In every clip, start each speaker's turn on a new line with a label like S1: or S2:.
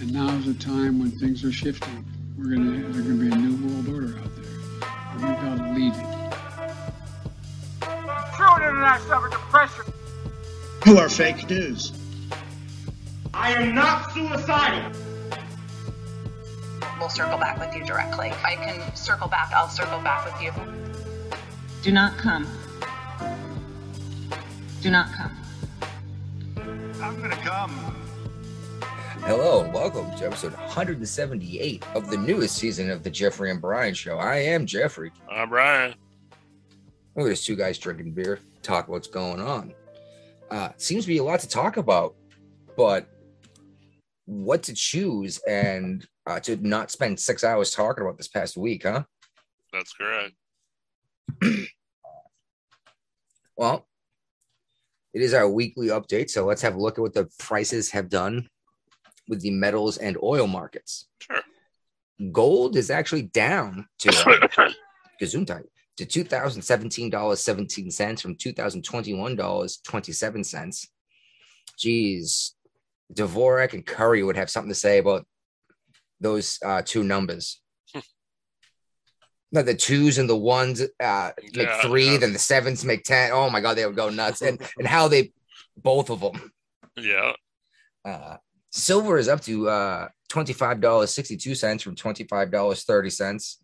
S1: And now's the time when things are shifting. We're gonna, there's gonna be a new world order out there. And we've gotta lead it.
S2: Children in that suffer depression.
S3: Who are fake news?
S4: I am not suicidal.
S5: We'll circle back with you directly. If I can circle back, I'll circle back with you. Do not come. Do not come.
S6: I'm gonna come.
S7: Hello and welcome to episode 178 of the newest season of the Jeffrey and Brian Show. I am Jeffrey.
S8: I'm Brian.
S7: We're just two guys drinking beer, talk what's going on. Uh, seems to be a lot to talk about, but what to choose and uh, to not spend six hours talking about this past week, huh?
S8: That's correct.
S7: Well, it is our weekly update, so let's have a look at what the prices have done with the metals and oil markets.
S8: Sure.
S7: Gold is actually down to Gesundheit to $2,017.17 from $2,021.27. Jeez, Dvorak and Curry would have something to say about those uh, two numbers. Like the twos and the ones uh, make
S8: Yeah,
S7: three,
S8: yeah.
S7: then the sevens make 10. Oh my God, they would go nuts. And, and how they, both of them.
S8: yeah.
S7: Uh, silver is up to uh, $25.62 from $25.30.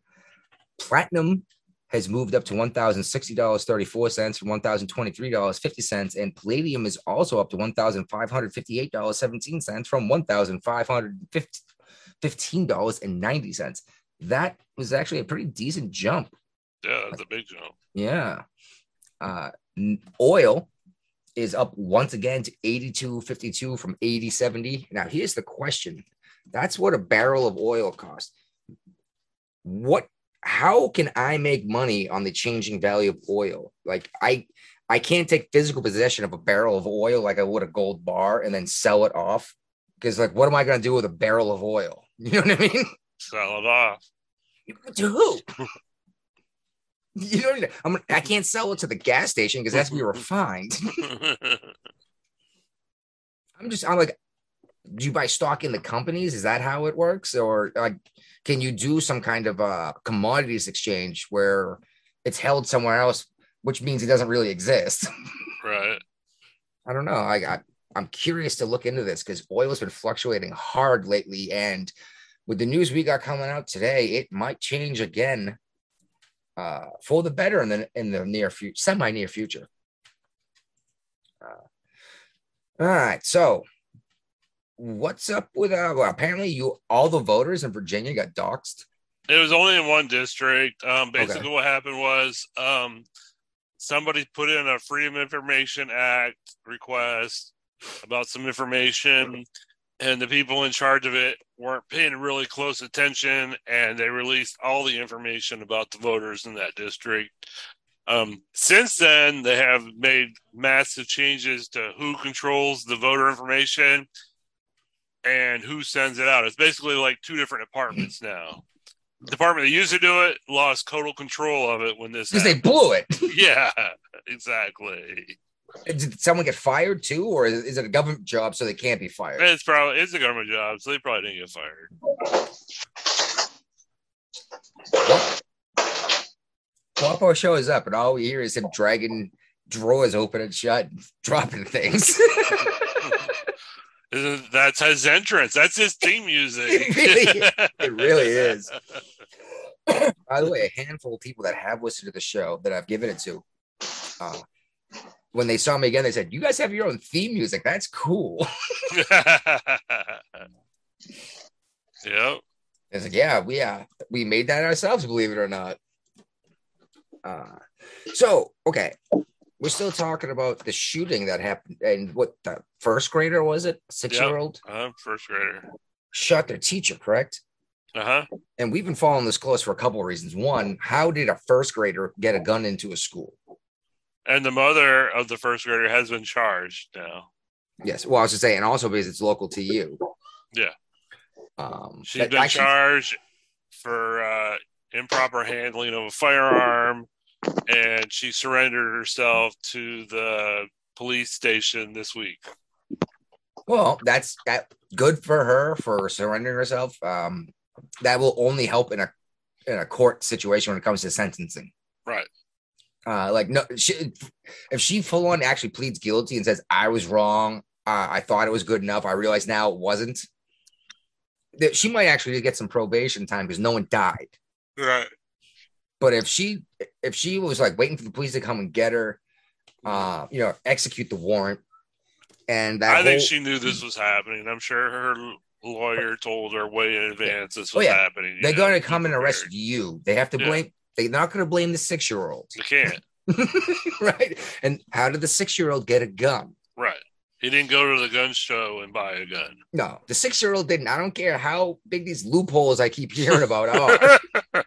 S7: Platinum has moved up to $1,060.34 from $1,023.50. And palladium is also up to $1,558.17 from $1,515.90. That was actually a pretty decent jump.
S8: Yeah, that's a big jump.
S7: Yeah. Uh, n- oil is up once again to 82.52 from 80.70. Now, here's the question. That's what a barrel of oil costs. What how can I make money on the changing value of oil? Like I I can't take physical possession of a barrel of oil like I would a gold bar and then sell it off. Because like what am I gonna do with a barrel of oil? You know what I mean?
S8: Sell it off.
S7: To who? You don't. I'm. I can't sell it to the gas station because it has to be refined. I'm just. I'm like, do you buy stock in the companies? Is that how it works, or like, can you do some kind of uh commodities exchange where it's held somewhere else, which means it doesn't really exist?
S8: right.
S7: I don't know. I, I I'm curious to look into this because oil has been fluctuating hard lately, and with the news we got coming out today, it might change again uh, for the better in the in the near future, semi near future. Uh, all right, so what's up with uh? Well, apparently, you all the voters in Virginia got doxxed.
S8: It was only in one district. Um, basically,
S7: Okay.
S8: what happened was um, somebody put in a Freedom of Information Act request about some information, and the people in charge of it weren't paying really close attention, and they released all the information about the voters in that district. Um, since then, they have made massive changes to who controls the voter information and who sends it out. It's basically like two different departments now department that used to do it lost total control of it when this
S7: Because they
S8: happened.
S7: blew it.
S8: yeah exactly
S7: Did someone get fired too, or is, is it a government job so they can't be fired?
S8: it's probably it's a government job so they probably didn't get fired
S7: Guapo shows up, and all we hear is him dragging drawers open and shut, and dropping things.
S8: Isn't- that's his entrance that's his theme music
S7: It really- it really is. By the way, a handful of people that have listened to the show that I've given it to, uh, when they saw me again, they said, "You guys have your own theme music. That's cool."
S8: yep
S7: I was like, "Yeah, we uh, we made that ourselves, believe it or not." Uh, so okay, we're still talking about the shooting that happened, and what the first grader was it? Six year old
S8: uh, first grader
S7: shot their teacher, correct?
S8: uh-huh
S7: and we've been following this close for a couple of reasons. One, how did a first grader get a gun into a school?
S8: and the mother of the first grader has been charged now
S7: Yes. Well, I was just saying, and also because it's local to you.
S8: Yeah.
S7: Um,
S8: She's
S7: that-
S8: been
S7: I can-
S8: charged for uh, improper handling of a firearm, and she surrendered herself to the police station this week.
S7: Well, that's that good for her for surrendering herself. Um, that will only help in a in a court situation when it comes to sentencing.
S8: Right.
S7: Uh, like no, she, if she full on actually pleads guilty and says I was wrong, uh, I thought it was good enough. I realize now it wasn't. That she might actually get some probation time because no one died.
S8: Right.
S7: But if she if she was like waiting for the police to come and get her,
S9: Mm-hmm.
S7: uh, you know, execute the warrant, and that
S8: I think
S7: whole-
S8: she knew this was happening. I'm sure her lawyer told her way in advance this
S7: Oh,
S8: was
S7: yeah.
S8: happening. you
S7: they're
S8: know,
S7: going to
S8: be
S7: come and arrest
S8: prepared.
S7: you. They have to
S8: Yeah.
S7: blame. They're not going to blame the six year old,
S8: You can't.
S7: right? And how did the six year old get a gun?
S8: Right. He didn't go to the gun show and buy a gun.
S7: No, the six year old didn't. I don't care how big these loopholes I keep hearing about are.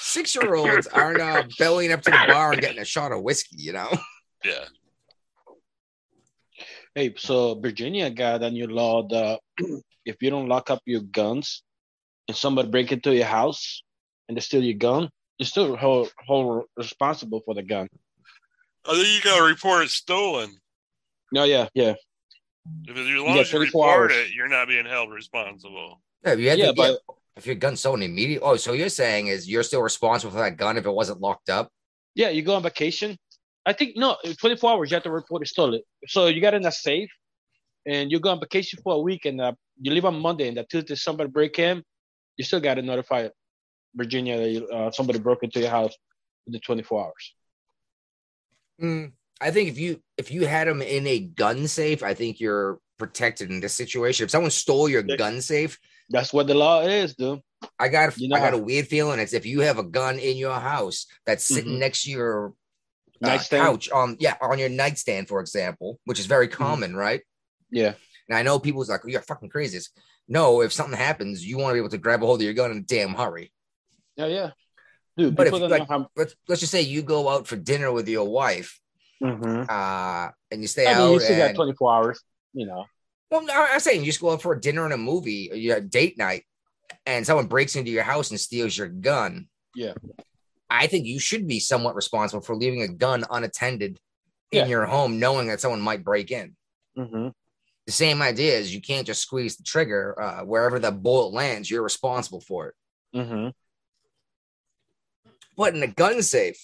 S7: six year olds aren't uh, bellying up to the bar and getting a shot of whiskey, you know?
S8: Yeah.
S9: Hey, so Virginia got a new law that if you don't lock up your guns and somebody break into your house and they steal your gun, you're still hold, hold responsible for the gun.
S8: I think you got to report it stolen.
S9: No, yeah, yeah.
S8: If as
S9: You
S8: long
S9: got
S8: as you
S9: 24
S8: report
S9: hours.
S8: it, you're not being held responsible.
S7: Yeah, if you had
S9: Yeah,
S7: to,
S9: but-
S7: yeah, if your gun's stolen immediately, oh, so you're saying is you're still responsible for that gun if it wasn't locked up?
S9: Yeah, you go on vacation. I think no, in 24 hours you have to report it stolen. So you got in a safe, and you go on vacation for a week, and uh, you leave on Monday, and that Tuesday somebody break in, you still got to notify Virginia that you, uh, somebody broke into your house within 24 hours.
S7: Mm, I think if you if you had them in a gun safe, I think you're protected in this situation. If someone stole your
S9: Yeah.
S7: gun safe,
S9: That's what the law is, dude.
S7: I got a,
S9: You know-
S7: I got a weird feeling. It's if you have a gun in your house that's sitting
S9: Mhm.
S7: next to your uh,
S9: Nightstand. Mm-hmm.
S7: couch on yeah on your nightstand, for example, which is very common, right?
S9: Yeah.
S7: And I know people's like, you're fucking crazy. It's, no, if something happens, you want to be able to grab a hold of your gun in a damn hurry.
S9: Yeah, Oh, yeah. Dude,
S7: But if
S9: people
S7: you
S9: don't
S7: like-
S9: know how.
S7: Let's let's just say you go out for dinner with your wife,
S9: Mm-hmm.
S7: uh, and you stay
S9: I mean,
S7: out.
S9: you still got
S7: and-
S9: 24 hours, you know.
S7: Well, no, I'm saying you just go out for a dinner and a movie, or you have a date night, and someone breaks into your house and steals your gun.
S9: Yeah.
S7: I think you should be somewhat responsible for leaving a gun unattended
S9: Yeah.
S7: in your home, knowing that someone might break in.
S9: Mm-hmm.
S7: The same idea is you can't just squeeze the trigger uh, wherever the bullet lands. You're responsible for it.
S9: Mm-hmm.
S7: But in a gun safe,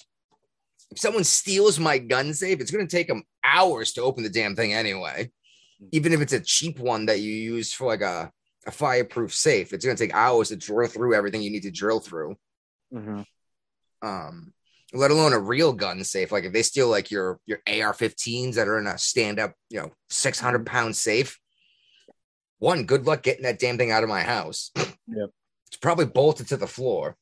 S7: if someone steals my gun safe, it's going to take them hours to open the damn thing anyway. Even if it's a cheap one that you use for like a, a fireproof safe, it's going to take hours to drill through everything you need to drill through.
S9: Mm-hmm.
S7: Um, let alone a real gun safe. Like if they steal like your your AR-15s that are in a stand-up, you know, 600 pound safe. One, good luck getting that damn thing out of my house.
S9: Yep.
S7: It's probably bolted to the floor.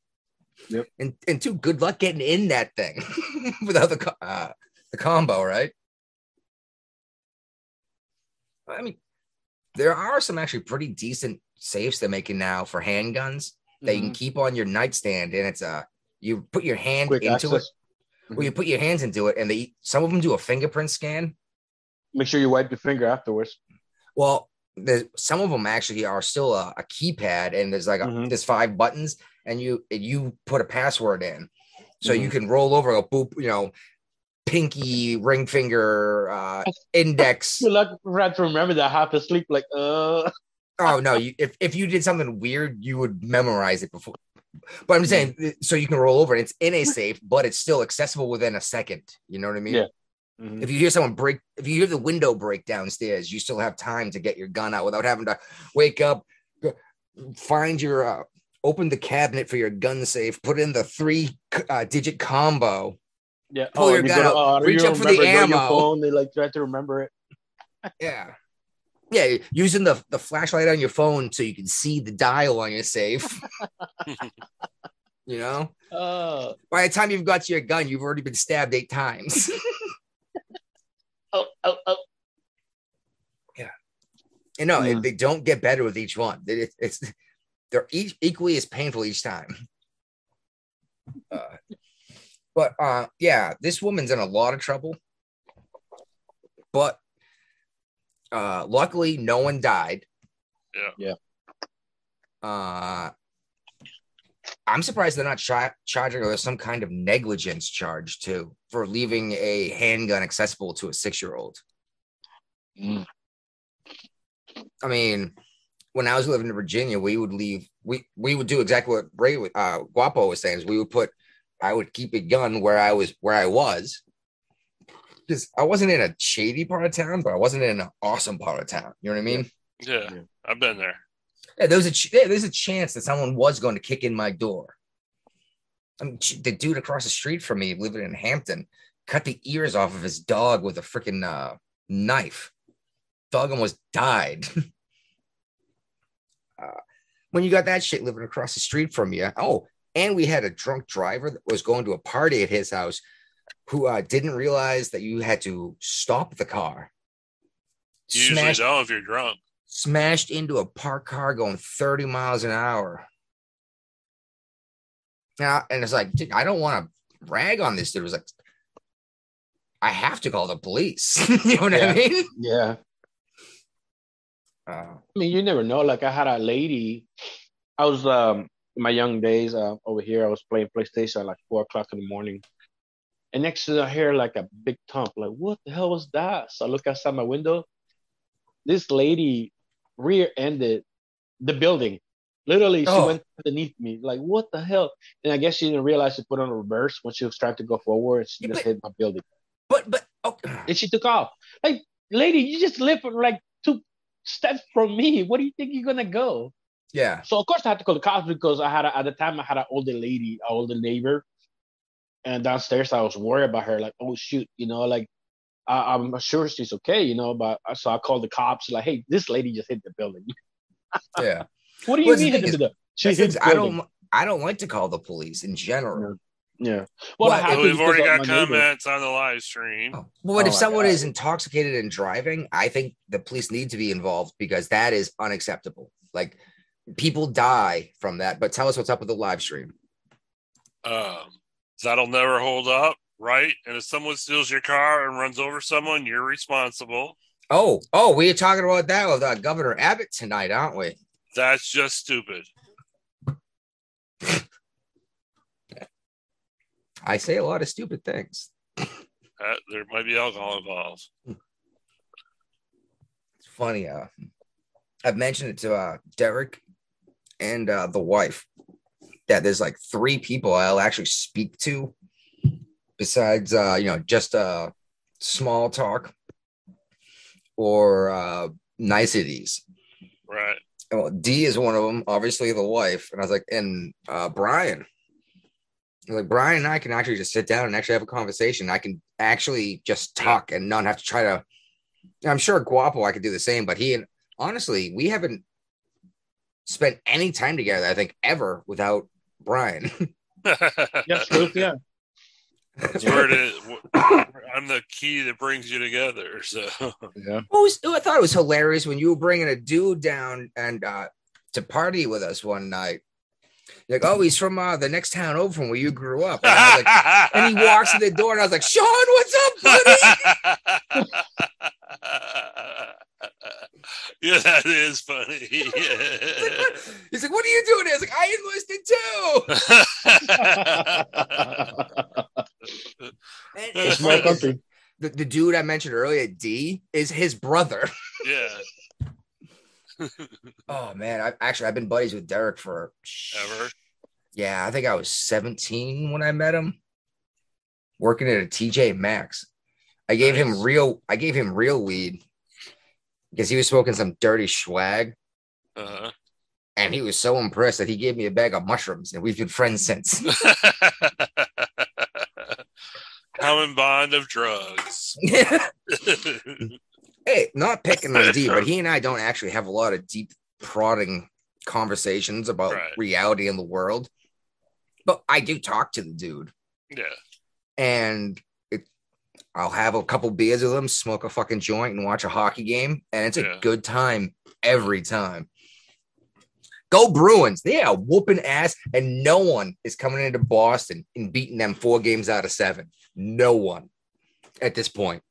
S9: Yep.
S7: And and two, good luck getting in that thing without the co- uh, the combo, right? I mean, there are some actually pretty decent safes they're making now for handguns that
S9: Mm-hmm.
S7: you can keep on your nightstand, and it's a you put your hand
S9: Quick
S7: into
S9: access.
S7: it. Well, you put your hands into it, and they some of them do a fingerprint scan.
S9: Make sure you wipe your finger afterwards.
S7: Well, there's, some of them actually are still a, a keypad, and there's like a,
S9: Mhm.
S7: there's five buttons, and you and you put a password in, so
S9: Mm-hmm.
S7: you can roll over a boop, you know, pinky, ring finger, uh, index.
S9: Good luck trying to remember that half asleep, like, uh.
S7: Oh no, you, if if you did something weird, you would memorize it before. But I'm saying, th- so you can roll over, and it's in a safe, but it's still accessible within a second. You know what I mean?
S9: Yeah. Mm-hmm.
S7: If you hear someone break, if you hear the window break downstairs, you still have time to get your gun out without having to wake up, go- find your, uh, open the cabinet for your gun safe, put in the three uh, digit combo.
S9: Yeah.
S7: Pull your
S9: and
S7: gun
S9: go to-
S7: out,
S9: oh,
S7: reach
S9: you
S7: up for the
S9: remember, go to your
S7: ammo.
S9: phone, they like try to remember it.
S7: Yeah. Yeah. Using the, the flashlight on your phone so you can see the dial on your safe. you know,
S9: Uh,
S7: by the time you've got to your gun, you've already been stabbed eight times.
S9: oh, oh, oh.
S7: you know,
S9: Yeah.
S7: and they don't get better with each one. It, it- it's they're each equally as painful each time. Uh, but uh, yeah, this woman's in a lot of trouble. But uh, luckily, no one died.
S9: Yeah.
S7: Uh, I'm surprised they're not chi- charging her with some kind of negligence charge too for leaving Mm. a handgun accessible to a six year old. I mean, when I was living in Virginia, we would leave. We we would do exactly what Ray would- uh, Guapo was saying. Is we would put, I would keep a gun where I was where I was, because I wasn't in a shady part of town, but I wasn't in an awesome part of town. You know what I mean?
S8: Yeah,
S9: Yeah.
S8: I've been there.
S7: Yeah, there's a ch- yeah, there's a chance that someone was going to kick in my door. I mean, ch- the dude across the street from me, living in Hampton, cut the ears off of his dog with a freaking uh, knife. Dog almost died. uh, when you got that shit living across the street from you, oh, and we had a drunk driver that was going to a party at his house, who uh, didn't realize that you had to stop the car.
S8: You usually
S7: Smash-
S8: don't if you're drunk.
S7: smashed into a parked car going 30 miles an hour. Now, and it's like, dude, I don't want to brag on this dude. It was like, I have to call the police. you know what I
S9: Yeah.
S7: mean?
S9: Yeah.
S7: Uh,
S9: I mean, you never know. Like I had a lady. I was um in my young days uh, over here. I was playing PlayStation at like four o'clock in the morning, and next to I hear like a big thump. Like what the hell was that? So I look outside my window. This lady rear-ended the building. Literally, she
S7: Oh.
S9: went underneath me. Like what the hell? And I guess she didn't realize she put on reverse when she was trying to go forward. She
S7: Yeah,
S9: just
S7: but-
S9: hit my building,
S7: but, but, oh,
S9: and she took off. Like lady, you just live like two steps from me. What do you think you're gonna go?
S7: yeah.
S9: So of course I had to call the cops because I had a, at the time I had an older lady, an older neighbor, and downstairs I was worried about her. Like, oh shoot, you know, like I, I'm sure she's okay, you know. But uh, so I called the cops. Like, hey, this lady just hit the building.
S7: Yeah.
S9: What do you
S7: Well, the
S9: mean hit
S7: thing
S9: the
S7: is-
S9: building? She
S7: That's
S9: hit
S7: things-
S9: the
S7: I
S9: building.
S7: don't, I don't like to call the police in general.
S9: Yeah. Well, I
S7: Well,
S9: had to
S8: we've
S9: because
S8: already
S9: of
S8: got
S9: my neighbor.
S8: comments on the live stream.
S7: Oh, But
S9: Oh
S7: if
S9: my
S7: someone
S9: God.
S7: is intoxicated and driving, I think the police need to be involved because that is unacceptable. Like people die from that. But tell us what's up with the live stream.
S8: Um, that'll never hold up, right? And if someone steals your car and runs over someone, you're responsible.
S7: Oh, oh, we are talking about that with uh, Governor Abbott tonight, aren't we?
S8: That's just stupid.
S7: I say a lot of stupid things.
S8: Uh, there might be alcohol involved.
S7: It's funny. Uh, I've mentioned it to uh, Derek and uh, the wife that there's like three people I'll actually speak to besides, uh, you know, just uh, small talk or uh, niceties.
S8: Right.
S7: And, well, Oh, D is one of them, obviously the wife. And I was like, and uh, Brian. I was like Brian and I can actually just sit down and actually have a conversation. I can actually just talk and not have to try to. I'm sure Guapo, I could do the same, but he and honestly, we haven't spent any time together. I think ever without Brian.
S9: Yes, Ruth, yeah.
S8: That's where it is. I'm the key that brings you together. So
S9: Yeah.
S7: What was, I thought it was hilarious when you were bringing a dude down and uh, to party with us one night. Like, oh, he's from uh, the next town over from where you grew up. And I was like, and he walks in the door, and I was like, "Sean, what's up, buddy?"
S8: yeah, that is funny.
S7: He's like, "What are you doing?" here?" I was like, "I enlisted too." And-
S8: It's
S7: and
S8: my
S9: country.
S7: The, the dude I mentioned earlier, D, is his brother.
S8: yeah,
S7: Oh man, I actually I've been buddies with Derek for
S8: ever.
S7: yeah, I think I was 17 when I met him, working at a TJ Maxx. I gave him
S8: Nice.
S7: real, I gave him real weed because he was smoking some dirty swag,
S8: Uh-huh.
S7: and he was so impressed that he gave me a bag of mushrooms, and we've been friends since.
S8: Common bond of drugs.
S7: hey, not picking on D, but he and I don't actually have a lot of deep prodding conversations about
S8: Right.
S7: reality in the world. But I do talk to the dude,
S8: yeah,
S7: and it, I'll have a couple beers with him, smoke a fucking joint, and watch a hockey game, and it's
S8: Yeah.
S7: a good time every time. Go Bruins! They are whooping ass, and no one is coming into Boston and beating them four games out of seven. No one at this point.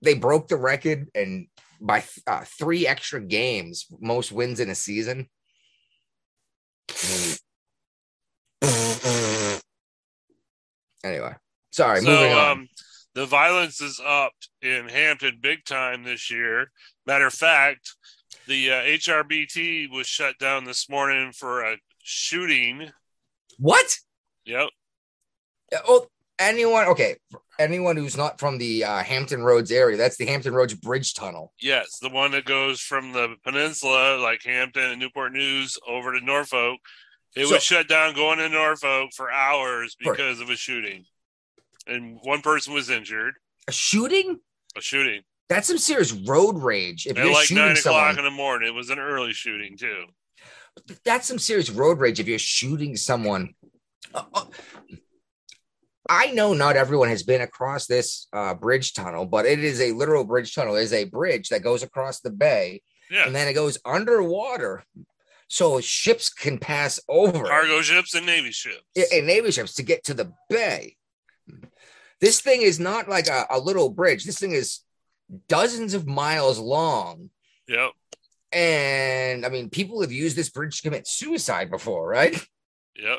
S7: They broke the record and by uh, three extra games, most wins in a season. Anyway, sorry. moving
S8: so
S7: on.
S8: um, the violence is up in Hampton big time this year. Matter of fact, The uh, HRBT was shut down this morning for a shooting.
S7: What?
S8: Yep.
S7: Oh, anyone? Okay, anyone who's not from the uh, Hampton Roads area, that's the Hampton Roads Bridge Tunnel.
S8: Yes, the one that goes from the peninsula, like Hampton and Newport News, over to Norfolk. It
S7: So-
S8: was shut down going to Norfolk for hours
S7: Right.
S8: because of a shooting, and one person was injured.
S7: A shooting?
S8: A shooting
S7: That's some serious road rage. If
S8: at
S7: you're
S8: like
S7: shooting
S8: nine
S7: someone,
S8: o'clock in the morning. It was an early shooting too.
S7: that's some serious road rage if you're shooting someone. Uh, uh, I know not everyone has been across this uh, bridge tunnel, but it is a literal bridge tunnel. It is a bridge that goes across the bay
S8: Yeah,
S7: and then it goes underwater so ships can pass over. it.
S8: cargo ships and navy ships.
S7: Yeah, and navy ships to get to the bay. This thing is not like a, a little bridge. This thing is dozens of miles long.
S8: Yep.
S7: And I mean, people have used this bridge to commit suicide before, right?
S8: Yep.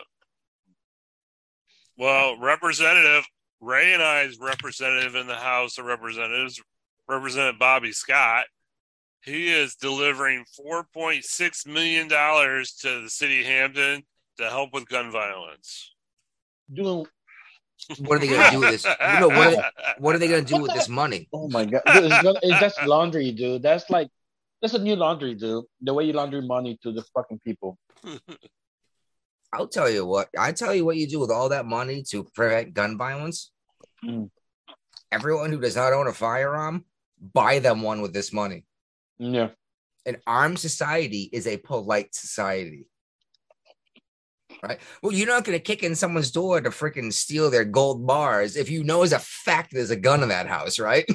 S8: Well, Representative Ray and I's representative in the House of Representatives, Representative Bobby Scott, he is delivering $4.6 million to the city of Hampton to help with gun violence.
S9: Doing
S7: What are they going to do with this? You know, what, are, what are they going to do with this money?
S9: oh my god, dude, it's not- it's- that's laundry, dude. That's like that's a new laundry, dude. The way you launder money to the fucking people.
S7: I'll tell you what. I tell you what you do with all that money to prevent gun violence.
S9: Mm.
S7: Everyone who does not own a firearm, buy them one with this money.
S9: Yeah,
S7: an armed society is a polite society. Right. Well, you're not going to kick in someone's door to freaking steal their gold bars if you know as a fact there's a gun in that house, right?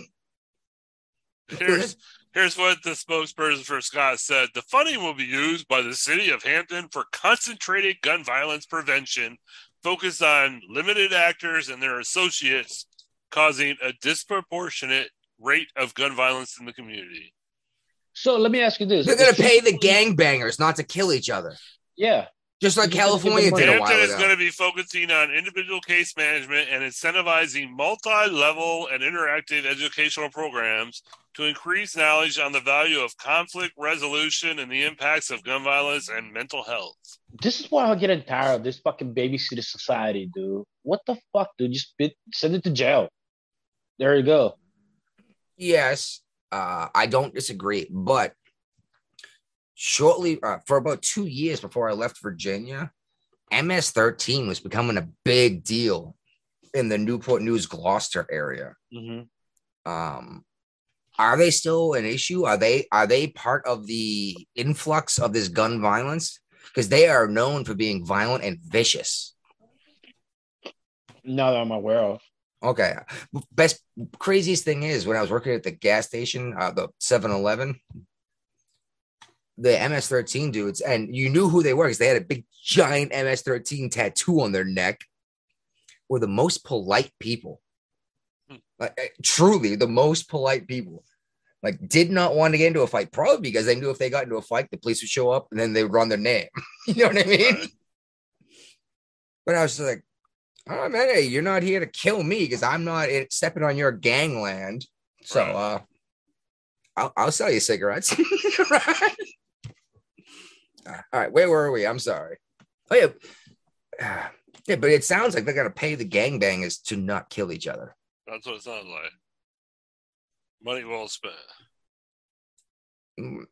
S8: Here's, here's what the spokesperson for Scott said The funding will be used by the city of Hampton for concentrated gun violence prevention, focused on limited actors and their associates, causing a disproportionate rate of gun violence in the community.
S9: So let me ask you this:
S7: They're going
S9: If
S7: to
S9: you-
S7: pay the gangbangers not to kill each other,
S9: Yeah,
S7: just like
S9: You're gonna give them
S7: California
S9: money.
S7: did a while
S8: Hampton is going
S7: ago.
S8: to be focusing on individual case management and incentivizing multi level and interactive educational programs to increase knowledge on the value of conflict resolution and the impacts of gun violence and mental health.
S9: this is why I'm getting tired of this fucking babysitter society, dude. What the fuck, dude? Just bit, send it to jail. There you go.
S7: Yes, uh, I don't disagree, but shortly uh, for about two years before I left Virginia, MS-13 was becoming a big deal in the Newport News Gloucester area. um are they still an issue are they are they part of the influx of this gun violence because they are known for being violent and vicious
S9: Now that I'm aware of.
S7: okay best craziest thing is when i was working at the gas station uh the 7-eleven the ms-13 dudes and you knew who they were because they had a big giant ms-13 tattoo on their neck were the most polite people like eh, truly the most polite people like did not want to get into a fight probably because they knew if they got into a fight the police would show up and then they would run their name you know what i mean but i was just like oh man hey, you're not here to kill me because i'm not eh, stepping on your gangland so
S8: Right.
S7: uh I'll, I'll sell you cigarettes right? Uh, all right where were we i'm sorry oh yeah Ah, yeah but it sounds like they're gonna pay the gangbangers to not kill each other
S8: That's what it sounds like. Money well spent.
S7: Mm,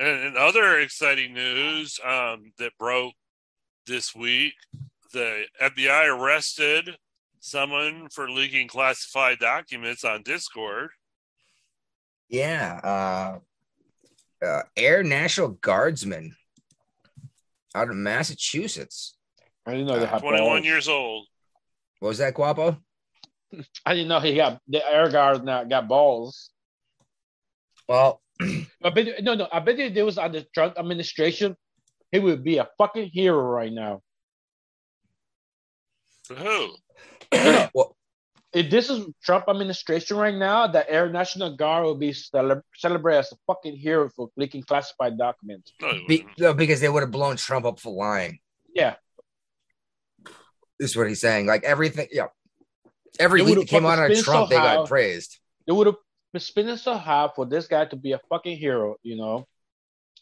S8: And in other exciting news um, that broke this week, the FBI arrested someone for leaking classified documents on Discord.
S7: yeah uh, uh air national guardsman out of massachusetts
S9: I didn't know they had
S8: 21
S9: balls.
S8: years old.
S7: what was that guapo
S9: I didn't know he got the air guard now got balls.
S7: well
S9: I bet you, no, no. I bet you if it was under Trump administration, he would be a fucking hero right now.
S8: To who?
S7: well,
S9: If this is Trump administration right now, the Air National Guard will be cele- celebrated as a fucking hero for leaking classified documents.
S8: No, he
S7: be-
S8: wasn't.
S7: no, because they would have blown trump up for lying
S9: Yeah,
S7: is what he's saying like everything yeah
S9: They
S7: every leak
S9: would've
S7: that came
S9: fucking
S7: out on
S9: spin so
S7: trump they
S9: high.
S7: got praised
S9: they would have been spinning so hard for this guy to be a fucking hero, you know,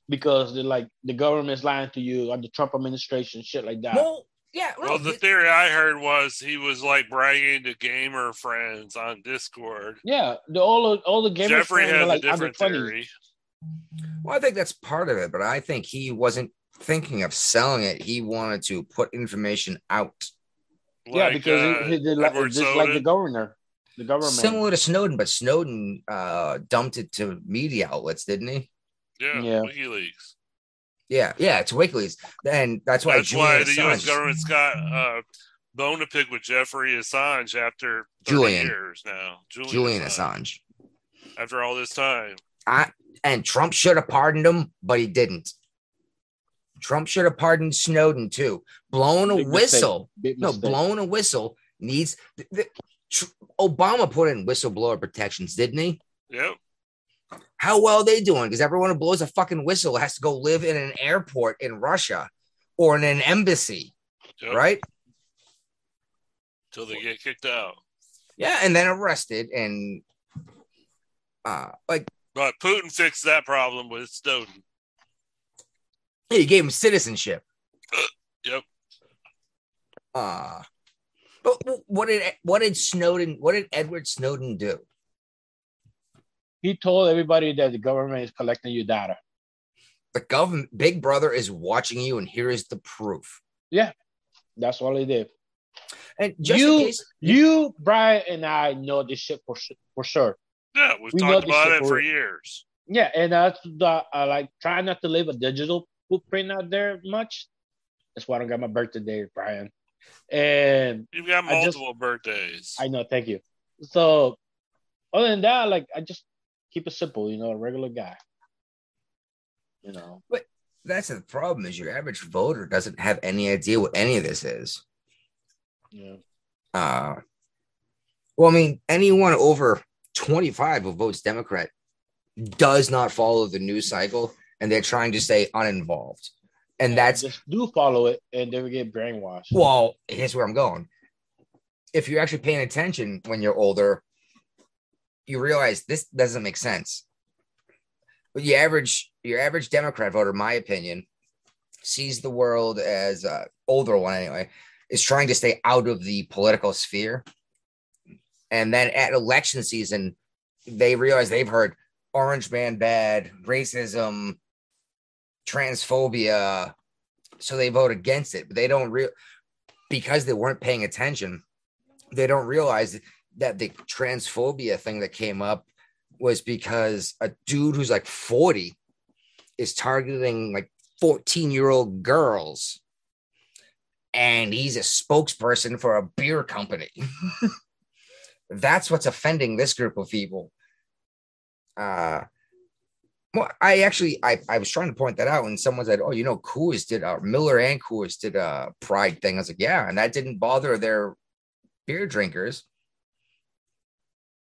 S9: because they're like the government's lying to you on the Trump administration, shit like that.
S7: Well, yeah. no,
S8: Well, the
S7: th-
S8: theory I heard was he was like bragging to gamer friends on Discord.
S9: Yeah, the all of, all the gamers
S8: Jeffrey
S9: saying
S8: had
S9: they're,
S8: a
S9: under
S8: different
S9: 20.
S8: theory.
S7: Well, I think that's part of it, but I think he wasn't thinking of selling it. He wanted to put information out,
S9: yeah,
S8: Like,
S9: because
S8: uh,
S9: he, he did like,
S8: Edward
S9: just like the
S8: Snowden.
S9: governor, the government.
S7: similar to Snowden, but Snowden uh, dumped it to media outlets, didn't he?
S8: yeah,
S9: Yeah.
S8: WikiLeaks.
S7: Yeah, yeah, it's WikiLeaks, and that's why
S8: That's why the U.S. government's got a bone to pick with Jeffrey Assange after 30
S7: Julian.
S8: years now. Julian,
S7: Julian
S8: Assange.
S7: Assange.
S8: After all this time.
S7: I and Trump should have pardoned him, but he didn't. Trump should have pardoned Snowden too. Blown a
S9: Big mistake.
S7: whistle.
S9: Big
S7: No,
S9: mistake.
S7: blown a whistle needs. th- th- Tr- Obama put in whistleblower protections, didn't he?
S8: Yep.
S7: How well are they doing? Because everyone who blows a fucking whistle has to go live in an airport in Russia or in an embassy,
S8: yep.
S7: right?
S8: Till they get kicked out.
S7: Yeah, and then arrested and uh like
S8: But Putin fixed that problem with Snowden.
S7: he gave him citizenship.
S8: Yep.
S7: Uh but what did what did Snowden what did Edward Snowden do?
S9: He told everybody that the government is collecting your data.
S7: The government Big Brother is watching you, and here is the proof.
S9: That's all he did.
S7: And just
S9: You-
S7: in case,
S9: You, Brian, and I know this shit for su- for sure.
S8: Yeah, we've
S9: We know
S8: talked
S9: this
S8: about
S9: shit
S8: it for
S9: for-
S8: years.
S9: Yeah, and that's the I like try not to leave a digital footprint out there much. That's why I don't got my birthday day, Brian. And
S8: You've got
S9: I just-
S8: multiple birthdays.
S9: I know, thank you. So, other than that, like I just keep it simple, you know, a regular guy. You know,
S7: that's the problem: is your average voter doesn't have any idea what any of this is.
S9: yeah.
S7: Uh, well, I mean, anyone over twenty-five who votes Democrat does not follow the news cycle, and they're trying to stay uninvolved. And that's
S9: just do follow it, and they will get brainwashed.
S7: Well, here's where I'm going. If you're actually paying attention when you're older, you realize this doesn't make sense. But your average your average Democrat voter, in my opinion, sees the world as uh, older one anyway, is trying to stay out of the political sphere. And then at election season, they realize they've heard orange man bad, racism, transphobia, so they vote against it. But they don't real because they weren't paying attention. They don't realize that the transphobia thing that came up was because a dude who's like 40 is targeting like 14 year old girls and he's a spokesperson for a beer company. That's what's offending this group of people. Uh, well, I actually I, I was trying to point that out, and someone said, "Oh, you know, Coors did uh, Miller and Coors did a Pride thing." I was like, "Yeah," and that didn't bother their beer drinkers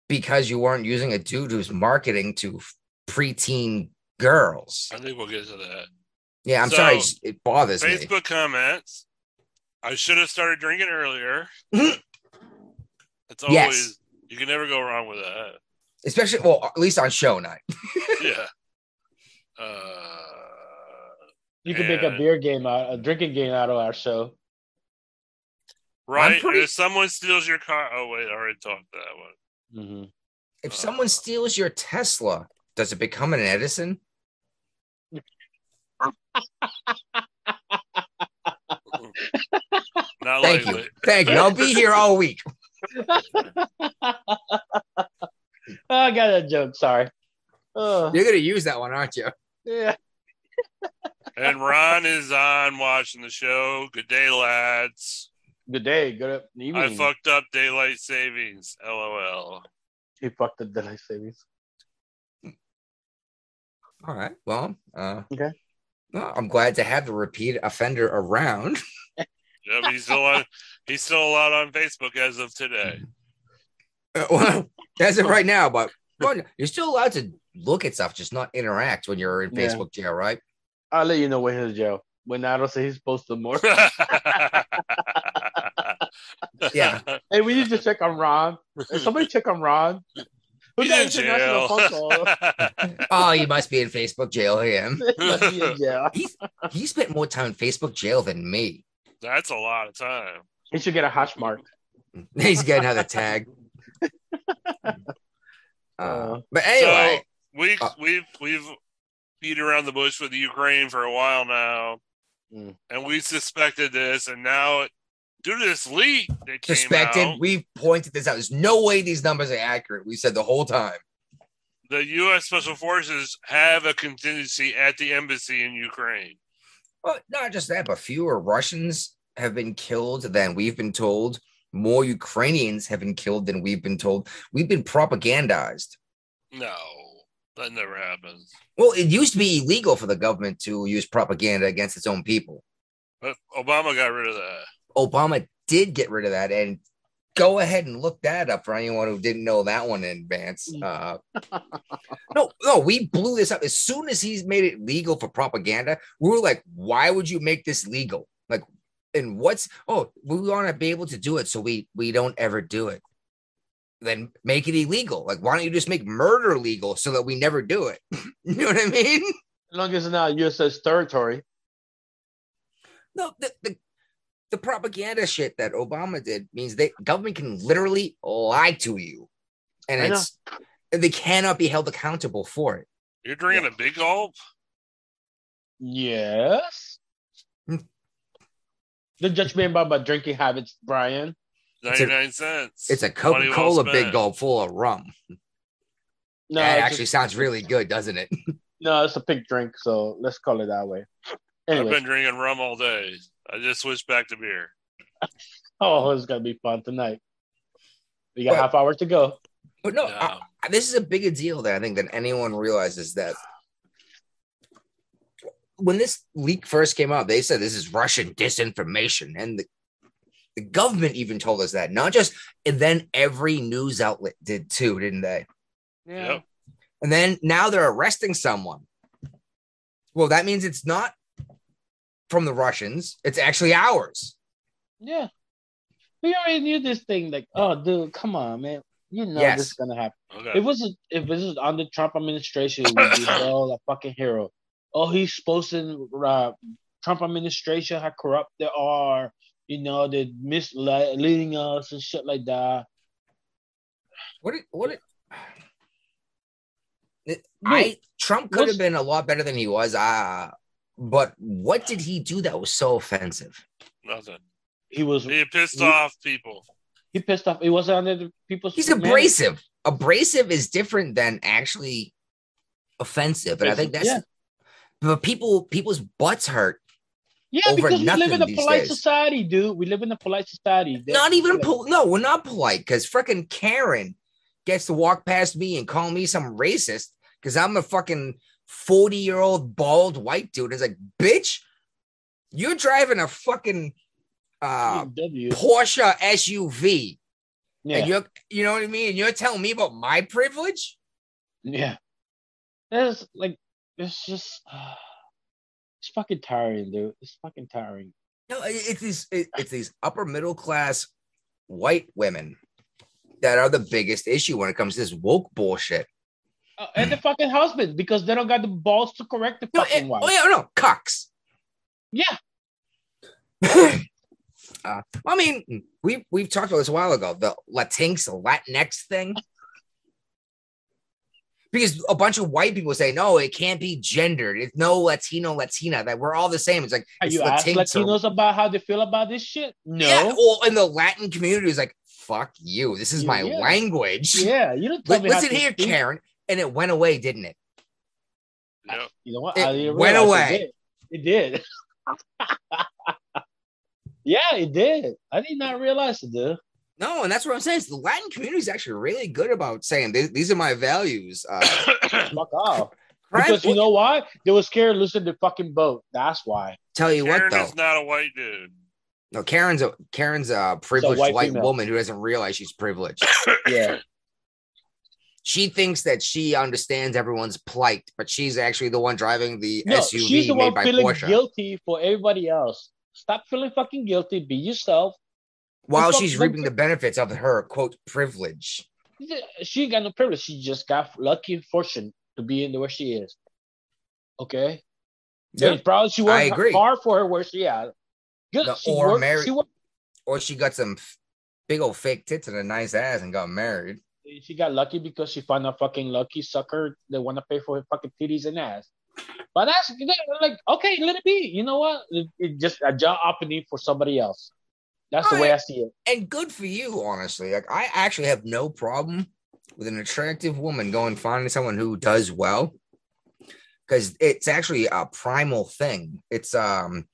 S7: because you weren't using a dude who's marketing to preteen girls.
S8: I think we'll get to that.
S7: Yeah, I'm
S8: So,
S7: sorry, it bothers me.
S8: Facebook comments. I should have started drinking earlier.
S7: Mhm.
S8: it's always
S7: Yes.
S8: you can never go wrong with that.
S7: Especially, well, at least on show night.
S8: yeah. Uh,
S9: you can make a
S8: and-
S9: beer game out, a drinking game out of our show.
S8: right.
S7: pretty-
S8: and If someone steals your car, oh wait, I already talked to that one.
S9: Mm-hmm.
S7: If
S8: Uh.
S7: someone steals your Tesla, does it become an Edison?
S8: Not
S7: Thank
S8: likely.
S7: you, thank you. I'll be here all week.
S9: Oh, I got that joke. Sorry. Oh,
S7: You're gonna use that one, aren't you?
S9: yeah.
S8: And Ron is on watching the show. Good day, lads.
S9: Good day. Good evening.
S8: I fucked up daylight savings. LOL.
S9: He fucked the daylight savings.
S7: All right. Well, uh,
S9: Okay.
S7: Well, I'm glad to have the repeat offender around.
S8: Yeah, but he's still on. He's still allowed on Facebook as of today.
S7: Uh, well, that's it right now, but well, you're still allowed to look at stuff, just not interact when you're in
S9: Yeah.
S7: Facebook jail, right?
S9: I'll let you know when he's jail. When I don't say he's posted more.
S7: Yeah.
S9: hey, we need to check on Ron. Hey, somebody check on Ron. Put
S8: He's
S9: that
S8: in
S9: international
S8: jail.
S9: phone call.
S7: Oh, you must be in Facebook jail. Yeah.
S9: Must be in jail.
S7: He spent more time in Facebook jail than me.
S8: That's a lot of time.
S9: He should get a hash mark.
S7: He's getting another tag. Uh, but
S8: So
S7: anyway,
S8: we
S7: Uh.
S8: we've we've beat around the bush with Ukraine for a while now,
S9: Mm.
S8: and we suspected this, and now it, due to this leak that came
S7: suspected.
S8: out,
S7: We pointed this out. There's no way these numbers are accurate. We said the whole time.
S8: the U.S. Special Forces have a contingency at the embassy in Ukraine.
S7: Well, not just that, but fewer Russians have been killed than we've been told. More Ukrainians have been killed than we've been told. We've been propagandized.
S8: No, that never happens.
S7: Well, it used to be illegal for the government to use propaganda against its own people.
S8: But Obama got rid of that.
S7: Obama did get rid of that, and go ahead and look that up for anyone who didn't know that one in advance. Uh, no, no, we blew this up as soon as he's made it legal for propaganda. We were like, why would you make this legal? Like, and what's oh, we want to be able to do it, so we we don't ever do it. Then make it illegal. Like, why don't you just make murder legal so that we never do it? you know what I mean?
S9: As long as it's not USS territory.
S7: No, the, the the propaganda shit that Obama did means they government can literally lie to you, and
S9: I know.
S7: it's and they cannot be held accountable for it.
S8: You're drinking a big gulp.
S9: Yes. Don't judge me about my drinking habits, Brian.
S7: It's a-
S8: 99 cents.
S7: It's a
S8: Money
S7: Coca
S8: well
S7: Cola
S8: spent.
S7: big gulp full of rum.
S9: No,
S7: that
S9: it's
S7: actually
S9: just-
S7: sounds really good, doesn't it?
S9: no, it's a pink drink, so let's call it that way.
S8: I've
S9: Anyway,
S8: been drinking rum all day. I just switched back to beer.
S9: oh, it's gonna be fun tonight. We got
S7: Well-
S9: half hour to go.
S7: But no,
S8: No.
S7: Oh, I- I- this is a bigger deal than I think than anyone realizes that. When this leak first came out, they said this is Russian disinformation, and the, the government even told us that. Not just, and then every news outlet did too, didn't they?
S8: Yeah. Yep.
S7: And then now they're arresting someone. Well, that means it's not from the Russians; it's actually ours.
S9: Yeah. We already knew this thing. Like, oh, dude, come on, man. You know
S7: Yes.
S9: this is gonna happen.
S8: Okay.
S9: If it was if this was under Trump administration, it would be all a fucking hero. Oh, he's posting uh, Trump administration how corrupt they are. You know they're misleading us and shit like that.
S7: What? It, what? It, It- I Trump could
S9: what's-
S7: have been a lot better than he was. Ah, but what did he do that was so offensive?
S8: Nothing.
S9: He was
S8: He pissed
S9: You-
S8: off people.
S9: he pissed off. It wasn't under the people's.
S7: He's
S9: command.
S7: abrasive. Abrasive is different than actually offensive, and I think that's.
S9: Offensive,
S7: But people, people's butts hurt.
S9: Yeah,
S7: over
S9: because we live
S7: nothing
S9: in a
S7: these
S9: polite
S7: days.
S9: society, dude. We live in a polite society. They-
S7: not even
S9: like,
S7: pol- no, we're not polite because freaking Karen gets to walk past me and call me some racist because I'm a fucking 40 year old bald white dude. It's like, bitch, you're driving a fucking uh
S9: BMW.
S7: Porsche SUV
S9: Yeah.
S7: and you're you know what I mean? And you're telling me about my privilege?
S9: Yeah. That's like it's just it's fucking tiring, dude. It's fucking tiring.
S7: No, it- it's these it- it's these upper middle class white women that are the biggest issue when it comes to this woke bullshit.
S9: Uh, and the fucking husband because they don't got the balls to correct the
S7: No,
S9: fucking
S7: it-
S9: wife.
S7: oh yeah, no, cucks.
S9: yeah.
S7: uh, I mean, we we've talked about this a while ago, the Latinx, Latinx thing. Because a bunch of white people say, no, it can't be gendered. It's no Latino, Latina, that we're all the same. It's like,
S9: Are
S7: it's
S9: you ask
S7: Latinx or-
S9: Latinos about how they feel about this shit? No.
S7: Yeah, oh,
S9: Yeah,
S7: well, in the Latin community, it's like, fuck you. This is my
S9: Yeah.
S7: language.
S9: you don't tell
S7: Like,
S9: me how
S7: listen
S9: to
S7: here,
S9: speak.
S7: Karen. And it went away, didn't it?
S8: Yep.
S9: You know what?
S7: It
S9: I didn't
S7: went
S9: realize
S7: away.
S9: It did. It did. yeah, it did. I did not realize it, dude.
S7: No, and that's what I'm saying. It's the Latin community is actually really good about saying "These- these are my values. Uh,
S9: Fuck off.
S7: crime-
S9: Because you know why? They were scared of losing the fucking boat. That's why.
S7: tell you
S8: Karen
S7: what, though.
S8: is not a white dude.
S7: No, Karen's a Karen's a privileged
S9: white
S7: white,
S9: female.
S7: woman who doesn't realize she's privileged.
S9: Yeah.
S7: she thinks that she understands everyone's plight, but she's actually the one driving the
S9: No,
S7: SUV
S9: she's the
S7: made
S9: one
S7: by
S9: feeling
S7: Porsche.
S9: guilty for everybody else. Stop feeling fucking guilty. Be yourself.
S7: while
S9: That's
S7: she's
S9: what-
S7: reaping the benefits of her quote privilege.
S9: She got no privilege. She just got lucky and fortunate to be in the where she is. Okay.
S7: Yeah.
S9: And probably she worked
S7: agree.
S9: hard for her where she at. Good.
S7: The-
S9: she
S7: or
S9: worked-
S7: married-
S9: She, worked-
S7: Or she got some f- big old fake tits and a nice ass and got married.
S9: she got lucky because she found a fucking lucky sucker that want to pay for her fucking titties and ass. But that's that- like okay, let it be. You know what? It, it just a job opening for somebody else. That's the way I see it.
S7: And good for you, honestly. Like I actually have no problem with an attractive woman going finding someone who does well. Cause it's actually a primal thing. It's um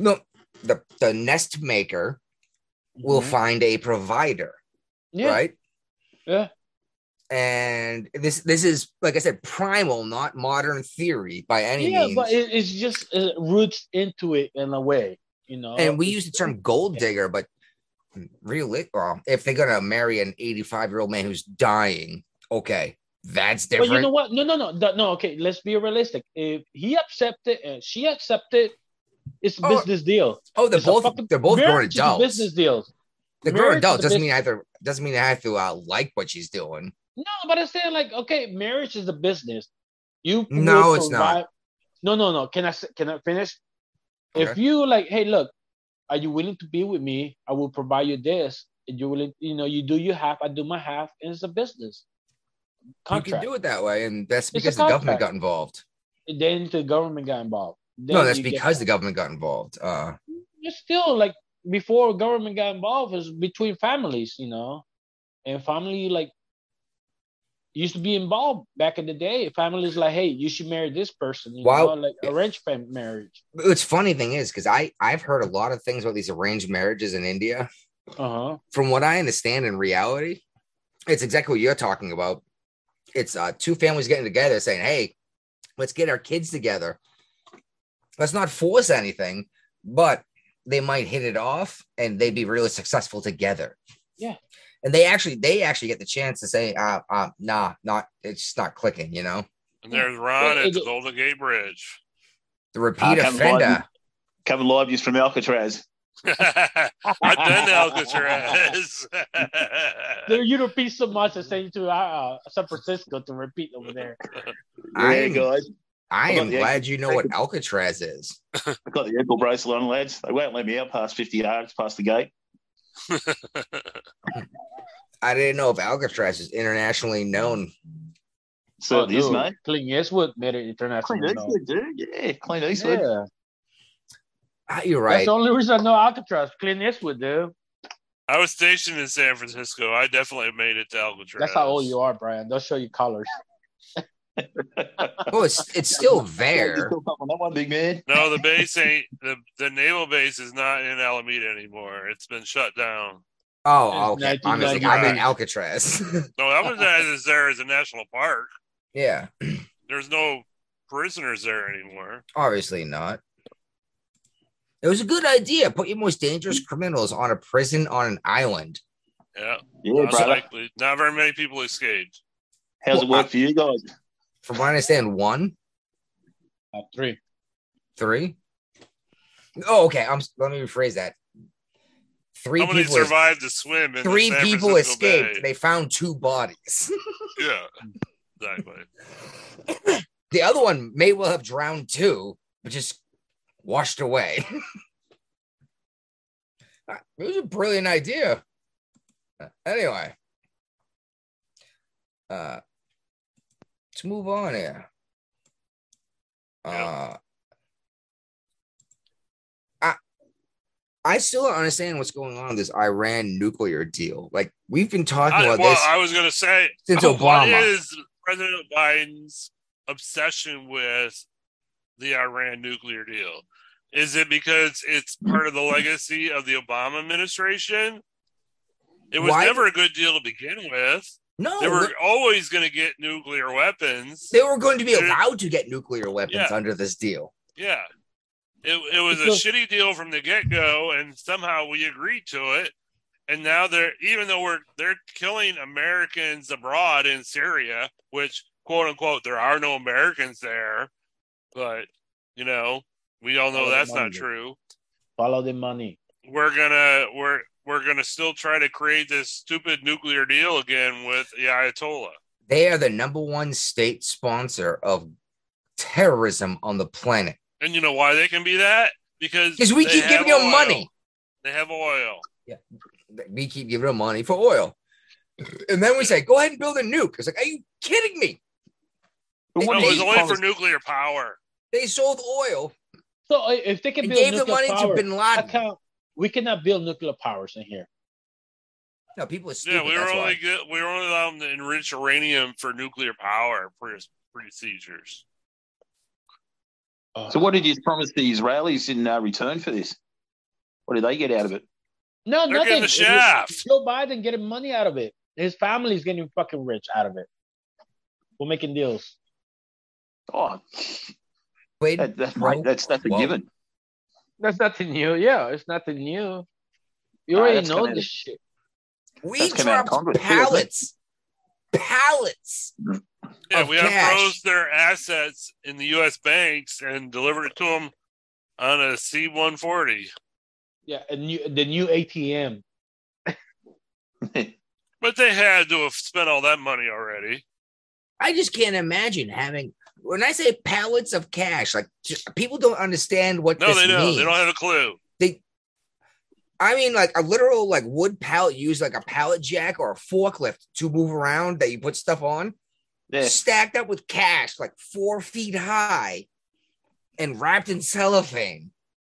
S7: look the the nest maker will find a provider,
S9: Mm-hmm. Yeah.
S7: right?
S9: Yeah.
S7: And this this is like I said, primal, not modern theory by any
S9: yeah,
S7: means.
S9: but it, it's just uh, roots into it in a way, you know.
S7: and we use the term gold digger, but really, well, if they're gonna marry an 85 year old man who's dying, okay, that's
S9: But
S7: different.
S9: you know what? No, no, no, no, no. Okay, let's be realistic. If he accepted and she accepted, it's
S7: Oh,
S9: business deal.
S7: oh, they're
S9: It's a
S7: both
S9: fucking-
S7: they're both grown
S9: Marriage is a
S7: adults.
S9: Business deals.
S7: They're grown
S9: marriage is a
S7: adults. Doesn't
S9: bus-
S7: mean either doesn't mean I have to uh, like what she's doing.
S9: No, but I'm saying like, okay, marriage is a business. You
S7: No,
S9: will
S7: it's not.
S9: provide- No, no, no. Can I s- can I finish? If
S7: Okay.
S9: you like, hey, look, are you willing to be with me? I will provide you this. And you willing, you know, you do your half, I do my half, and it's a business
S7: You can
S9: contract.
S7: do it that way, and that's
S9: It's a
S7: because the government
S9: contract.
S7: got involved.
S9: Then the government got involved.
S7: no,
S9: Then
S7: that's
S9: you get-
S7: because the government got involved. Uh,
S9: it's still like before government got involved it was between families, you know, and family like used to be involved back in the day. Families like, hey, you should marry this person, you
S7: Wow.
S9: know, like arranged fam- marriage.
S7: it's funny thing is because I I've heard a lot of things about these arranged marriages in India.
S9: Uh huh.
S7: from what I understand in reality, it's exactly what you're talking about. It's uh, two families getting together saying, hey, let's get our kids together. Let's not force anything, but they might hit it off and they'd be really successful together.
S9: Yeah.
S7: And they actually they actually get the chance to say, uh, uh, nah, not it's just not clicking, you know?
S8: And there's Ron
S9: It-
S8: at
S9: it-
S8: the Golden Gate Bridge.
S7: The repeat
S10: come on.
S7: offender.
S10: Kevin Lobby's from Alcatraz.
S8: I've done Alcatraz.
S9: They're you repeat so much and send you to uh, uh, San Francisco to repeat over there.
S10: There
S7: I'm-
S10: you go. lads.
S7: I
S10: Hold
S7: am
S10: on, yeah,
S7: glad you know what Alcatraz is.
S10: I've got the ankle bracelet on, lads. They won't let me out past 50 yards past the gate.
S7: I didn't know if Alcatraz is internationally known. Oh,
S10: So it is,
S9: Oh, dude,
S10: mate.
S9: Clint Eastwood made it
S10: Clean
S9: international. now.
S10: Eastwood, dude. Yeah, clean Eastwood.
S9: Yeah,
S7: Ah, You're
S9: that's
S7: right.
S9: the only reason I know Alcatraz. Clint Eastwood, dude.
S8: I was stationed in San Francisco. I definitely made it to Alcatraz.
S9: That's how old you are, Brian. They'll show you colors.
S7: Well, Oh, it's it's still
S10: Yeah,
S7: there.
S10: you still up on that one, big man.
S8: No, the base ain't the the naval base is not in Alameda anymore. It's been shut down.
S7: Oh,
S9: It's
S7: okay. I'm, just, I'm
S9: 1999.
S7: in Alcatraz.
S8: No, Alameda is there as a national park.
S7: yeah,
S8: There's no prisoners there anymore.
S7: obviously not. It was a good idea. Put your most dangerous criminals on a prison on an island.
S8: Yeah,
S10: Yeah,
S8: most
S10: brother.
S8: likely. Not very many people escaped.
S10: How's it work for you guys?
S7: From what I understand, one,
S9: Uh, three.
S7: three. Oh, okay. I'm. Let me rephrase that. Three
S8: How many
S7: people. es-
S8: survived to swim? In
S7: Three
S8: the San
S7: people
S8: Francisco
S7: escaped.
S8: Bay?
S7: They found two bodies.
S8: Yeah, exactly.
S7: the other one may well have drowned too, but just washed away. Ah, it was a brilliant idea. Uh, Anyway, uh, let's move on here. Uh, I I still don't understand what's going on with this Iran nuclear deal. Like we've been talking
S8: I,
S7: about
S8: well,
S7: this
S8: I was gonna say
S7: since
S8: What
S7: Obama.
S8: is President Biden's obsession with the Iran nuclear deal? Is it because it's part of the legacy of the Obama administration? It was
S7: Why-
S8: never a good deal to begin with.
S7: no,
S8: they were always going to get nuclear weapons.
S7: they were going to be
S8: Dude.
S7: allowed to get nuclear weapons
S8: Yeah.
S7: under this deal.
S8: yeah. It, it was a
S9: Because-
S8: shitty deal from the get go, and somehow we agreed to it. And now they're even though we're they're killing Americans abroad in Syria, which quote unquote there are no Americans there, but you know we all know
S9: Oh,
S8: that's
S9: money.
S8: not true.
S9: Follow the money.
S8: We're gonna we're we're going to still try to create this stupid nuclear deal again with the Ayatollah.
S7: They are the number one state sponsor of terrorism on the planet
S8: And you know why they can be that? Because
S7: because we
S8: they
S7: keep
S8: have
S7: giving them
S8: oil.
S7: money.
S8: They have oil.
S7: We keep giving them money for oil, and then we say, "Go ahead and build a nuke." It's like, are you kidding me?
S10: But
S8: No,
S7: They-
S10: wouldn't
S8: it was
S10: they-
S8: only for nuclear power.
S7: They sold oil
S9: So i- if they can
S7: and
S9: build
S7: gave the
S9: nuclear
S7: money
S9: power,
S7: to Bin
S9: how
S7: Laden.
S9: come we cannot build nuclear powers in here?
S7: No, people are stupid.
S8: Yeah, we were
S7: that's
S8: only
S7: why.
S8: good, we were only allowing to enrich uranium for nuclear power pre- procedures.
S7: Oh.
S10: So what did you promise the Israelis in uh, return for this? What did they get out of it?
S9: No,
S8: They're
S9: nothing.
S8: getting the shaft.
S9: Joe Biden getting money out of it. His family's getting fucking rich out of it. We're making deals.
S10: Oh,
S7: Wait,
S10: that, that's
S7: Whoa.
S10: right. That's that's a
S7: Whoa.
S10: given.
S9: That's nothing new. Yeah, it's nothing new. You
S10: Nah,
S9: already
S10: that's
S9: know
S10: coming
S9: this
S10: out
S9: shit.
S7: we
S10: that's come out of
S7: dropped
S10: Congress, too, doesn't it?
S7: pallets, pallets.
S8: Yeah,
S7: of
S8: we
S7: cash.
S8: unfroze their assets in the U.S. banks and delivered it to them on a C-140.
S9: Yeah, and new, the new ATM.
S8: But they had to have spent all that money already.
S7: I just can't imagine having. When I say pallets of cash, like just, people don't understand what
S8: No,
S7: this
S8: they don't.
S7: means.
S8: They don't have a clue.
S7: They- I mean, like a literal like wood pallet used like a pallet jack or a forklift to move around that you put stuff on,
S10: Yeah.
S7: stacked up with cash like four feet high, and wrapped in cellophane,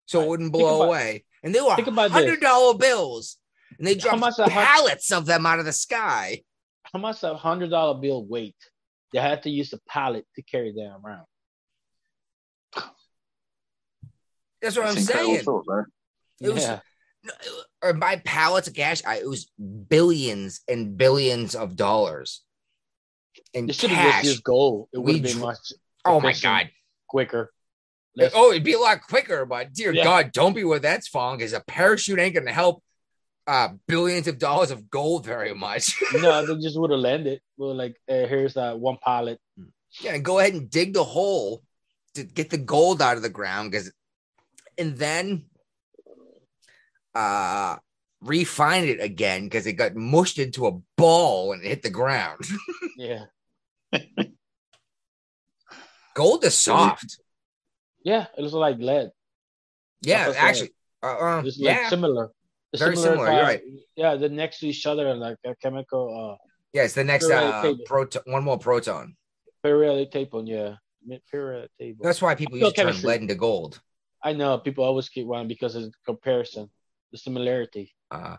S7: so it
S9: Right.
S7: wouldn't
S9: Think
S7: blow
S9: about-
S7: away. And they were
S9: think about this.
S7: hundred dollar bills, and they dropped
S9: much a hun-
S7: pallets of them out of the sky.
S9: How much a hundred dollar bill weight? They had to use a pallet to carry them around.
S7: That's what I'm
S10: That's incredible
S7: saying.
S10: thought, bro.
S7: It was-
S9: yeah.
S7: or by pallets of cash, I, it was billions and billions of dollars in
S9: They should have just
S7: cash.
S9: used gold. It
S7: We
S9: would have been
S7: dr-
S9: much
S7: Oh my
S9: efficient,
S7: god!
S9: quicker. Less-
S7: Oh, it'd be a lot quicker, but dear
S9: Yeah.
S7: God, don't be where that's falling because a parachute ain't gonna help uh, billions of dollars of gold very much.
S9: no, they just would have landed. Well, like uh, here's uh, one pilot.
S7: yeah, and go ahead and dig the hole to get the gold out of the ground because, and then uh refine it again because it got mushed into a ball and it hit the ground.
S9: Yeah,
S7: Gold is soft.
S9: yeah. It was like lead.
S7: Yeah,
S9: That's what I'm
S7: actually, uh, uh,
S9: It's like
S7: yeah,
S9: similar. It's
S7: Very similar, you're
S9: uh,
S7: right.
S9: Yeah, they're next to each other like a chemical uh,
S7: yeah. It's the next
S9: Right,
S7: uh,
S9: table.
S7: proton. One more proton.
S9: periodic table. Yeah, Mi- periodic table.
S7: That's why people
S9: Still
S7: used to turn
S9: chemistry.
S7: lead into gold.
S9: I know people always keep one because of the comparison, the similarity.
S7: Uh,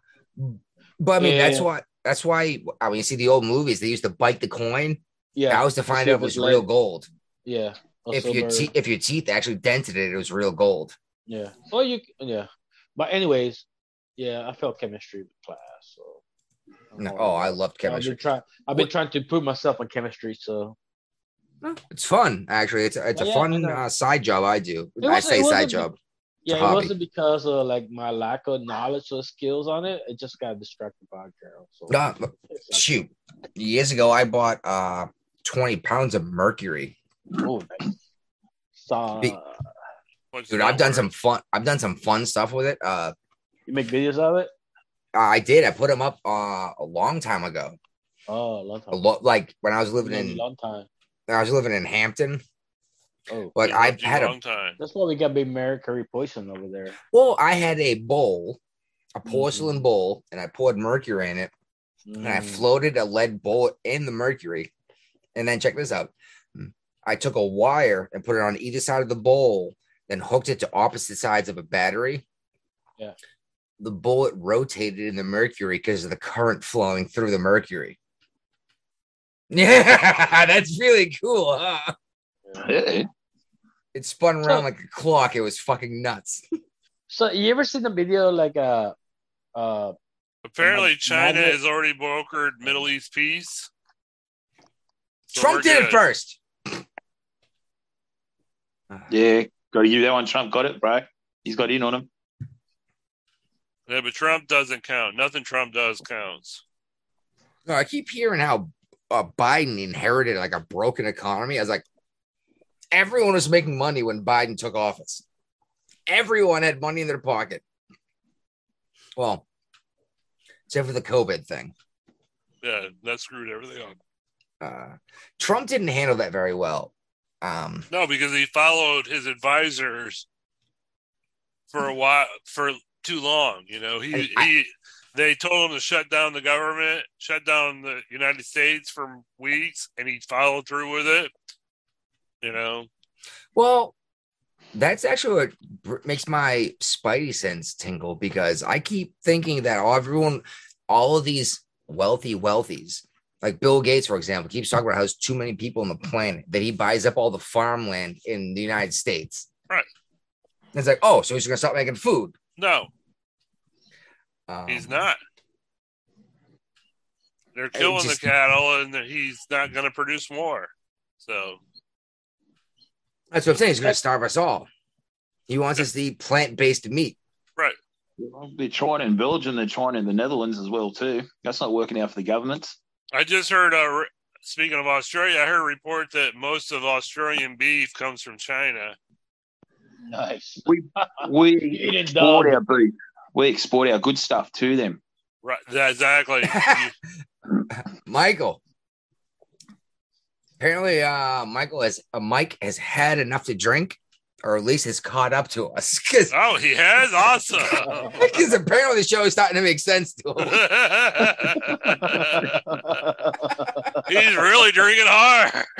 S7: but I mean,
S9: Yeah,
S7: that's
S9: yeah.
S7: why. That's why. I mean, you see the old movies. They used to bite the coin.
S9: Yeah,
S7: That was to find
S9: see
S7: out
S9: if
S7: if it
S9: it's
S7: was
S9: lead.
S7: real gold.
S9: yeah.
S7: If
S9: Also
S7: your
S9: very-
S7: te- if your teeth actually dented it, it was real gold.
S9: Yeah. Well, you yeah. But anyways, yeah, I felt chemistry class. So.
S7: No, oh, I loved
S9: I've
S7: chemistry.
S9: been, try- I've been trying to improve myself on chemistry, so
S7: It's fun, actually. It's a, it's a
S9: Oh, Yeah, I
S7: fun
S9: know.
S7: uh, side job I do.
S9: It
S7: I
S9: wasn't- it
S7: say side
S9: wasn't-
S7: job.
S9: yeah, it
S7: hobby.
S9: wasn't because of like my lack of knowledge or skills on it. It just got distracted by a girl. So
S7: Nah, but
S9: It's like,
S7: Uh, shoot, years ago I bought uh, twenty pounds of mercury.
S9: oh, nice. So
S7: Be-
S8: What's
S7: dude
S8: that
S7: i've done
S8: word?
S7: some fun i've done some fun stuff with it uh
S9: you make videos of it?
S7: i did i put them up uh a long time ago
S9: Oh, a long time.
S7: a lot like when i was living
S9: Long,
S7: in
S9: long time.
S7: i was living in hampton
S9: Oh,
S7: but
S8: It
S7: i
S8: took you
S7: had
S8: a
S7: a
S8: long time.
S9: that's why we got big mercury poison over there.
S7: well i had a bowl a porcelain bowl and i poured mercury in it and i
S9: Mm.
S7: floated a lead bullet in the mercury and then check this out Mm. i took a wire and put it on either side of the bowl then hooked it to opposite sides of a battery
S9: Yeah.
S7: the bullet rotated in the mercury because of the current flowing through the mercury yeah that's really cool huh?
S10: Yeah.
S7: it spun around
S9: So-
S7: like a clock it was fucking nuts
S9: So you ever seen the video like uh uh
S8: Apparently,
S9: Mag-
S8: China
S9: magnet-
S8: has already brokered Middle East peace. So we're
S7: trump did it
S8: good.
S7: first
S10: Yeah. Got to give that one. Trump got it, bro. He's got in on him.
S8: Yeah, but Trump doesn't count. Nothing Trump does counts.
S7: no, i keep hearing how uh, biden inherited like a broken economy i was like everyone was making money when biden took office everyone had money in their pocket well except for the COVID thing.
S8: Yeah, that screwed everything up.
S7: Uh, Trump didn't handle that very well. Um,
S8: No, because he followed his advisors for a while for too long. You know, he
S7: I- I-
S8: he they told him to shut down the government, shut down the United States for weeks, and he followed through with it. You know,
S7: Well, that's actually what br- makes my spidey sense tingle because I keep thinking that all everyone, all of these wealthy wealthies, like Bill Gates, for example, keeps talking about how there's too many people on the planet that he buys up all the farmland in the United States.
S8: Right.
S7: And it's like, oh, so he's gonna stop making food.
S8: no,
S7: Um,
S8: he's not. They're
S7: It
S8: killing
S7: just-
S8: the cattle, and he's not going to produce more. So
S7: That's what I'm saying. He's gonna starve us all. He wants us to eat plant-based meat.
S10: They're trying in Belgium, they're trying in the Netherlands as well too. That's not working out for the government.
S8: I just heard. Uh, re- speaking of Australia, I heard a report that most of Australian beef comes from China.
S9: Nice.
S10: We
S9: Eat it,
S10: export
S9: dog.
S10: our beef. We export our good stuff to them.
S8: Right, that- exactly. You-
S7: Michael. Apparently, uh, Michael has uh, Mike has had enough to drink, or at least has caught up to us because
S8: oh, he has awesome.
S7: apparently the show is starting to make sense to him.
S8: He's really drinking hard.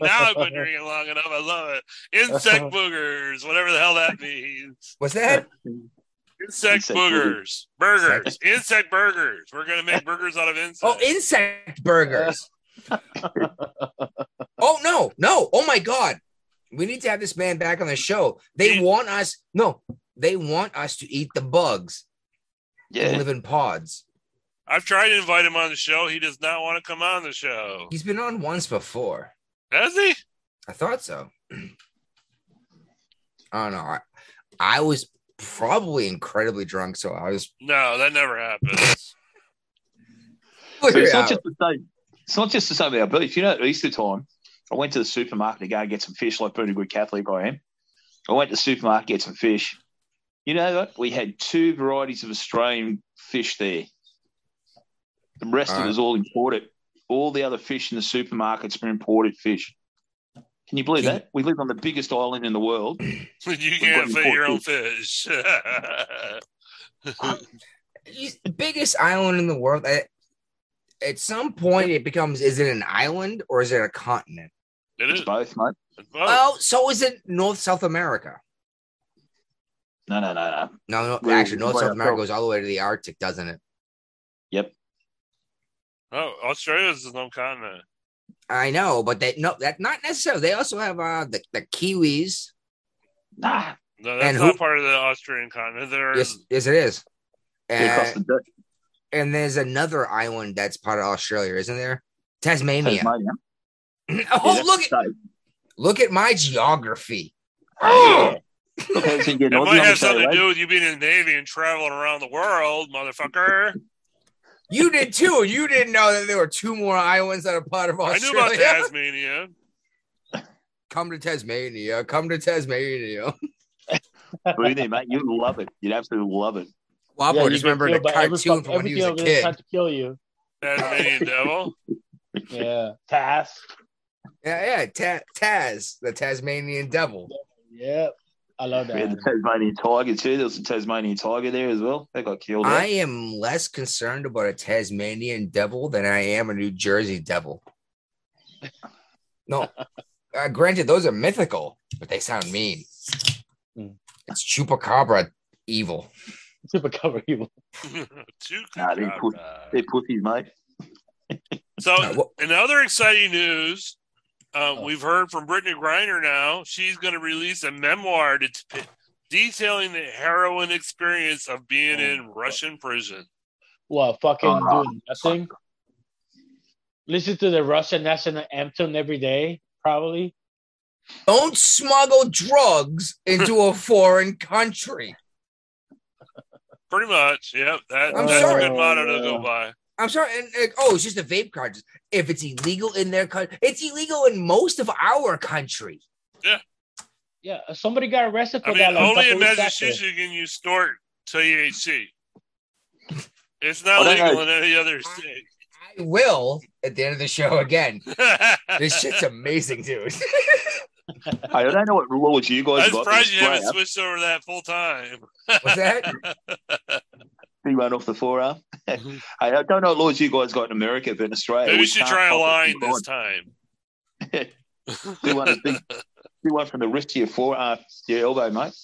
S8: now I've been drinking long enough. I love it. Insect boogers, whatever the hell that means.
S7: What's that?
S8: Insect,
S10: Insect
S8: boogers, burgers, insect burgers. We're gonna make burgers out of insects.
S7: Oh, insect burgers. oh no, no! Oh my God, we need to have this man back on the show. They
S8: Yeah.
S7: want us. No, they want us to eat the bugs and
S10: Yeah.
S7: live in pods.
S8: I've tried to invite him on the show. He does not want to come on the show.
S7: He's been on once before.
S8: Has he?
S7: I thought so. I don't know. I, I was probably incredibly drunk, so I was.
S8: No, that never happens.
S10: But it's
S7: Yeah.
S10: not just the same. It's not just the same about beef. You know, at Easter time, I went to the supermarket to go and get some fish, like pretty good Catholic I am. I went to the supermarket get some fish. You know what? We had two varieties of Australian fish there. The rest of
S7: Alright.
S10: it was all imported. All the other fish in the supermarkets were imported fish. Can you believe
S7: Can-
S10: that? We live on the biggest island in the world.
S8: you can't
S10: got
S8: fit
S10: four
S8: your own fish.
S7: He's the biggest island in the world. I, at some point, it becomes is it an island or is it a continent?
S8: it
S10: It's
S8: is.
S10: both, mate.
S8: Oh,
S7: Oh, so is it North South America?
S10: No, no, no, no.
S7: No, no
S10: Well,
S7: actually, North
S10: by
S7: South America
S10: ourselves.
S7: goes all the way to the Arctic, doesn't it?
S8: oh Australia's is no continent.
S7: I know, but they no, that not necessarily. They also have uh, the, the Kiwis.
S10: Nah.
S8: No, that's
S7: And
S8: not
S7: who-
S8: part of the Australian continent. There's
S7: Yes, yes, it is.
S10: Mm. They
S7: And,
S8: Uh,
S10: crossed the dirt.
S7: and there's another island that's part of Australia, isn't there? Tasmania.
S10: Tasmania.
S7: oh,
S10: Yeah,
S7: look at
S10: so-
S7: Look at my geography.
S10: Look, how's he
S8: it
S10: getting on? You
S8: might
S10: know what I'm
S8: have
S10: saying,
S8: something to
S10: mate?
S8: do with you being in the Navy and traveling around the world, motherfucker.
S7: You did too. You didn't know that there were two more islands that are part of
S8: I knew about
S7: Australia.
S8: Tasmania.
S7: Come to Tasmania. Come to Tasmania.
S10: Boo there, mate. You'd love it. You'd absolutely love it.
S7: Wobble
S9: you
S7: just
S9: can
S7: remembered a
S9: feel by every
S7: cartoon
S9: fuck-
S7: from when he was a
S9: everything over there
S7: kid.
S9: Trying to kill you.
S8: Tasmanian devil.
S9: Yeah. Task.
S7: Yeah, yeah. Ta- Taz, the Tasmanian devil.
S9: Yep. I love
S10: We had
S9: that.
S10: the Tasmanian tiger too. There was a Tasmanian tiger there as well. They got killed.
S7: I
S10: out.
S7: am less concerned about a Tasmanian devil than I am a New Jersey devil. No, uh, granted, those are mythical, but they sound mean.
S9: Mm.
S7: It's chupacabra evil.
S9: Super cover evil.
S8: Two
S10: Nah, they put- They're pussies, mate.
S7: Uh,
S8: So,
S7: well-
S8: in other exciting news, um,
S9: Oh.
S8: we've heard from Brittany Griner now. She's going to release a memoir det detailing the harrowing experience of being
S9: Oh,
S8: in Russian prison.
S9: Well, fucking
S7: Oh,
S10: Uh-huh.
S9: doing nothing. Listen to the Russian national anthem every day, probably.
S7: Don't smuggle drugs into a foreign country.
S8: Pretty much. Yep. That,
S7: I'm
S8: that's
S7: sorry.
S8: a good motto to
S9: Yeah.
S8: go by.
S7: I'm sorry. And, like, oh, it's just a vape card. If it's illegal in their country, it's illegal in most of our country.
S9: Yeah, somebody got arrested for
S8: I mean,
S9: that. like, a
S8: only
S9: couple
S8: in
S9: weeks back
S8: Massachusetts you can use store THC. It's not
S10: I don't
S8: legal
S10: know.
S8: in any other state.
S7: I will at the end of the show again. This shit's amazing, dude.
S10: I don't know what laws you guys
S8: I'm
S10: got.
S8: surprised you
S10: but
S8: haven't
S10: it's
S8: switched over to that full time.
S7: What's that?
S10: He run off the forearm. Hey, I don't know what laws you guys got in America, but in Australia.
S8: Maybe
S10: we
S8: you should
S10: can't
S8: try a
S10: fucking
S8: line
S10: combine.
S8: this time.
S10: Do one, as big, do one from the wrist to your forearm, your elbow, mate.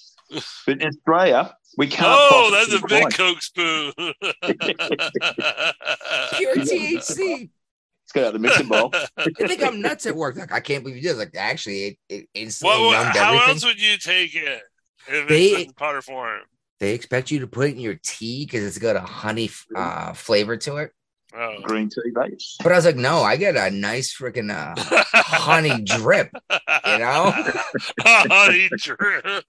S10: But in Australia, we can't.
S8: Oh,
S10: fucking
S8: that's a big
S10: combine.
S8: Coke spoon.
S7: Pure THC.
S10: It's got out the mixing bowl.
S7: They think I'm nuts at work. Like I can't believe you did. Like actually, it, it instantly
S8: what, would-
S7: numbed
S8: how
S7: everything.
S8: else would you take it if
S7: They-
S8: it's in powder form?
S7: they expect you to put it in your tea because it's got a honey f- uh, flavor to it.
S8: Oh.
S10: Green tea, mate.
S7: But I was like, no, I get a nice freaking uh, honey drip. You know.
S8: Honey drip.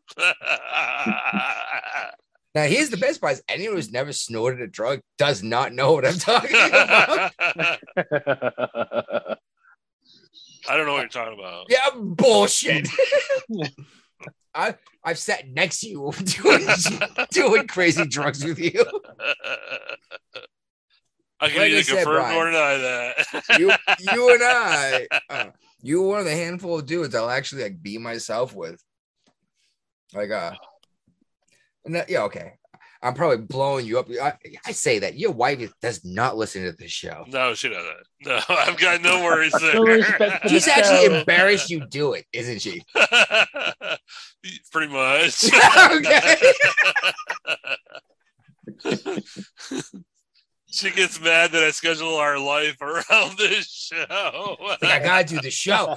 S7: Now here's the best part: is anyone who's never snorted a drug does not know what I'm talking about.
S9: I
S8: I don't know what you're talking about.
S7: Yeah, bullshit. I I've sat next to you doing doing crazy drugs with you.
S8: I can
S7: Like I
S8: either
S7: said,
S8: confirm
S7: Brian,
S8: or deny that.
S7: you, you and I, uh, you were one of the handful of dudes I'll actually like be myself with. Like, uh, no, yeah, okay. I'm probably blowing you up. I, I say that your wife is- does not listen to this show.
S8: no, she doesn't. No, I've got no worries there.
S9: No respect for
S7: She's
S9: the
S7: actually
S9: show.
S7: embarrassed you do it, isn't she?
S8: Pretty much.
S7: okay.
S8: she gets mad that I schedule our life around this show.
S7: Like, I gotta do the show.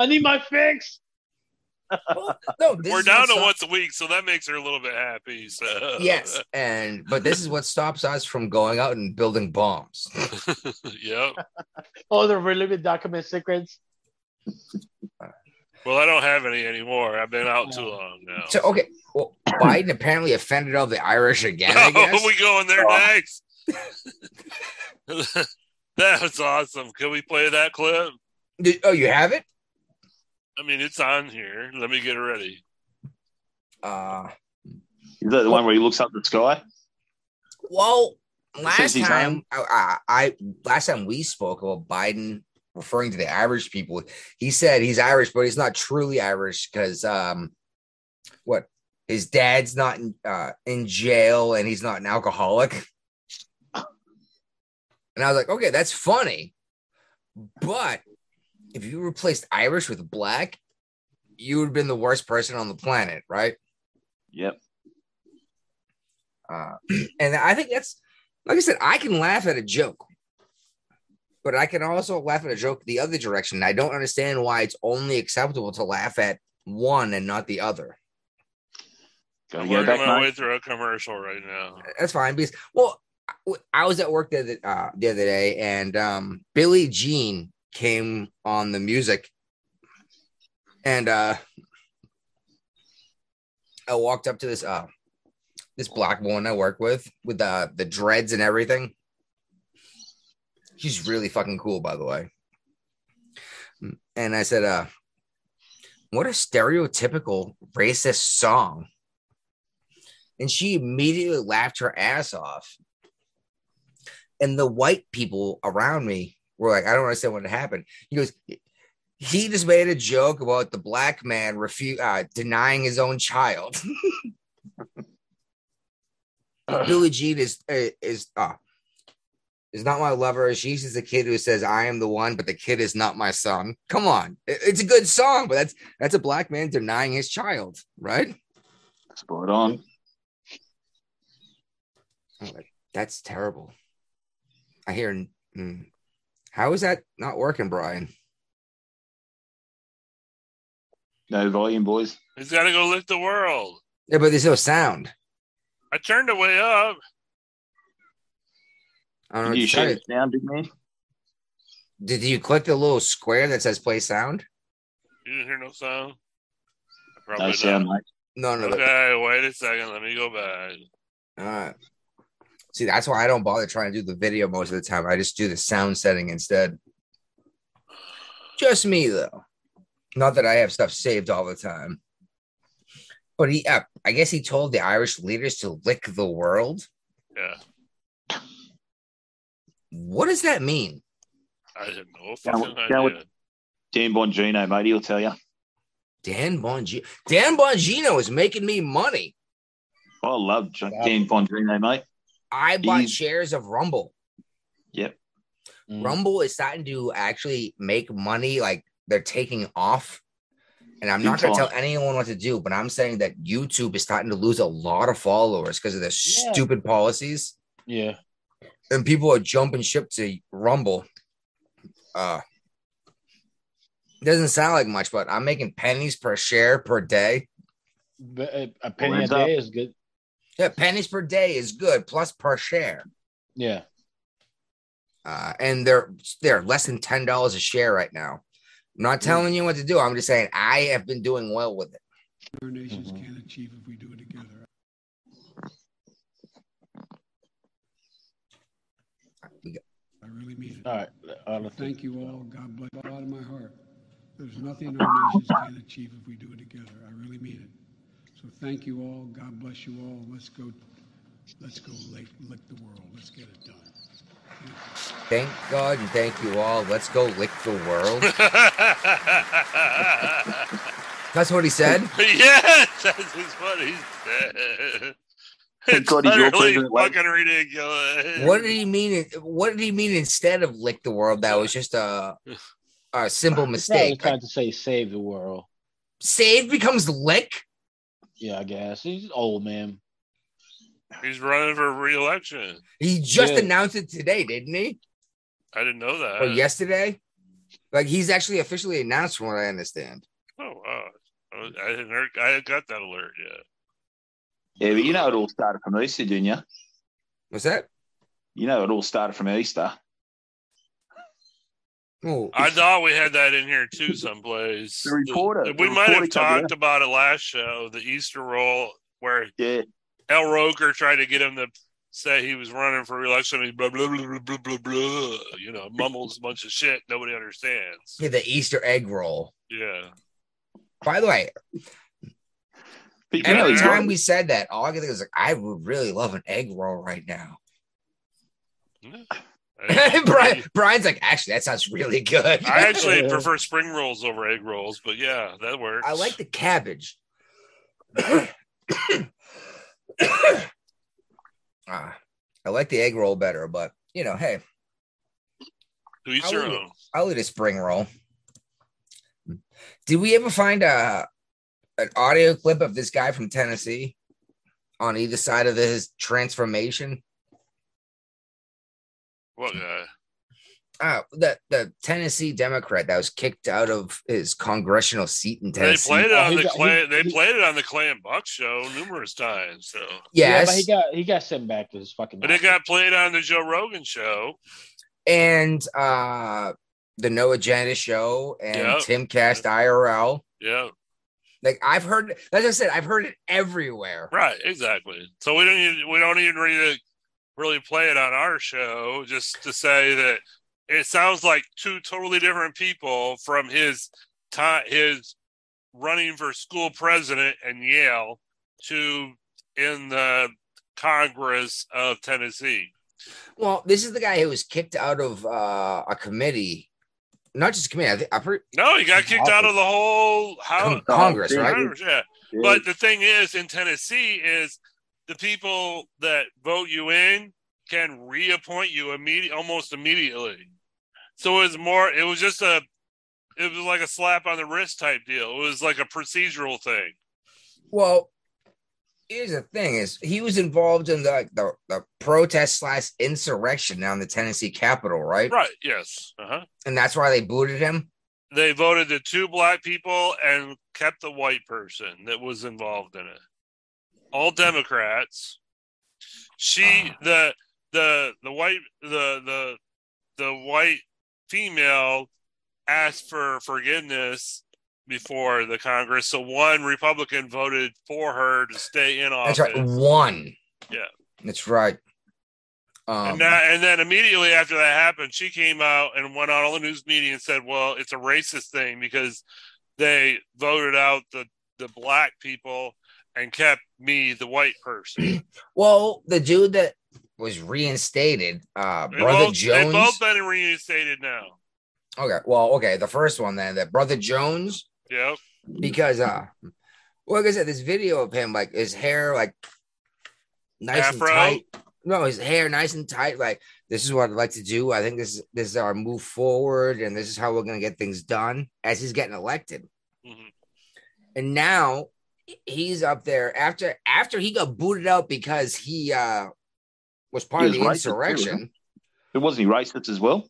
S9: need my fix.
S7: No, this
S8: We're
S7: is
S8: down
S7: what
S8: to
S7: stop-
S8: once a week, so that makes her a little bit happy. So
S7: Yes, and but this is what stops us from going out and building bombs.
S8: yep.
S9: All Oh, the relevant document secrets.
S8: Well, I don't have any anymore. I've been out too long now.
S7: So okay, well, Biden apparently offended all the Irish again. I
S8: oh,
S7: guess.
S8: we going there
S10: Oh.
S8: next. that was awesome. Can we play that clip?
S7: Did- oh, you have it?
S8: I mean, it's on here. Let me get it ready.
S7: Uh,
S10: Is that the one where he looks up the sky?
S7: well,
S10: Since
S7: last
S10: he's
S7: time I, I, I last time we spoke about Biden referring to the Irish people, he said he's Irish, but he's not truly Irish because um, what his dad's not in, uh, in jail and he's not an alcoholic. And I was like, okay, that's funny, but if you replaced Irish with black, you would have been the worst person on the planet, right?
S10: Yep.
S7: Uh, and I think that's, like I said, I can laugh at a joke, but I can also laugh at a joke the other direction. I don't understand why it's only acceptable to laugh at one and not the other.
S10: Gotta
S8: I'm
S10: go
S8: working
S10: back,
S8: my
S10: mate.
S8: way through a commercial right now.
S7: That's fine because, well, I- I was at work the other, uh, the other day and um, Billie Jean came on the music and uh, I walked up to this uh, this black woman I work with with uh, the dreads and everything. She's really fucking cool, by the way. And I said, uh, "What a stereotypical racist song!" And she immediately laughed her ass off. And the white people around me were like, "I don't understand what happened." He goes, "He just made a joke about the black man refu- uh, denying his own child." Billie Jean is uh, is uh, is not my lover. She's just a kid who says I am the one, but the kid is not my son. Come on, It- it's a good song, but that's that's a black man denying his child, right?
S10: Spot on.
S7: I'm like, that's terrible. I hear. mm. how is that not working, Brian?
S10: No volume, boys.
S8: He's got to go lick the world.
S7: Yeah, but there's no sound.
S8: I turned it way up.
S7: I don't know. what
S10: You
S7: to tell
S10: should
S7: you.
S10: it down, big man.
S7: Did you click the little square that says play sound?
S8: You didn't hear no sound. Probably
S10: No sound, mate.
S7: No, no.
S8: not.
S7: but-
S8: Okay, wait a second. Let me go back.
S7: All right. See, that's why I don't bother trying to do the video most of the time. I just do the sound setting instead. Just me, though. Not that I have stuff saved all the time. But he, uh, I guess, he told the Irish leaders to lick the world.
S8: Yeah.
S7: What does that mean?
S8: I didn't know. Fucking
S10: Down with- down with-
S8: idea.
S10: Dan Bongino, mate, he'll tell you.
S7: Dan Bongino. Dan Bongino is making me money.
S10: I love J- Dan Bongino, mate.
S7: I bought
S10: He's-
S7: shares of Rumble.
S10: Yep.
S9: Mm.
S7: Rumble is starting to actually make money. Like they're taking off. And I'm
S10: Big
S7: not going to
S10: time.
S7: tell anyone what to do, but I'm saying that YouTube is starting to lose a lot of followers because of their
S9: Yeah.
S7: stupid policies.
S9: Yeah.
S7: And people are jumping ship to Rumble. Uh, doesn't sound like much, but I'm making pennies per share per day.
S9: But uh, a, a penny a
S10: Hands up.
S9: day is good.
S7: Yeah, pennies per day is good, plus per share.
S9: Yeah.
S7: Uh, and they're they're less than ten dollars a share right now. I'm not telling you what to do. I'm just saying I have been doing well with it.
S1: Our nations
S11: Mm-hmm.
S9: Mhm.
S1: can achieve if we do it together. I really mean it.
S9: All right. All right.
S1: Thank you all. God bless you all out of my heart. There's nothing our nations can achieve if we do it together. I really mean it. So thank you all. God bless you all. Let's go. Let's go lick, lick the world. Let's get it done.
S7: Thank God and thank you all. Let's go lick the world. That's what he said.
S8: yeah, that's what he said.
S10: Thank
S8: It's
S10: God he's your
S8: literally
S10: president, mate.
S8: fucking ridiculous.
S7: What did he mean? it- What did he mean instead of lick the world? That was just a a simple
S9: Yeah, he's
S7: mistake.
S9: trying
S7: Like,
S9: to say save the world.
S7: save becomes lick.
S9: Yeah, I guess he's old man.
S8: He's running for re-election.
S7: He just
S9: Yeah.
S7: announced it today, didn't he?
S8: I didn't know that.
S7: Or yesterday? Like he's actually officially announced, from what I understand.
S8: Oh wow. I was- I didn't. heard- I got that alert yet.
S10: Yeah, but you know it all started from Easter, didn't you?
S7: What's that?
S10: You know it all started from Easter.
S7: Oh,
S8: I thought we had that in here too, someplace.
S10: The reporter-
S8: We
S10: the
S8: might
S10: reporter
S8: have
S10: covered
S8: talked about it last show. The Easter roll, where
S10: Yeah.
S8: El Roker tried to get him to say he was running for re-election. He blah blah blah blah blah blah. blah you know, mumbles a bunch of shit nobody understands.
S7: yeah, the Easter egg roll.
S8: Yeah.
S7: By the way,
S10: But you know
S7: every
S10: he's
S8: Yeah.
S7: time
S10: got,
S7: we said that, all I could think was like, I would really love an egg roll right now. Brian,
S8: I,
S7: Brian's like, actually, that sounds really good.
S8: I actually prefer spring rolls over egg rolls, but yeah, that works.
S7: I like the cabbage. Ah, I like the egg roll better, but you know, hey,
S8: to each
S7: I
S8: your
S7: would-
S8: own.
S7: I'll eat a spring roll. Did we ever find a an audio clip of this guy from Tennessee on either side of his transformation?
S8: What guy?
S7: Uh, the the Tennessee Democrat that was kicked out of his congressional seat in
S8: They
S7: Tennessee.
S8: played it
S9: Oh,
S8: on
S9: he
S8: the
S9: got-
S8: Clay.
S9: he-
S8: They
S9: he-
S8: played it on the Clay and Buck show numerous times. So,
S9: Yeah,
S7: yes,
S9: but he got he got sent back to his fucking.
S8: but it got played on the Joe Rogan show.
S7: and uh, the Noah Janis show and
S8: Yeah.
S7: Tim Cast IRL.
S8: Yeah,
S7: Like I've heard, as I said, I've heard it everywhere.
S8: right, exactly. So we don't even we don't even really really play it on our show. Just to say that it sounds like two totally different people from his time his running for school president in Yale to in the Congress of Tennessee.
S7: Well, this is the guy who was kicked out of uh, a committee, not just a committee. I think I've heard
S8: No, he got kicked out of the whole house.
S7: Con- Congress,
S10: dude.
S7: right?
S8: Yeah. But the thing is, in Tennessee, is the people that vote you in can reappoint you immediate, almost immediately. So it was more. It was just a. It was like a slap on the wrist type deal. It was like a procedural thing.
S7: Well, here's the thing: is he was involved in the the, the protest slash insurrection down the Tennessee Capitol, right?
S8: Right. Yes. Uh huh.
S7: And that's why they booted him.
S8: They voted the two black people and kept the white person that was involved in it. All Democrats. She
S7: Ah.
S8: the the the white the the the white female asked for forgiveness before the Congress, so one Republican voted for her to stay in office.
S7: That's right. One.
S8: Yeah.
S7: That's right. Um,
S8: And, that, and then immediately after that happened, she came out and went on all the news media and said, "Well, it's a racist thing because they voted out the the black people and kept me the white person.
S7: Well, the dude that was reinstated, uh,
S8: They
S7: brother
S8: both, They
S7: Jones.
S8: both been reinstated now.
S7: Okay, well, okay, the first one then, that brother Jones,
S8: Yep.
S7: because uh, well, like I said, this video of him, like his hair, like nice
S8: Afro?
S7: and tight. No, his hair nice and tight. Like this is what I'd like to do. I think this is this is our move forward, and this is how we're gonna get things done. As he's getting elected,
S8: Mhm.
S7: and now he's up there after after he got booted out because he uh was part
S10: He
S7: of
S10: was
S7: the
S10: racist too, wasn't he?
S7: insurrection.
S10: It wasn't he racist as well?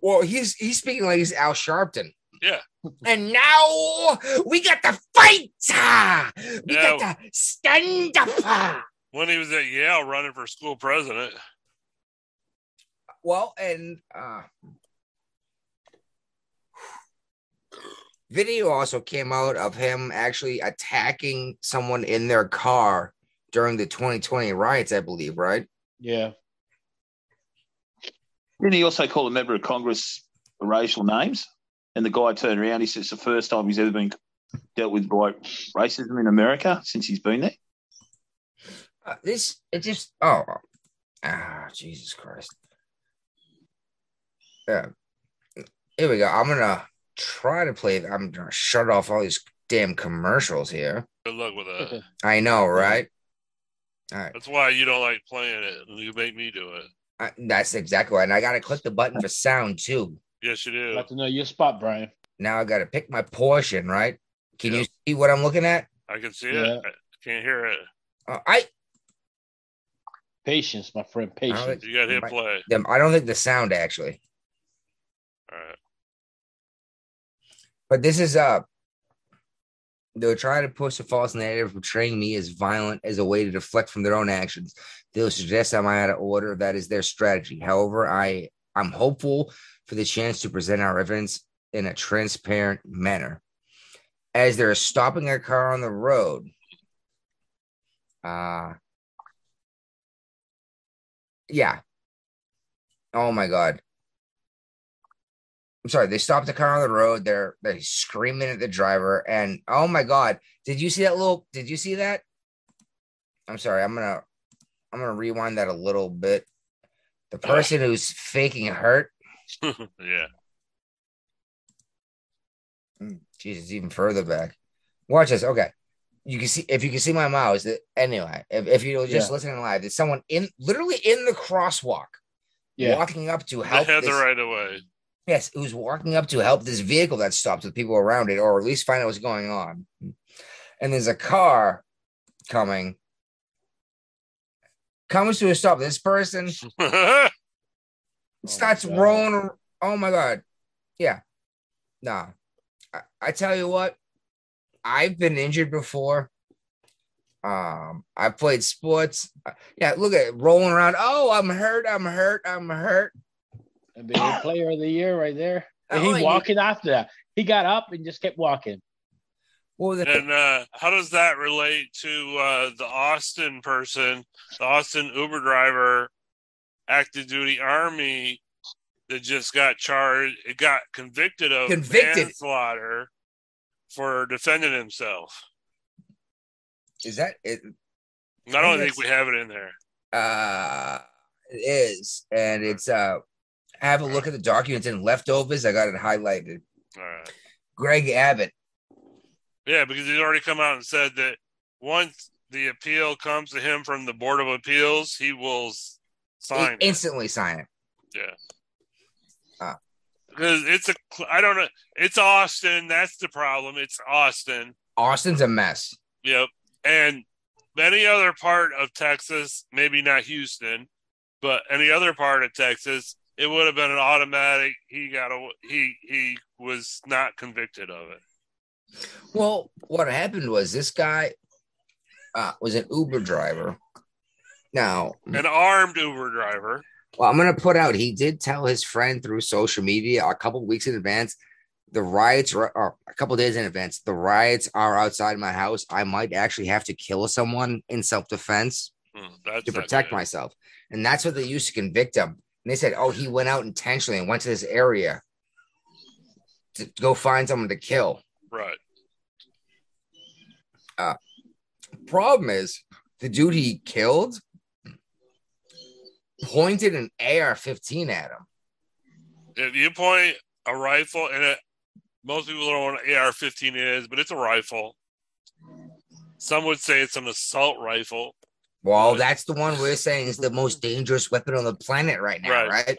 S7: Well, he's he's speaking like he's Al Sharpton.
S8: Yeah.
S7: And now we got to fight. ah! We
S8: Yeah.
S7: got to stand up. ah!
S8: When he was at Yale running for school president.
S7: Well, and uh video also came out of him actually attacking someone in their car during the 2020 riots, I believe, right?
S9: Yeah.
S10: Didn't he also call a member of Congress racial names? And the guy turned around. He says it's the first time he's ever been dealt with by racism in America since he's been there.
S7: Uh, this it just oh ah Jesus Christ. Yeah. Here we go. I'm gonna try to play I'm gonna shut off all these damn commercials here.
S8: Good luck with that.
S7: I know, right?
S8: That's why you don't like playing it. You make me do it.
S7: I, that's exactly why. And I gotta click the button for sound too.
S8: Yes, you do.
S9: I'd like to know your spot, Brian.
S7: Now I gotta pick my portion, right? Can
S8: Yeah.
S7: you see what I'm looking at?
S8: I can see
S9: Yeah.
S8: it. I can't hear it.
S7: Uh, I
S9: Patience, my friend. Patience.
S8: You got hit
S7: Right.
S8: play.
S7: them I don't think the sound actually.
S8: All right.
S7: But this is uh they'll try to push a false narrative portraying me as violent as a way to deflect from their own actions. They'll suggest I'm out of order. That is their strategy. However, I I'm hopeful for the chance to present our evidence in a transparent manner. As they're stopping a car on the road, uh yeah. Oh my god. I'm sorry, they stopped the car on the road. They're they're screaming at the driver, and oh my god, did you see that little? Did you see that? I'm sorry, I'm gonna I'm gonna rewind that a little bit. The person who's faking hurt,
S8: yeah.
S7: mm, Jesus, even further back. Watch this. Okay, you can see if you can see my mouse. it- Anyway, if, if you're just listening live, there's someone in literally in the crosswalk,
S9: Yeah.
S7: walking up to
S8: They
S7: help.
S8: had the
S7: this-
S8: right of way.
S7: Yes, it was walking up to help this vehicle that stopped with people around it, or at least find out what's going on. And there's a car coming, comes to a stop. This person
S9: Oh, my
S7: starts
S9: God.
S7: rolling. ar- Oh my god! Yeah, nah. I, I tell you what, I've been injured before. Um, I played sports. Uh, Yeah, look at it, rolling around. Oh, I'm hurt. I'm hurt. I'm hurt.
S9: And the player of the year right there. And
S7: Oh,
S9: he
S7: and-
S9: walking after that. He got up and just kept walking.
S7: Well, the-
S8: and uh, how does that relate to uh, the Austin person, the Austin Uber driver, active duty Army that just got charged, it got convicted of
S7: Convicted.
S8: manslaughter for defending himself?
S7: is that it?
S8: And I don't
S7: Yes.
S8: think we have it in there.
S7: uh it is and it's uh have a look at the documents and leftovers i got it highlighted
S8: All right.
S7: greg abbott
S8: Yeah, because he's already come out and said that once the appeal comes to him from the Board of Appeals, he will s- sign.
S7: in- instantly sign it
S8: because it's a cl- I don't know. It's Austin. That's the problem. It's Austin.
S7: austin's a mess
S8: Yep. And any other part of Texas, maybe not Houston, but any other part of Texas, it would have been an automatic. He got a he he was not convicted of it.
S7: well what happened was this guy uh was an uber driver now
S8: An armed Uber driver.
S7: well i'm gonna put out he did tell his friend through social media a couple weeks in advance the riots are or a couple days in advance the riots are outside my house i might actually have to kill someone in self-defense
S8: Hmm, that's
S7: to
S8: not
S7: protect
S8: good.
S7: myself. And that's what they used to convict him. And they said, oh, he went out intentionally and went to this area to go find someone to kill.
S8: right.
S7: problem is the dude he killed pointed an AR-15 at him.
S8: If you point a rifle, and it, most people don't know what an AR-15 is, but it's a rifle. Some would say it's an assault rifle.
S7: Well, that's the one we're saying is the most dangerous weapon on the planet right now, right?
S8: Right.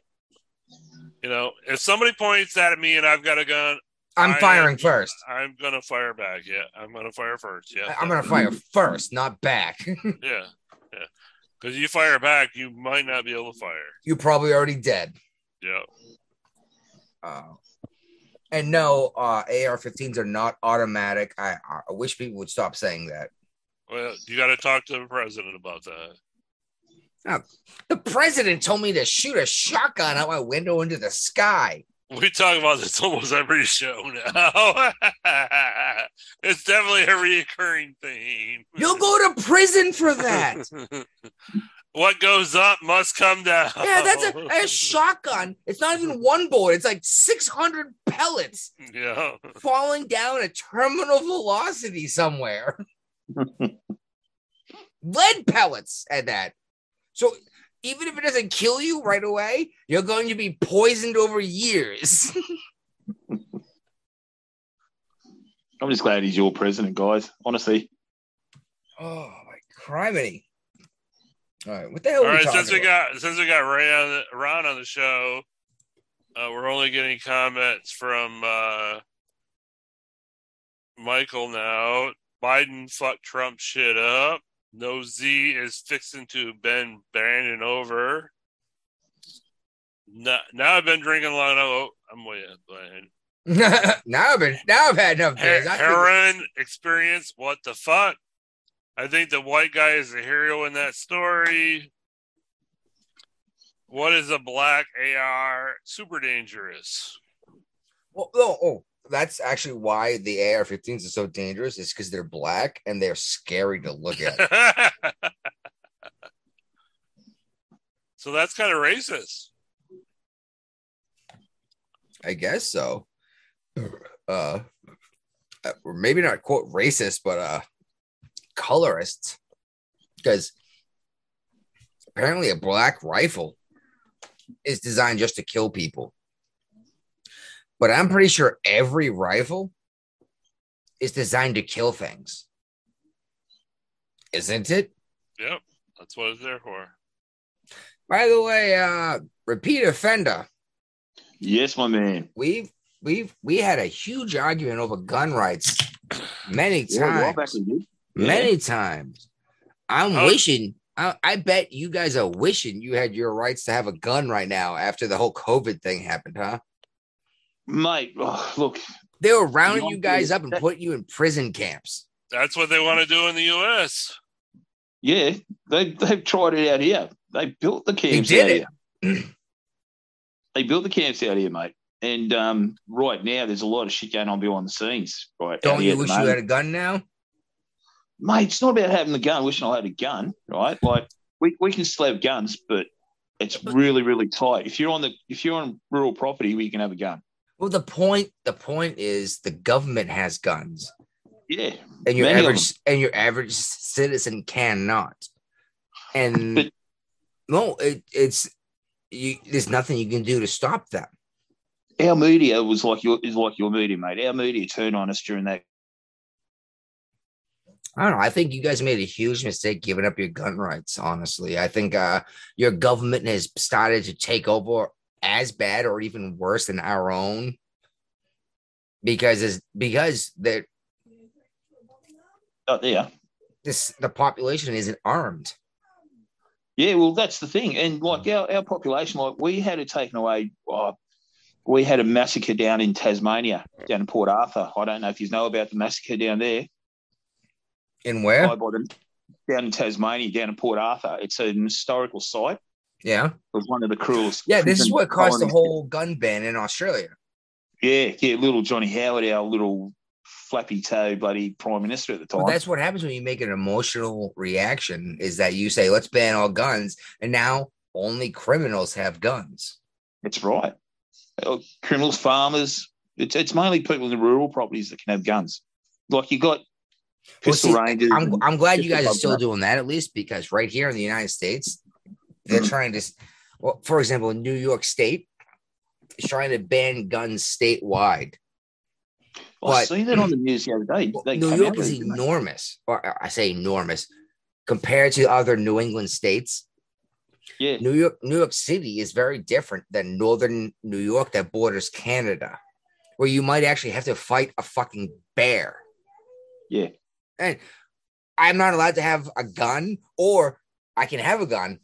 S8: You know, if somebody points that at me and I've got a gun,
S7: I'm
S8: I
S7: firing
S8: am-
S7: first.
S8: I'm gonna fire back. Yeah, I'm gonna fire first. Yeah,
S7: I- I'm gonna fire first, not back.
S8: yeah, yeah. Because you fire back, you might not be able to fire.
S7: You're probably already dead.
S8: Yeah,
S7: Uh, and no, uh, AR-15s are not automatic. I, I wish people would stop saying that.
S8: well, you got to talk to the president about that.
S7: The president told me to shoot a shotgun out my window into the sky.
S8: We talk about this almost every show now. it's definitely a recurring thing.
S7: You'll go to prison for that.
S8: what goes up must come down.
S7: Yeah, that's a, a shotgun. It's not even one bullet. It's like 600 pellets
S8: yeah.
S7: falling down at terminal velocity somewhere. Lead pellets at that. So even if it doesn't kill you right away, you're going to be poisoned over years.
S10: I'm just glad he's your president, guys. Honestly,
S7: oh my criminy! All right, what the hell?
S8: All
S7: are we
S8: right,
S7: talking
S8: since we
S7: about?
S8: got since we got Ray on the, Ron on the show, uh, we're only getting comments from uh, Michael now. Biden fucked Trump shit up. No Z is fixing to bend Brandon over. Now, now I've been drinking long enough. Oh, I'm way up behind.
S7: now I've been, now I've had enough
S8: Her-
S7: beers. I think-
S8: heroin experience. What the fuck? I think the white guy is the hero in that story. What is a black AR? Super dangerous.
S7: Well, no, oh, that's actually why the AR-15s are so dangerous. Is because they're black and they're scary to look at.
S8: so that's kind of racist.
S7: I guess so. Uh, uh, or maybe not quote racist, but uh, colorist, because apparently a black rifle is designed just to kill people. But I'm pretty sure every rifle is designed to kill things, isn't it?
S8: Yep, that's what it's there for.
S7: By the way, uh, repeat offender.
S10: yes, my man.
S7: We've we've we had a huge argument over gun rights many
S10: Yeah, a while
S7: times.
S10: back we did. Yeah.
S7: many times. I'm
S8: Oh.
S7: wishing. I, I bet you guys are wishing you had your rights to have a gun right now after the whole COVID thing happened, huh?
S10: mate. oh, look,
S7: They were rounding
S10: No,
S7: you guys up and
S10: that-
S7: putting you in prison camps.
S8: That's what they want to do in the U.S.
S10: yeah, they they've tried it out here. They built the camps
S7: did
S10: out
S7: it.
S10: here. they built the camps out here, mate. And um, right now, there's a lot of shit going on behind the scenes. Right? out
S7: Don't
S10: here
S7: you
S10: at the
S7: wish you
S10: moment.
S7: had a gun now?
S10: mate, it's not about having the gun. Wishing I had a gun, right? Like we, we can still have guns, but it's really really tight. If you're on the if you're on rural property, we can have a gun.
S7: Well, the point the point is the government has guns,
S10: Yeah,
S7: and your
S10: Many of
S7: average and your average citizen cannot. And
S10: But-
S7: no, it, it's you, there's nothing you can do to stop them.
S10: our media was like your is like your media, mate. Our media turned on us during that.
S7: I don't know. I think you guys made a huge mistake giving up your gun rights, honestly. I think uh, your government has started to take over as bad or even worse than our own because is because the
S10: Oh, yeah,
S7: this the population isn't armed.
S10: yeah. Well, that's the thing, and like
S7: Mm.
S10: our, our population, like we had it taken away. Oh, we had a massacre down in Tasmania, down in Port Arthur. I don't know if you know about the massacre down there.
S7: And where?
S10: I bought it down in Tasmania, down in Port Arthur. It's an historical site.
S7: yeah.
S10: was one of the cruelest.
S7: Yeah, this is
S10: prison
S7: what caused the
S10: colonies.
S7: whole gun ban in Australia.
S10: Yeah, yeah, little Johnny Howard, our little flappy toe bloody prime minister at the time.
S7: Well, that's what happens when you make an emotional reaction is that you say, let's ban all guns. And now only criminals have guns.
S10: That's right. Uh, Criminals, farmers. It's it's mainly people in the rural properties that can have guns. Like you got
S7: Well,
S10: Pistol
S7: see,
S10: Rangers.
S7: I'm,
S10: and
S7: I'm glad you
S10: Pistol
S7: guys are still
S10: Pump.
S7: doing that at least because right here in the United States, they're trying to, s- well, for example, in New York State is trying to ban guns statewide.
S10: I
S7: but-
S10: seen that on the news the other day.
S7: Well,
S10: They
S7: New
S10: came
S7: York
S10: out
S7: is
S10: with it, didn't they?
S7: enormous, or uh, I say enormous, compared to other New England states.
S10: Yeah.
S7: New York, New York City is very different than northern New York that borders Canada, where you might actually have to fight a fucking bear.
S10: Yeah.
S7: And I'm not allowed to have a gun, or I can have a gun,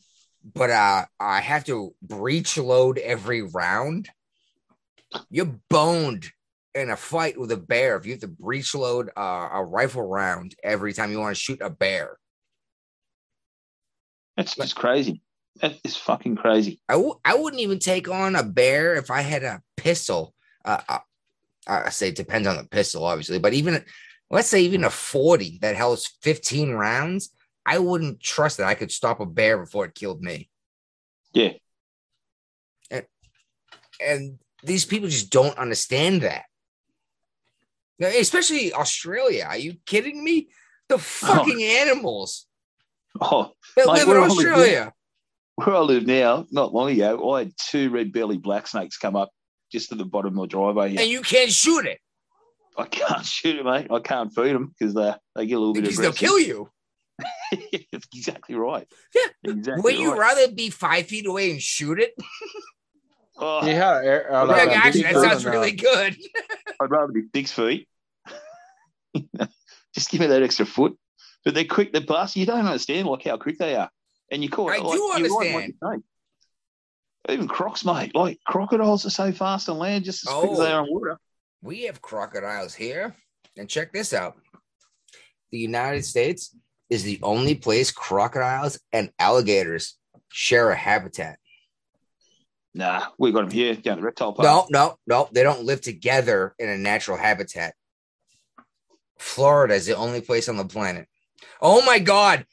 S7: but uh, I have to breech load every round. You're boned in a fight with a bear if you have to breech load uh, a rifle round every time you want to shoot a bear.
S10: That's just crazy. That is fucking crazy.
S7: I w- I wouldn't even take on a bear if I had a pistol. Uh, uh, I say it depends on the pistol, obviously, but even let's say even a 40 that held 15 rounds, I wouldn't trust that I could stop a bear before it killed me.
S10: Yeah.
S7: And, and these people just don't understand that. Now, especially Australia. Are you kidding me? The fucking animals
S10: Oh,
S7: that
S10: Mate,
S7: live in
S10: we're all legit.
S7: Australia.
S10: where I live now, not long ago, I had two red bellied black snakes come up just to the bottom of my driveway. Here.
S7: And you can't shoot it
S10: I can't shoot them, mate. I can't feed them because they, they get a little bit
S7: because they'll
S10: aggressive.
S7: kill you.
S10: That's exactly right.
S7: Yeah.
S10: Exactly
S7: Would you
S10: right.
S7: rather be five feet away and shoot it?
S10: Oh,
S9: Yeah, eh, uh,
S10: Well,
S7: Like,
S10: that'd be
S7: actually, that
S10: better
S7: sounds really good.
S10: I'd rather be six feet. Just give me that extra foot. But they're quick, they're fast. You don't understand like how quick they are. And you call
S7: I
S10: it like,
S7: do
S10: you're right,
S7: understand.
S10: Like you say. Even crocs, mate. Like crocodiles are so fast on land, just as quick as they
S7: Oh.
S10: are on water.
S7: We have crocodiles here. And check this out the United States is the only place crocodiles and alligators share a habitat.
S10: Nah, we've got them here down the reptile park.
S7: No, no, no. They don't live together in a natural habitat. Florida is the only place on the planet. Oh my God.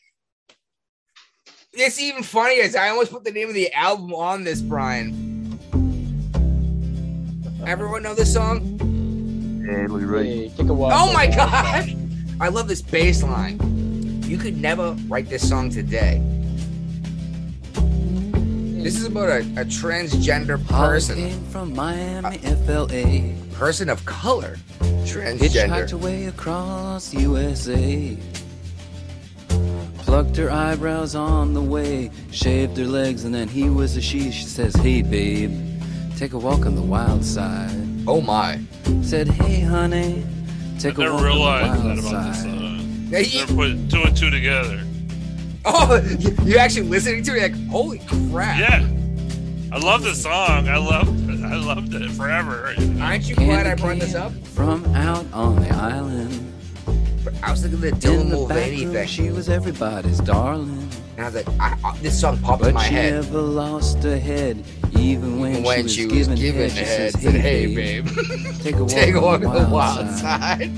S7: It's even funnier. is I almost put the name of the album on this, Brian. Everyone know this song?
S10: Yeah, Lou Reed.
S9: eh, take a while.
S7: Oh my God. I love this bass line. You could never write this song today. This is about a, a transgender person, Uh,
S11: Came from Miami, FLA.
S7: person of color, transgender.
S11: Hitchhiked away across USA. Plucked her eyebrows on the way, shaved her legs, and then he was a she. She says, Hey, babe, take a walk on the wild side.
S7: Oh my.
S11: Said, Hey, honey,
S8: I
S11: take a
S8: never
S11: walk
S8: realized
S11: on the
S8: that
S11: wild
S8: about this
S11: side.
S8: song.
S7: Now, you-
S8: Never put two and two together.
S7: Oh, you- you're actually listening to it? You're Like, holy crap.
S8: Yeah. I love this song. I love I loved it forever.
S7: Aren't you
S11: Candy
S7: glad I brought this
S11: cane
S7: up?
S11: From out on the island.
S7: I was thinking that Dylan
S11: in the
S7: move
S11: back room,
S7: anything.
S11: she was everybody's darling.
S7: and I was like, I, I, this song popped
S11: But
S7: in my
S11: she
S7: head.
S11: never lost her head, even when,
S7: And when she was
S11: given head.
S7: giving the
S11: She
S7: head,
S11: says,
S7: said, hey,
S11: babe,
S7: babe,
S11: take a walk,
S7: take a walk
S11: on the wild side."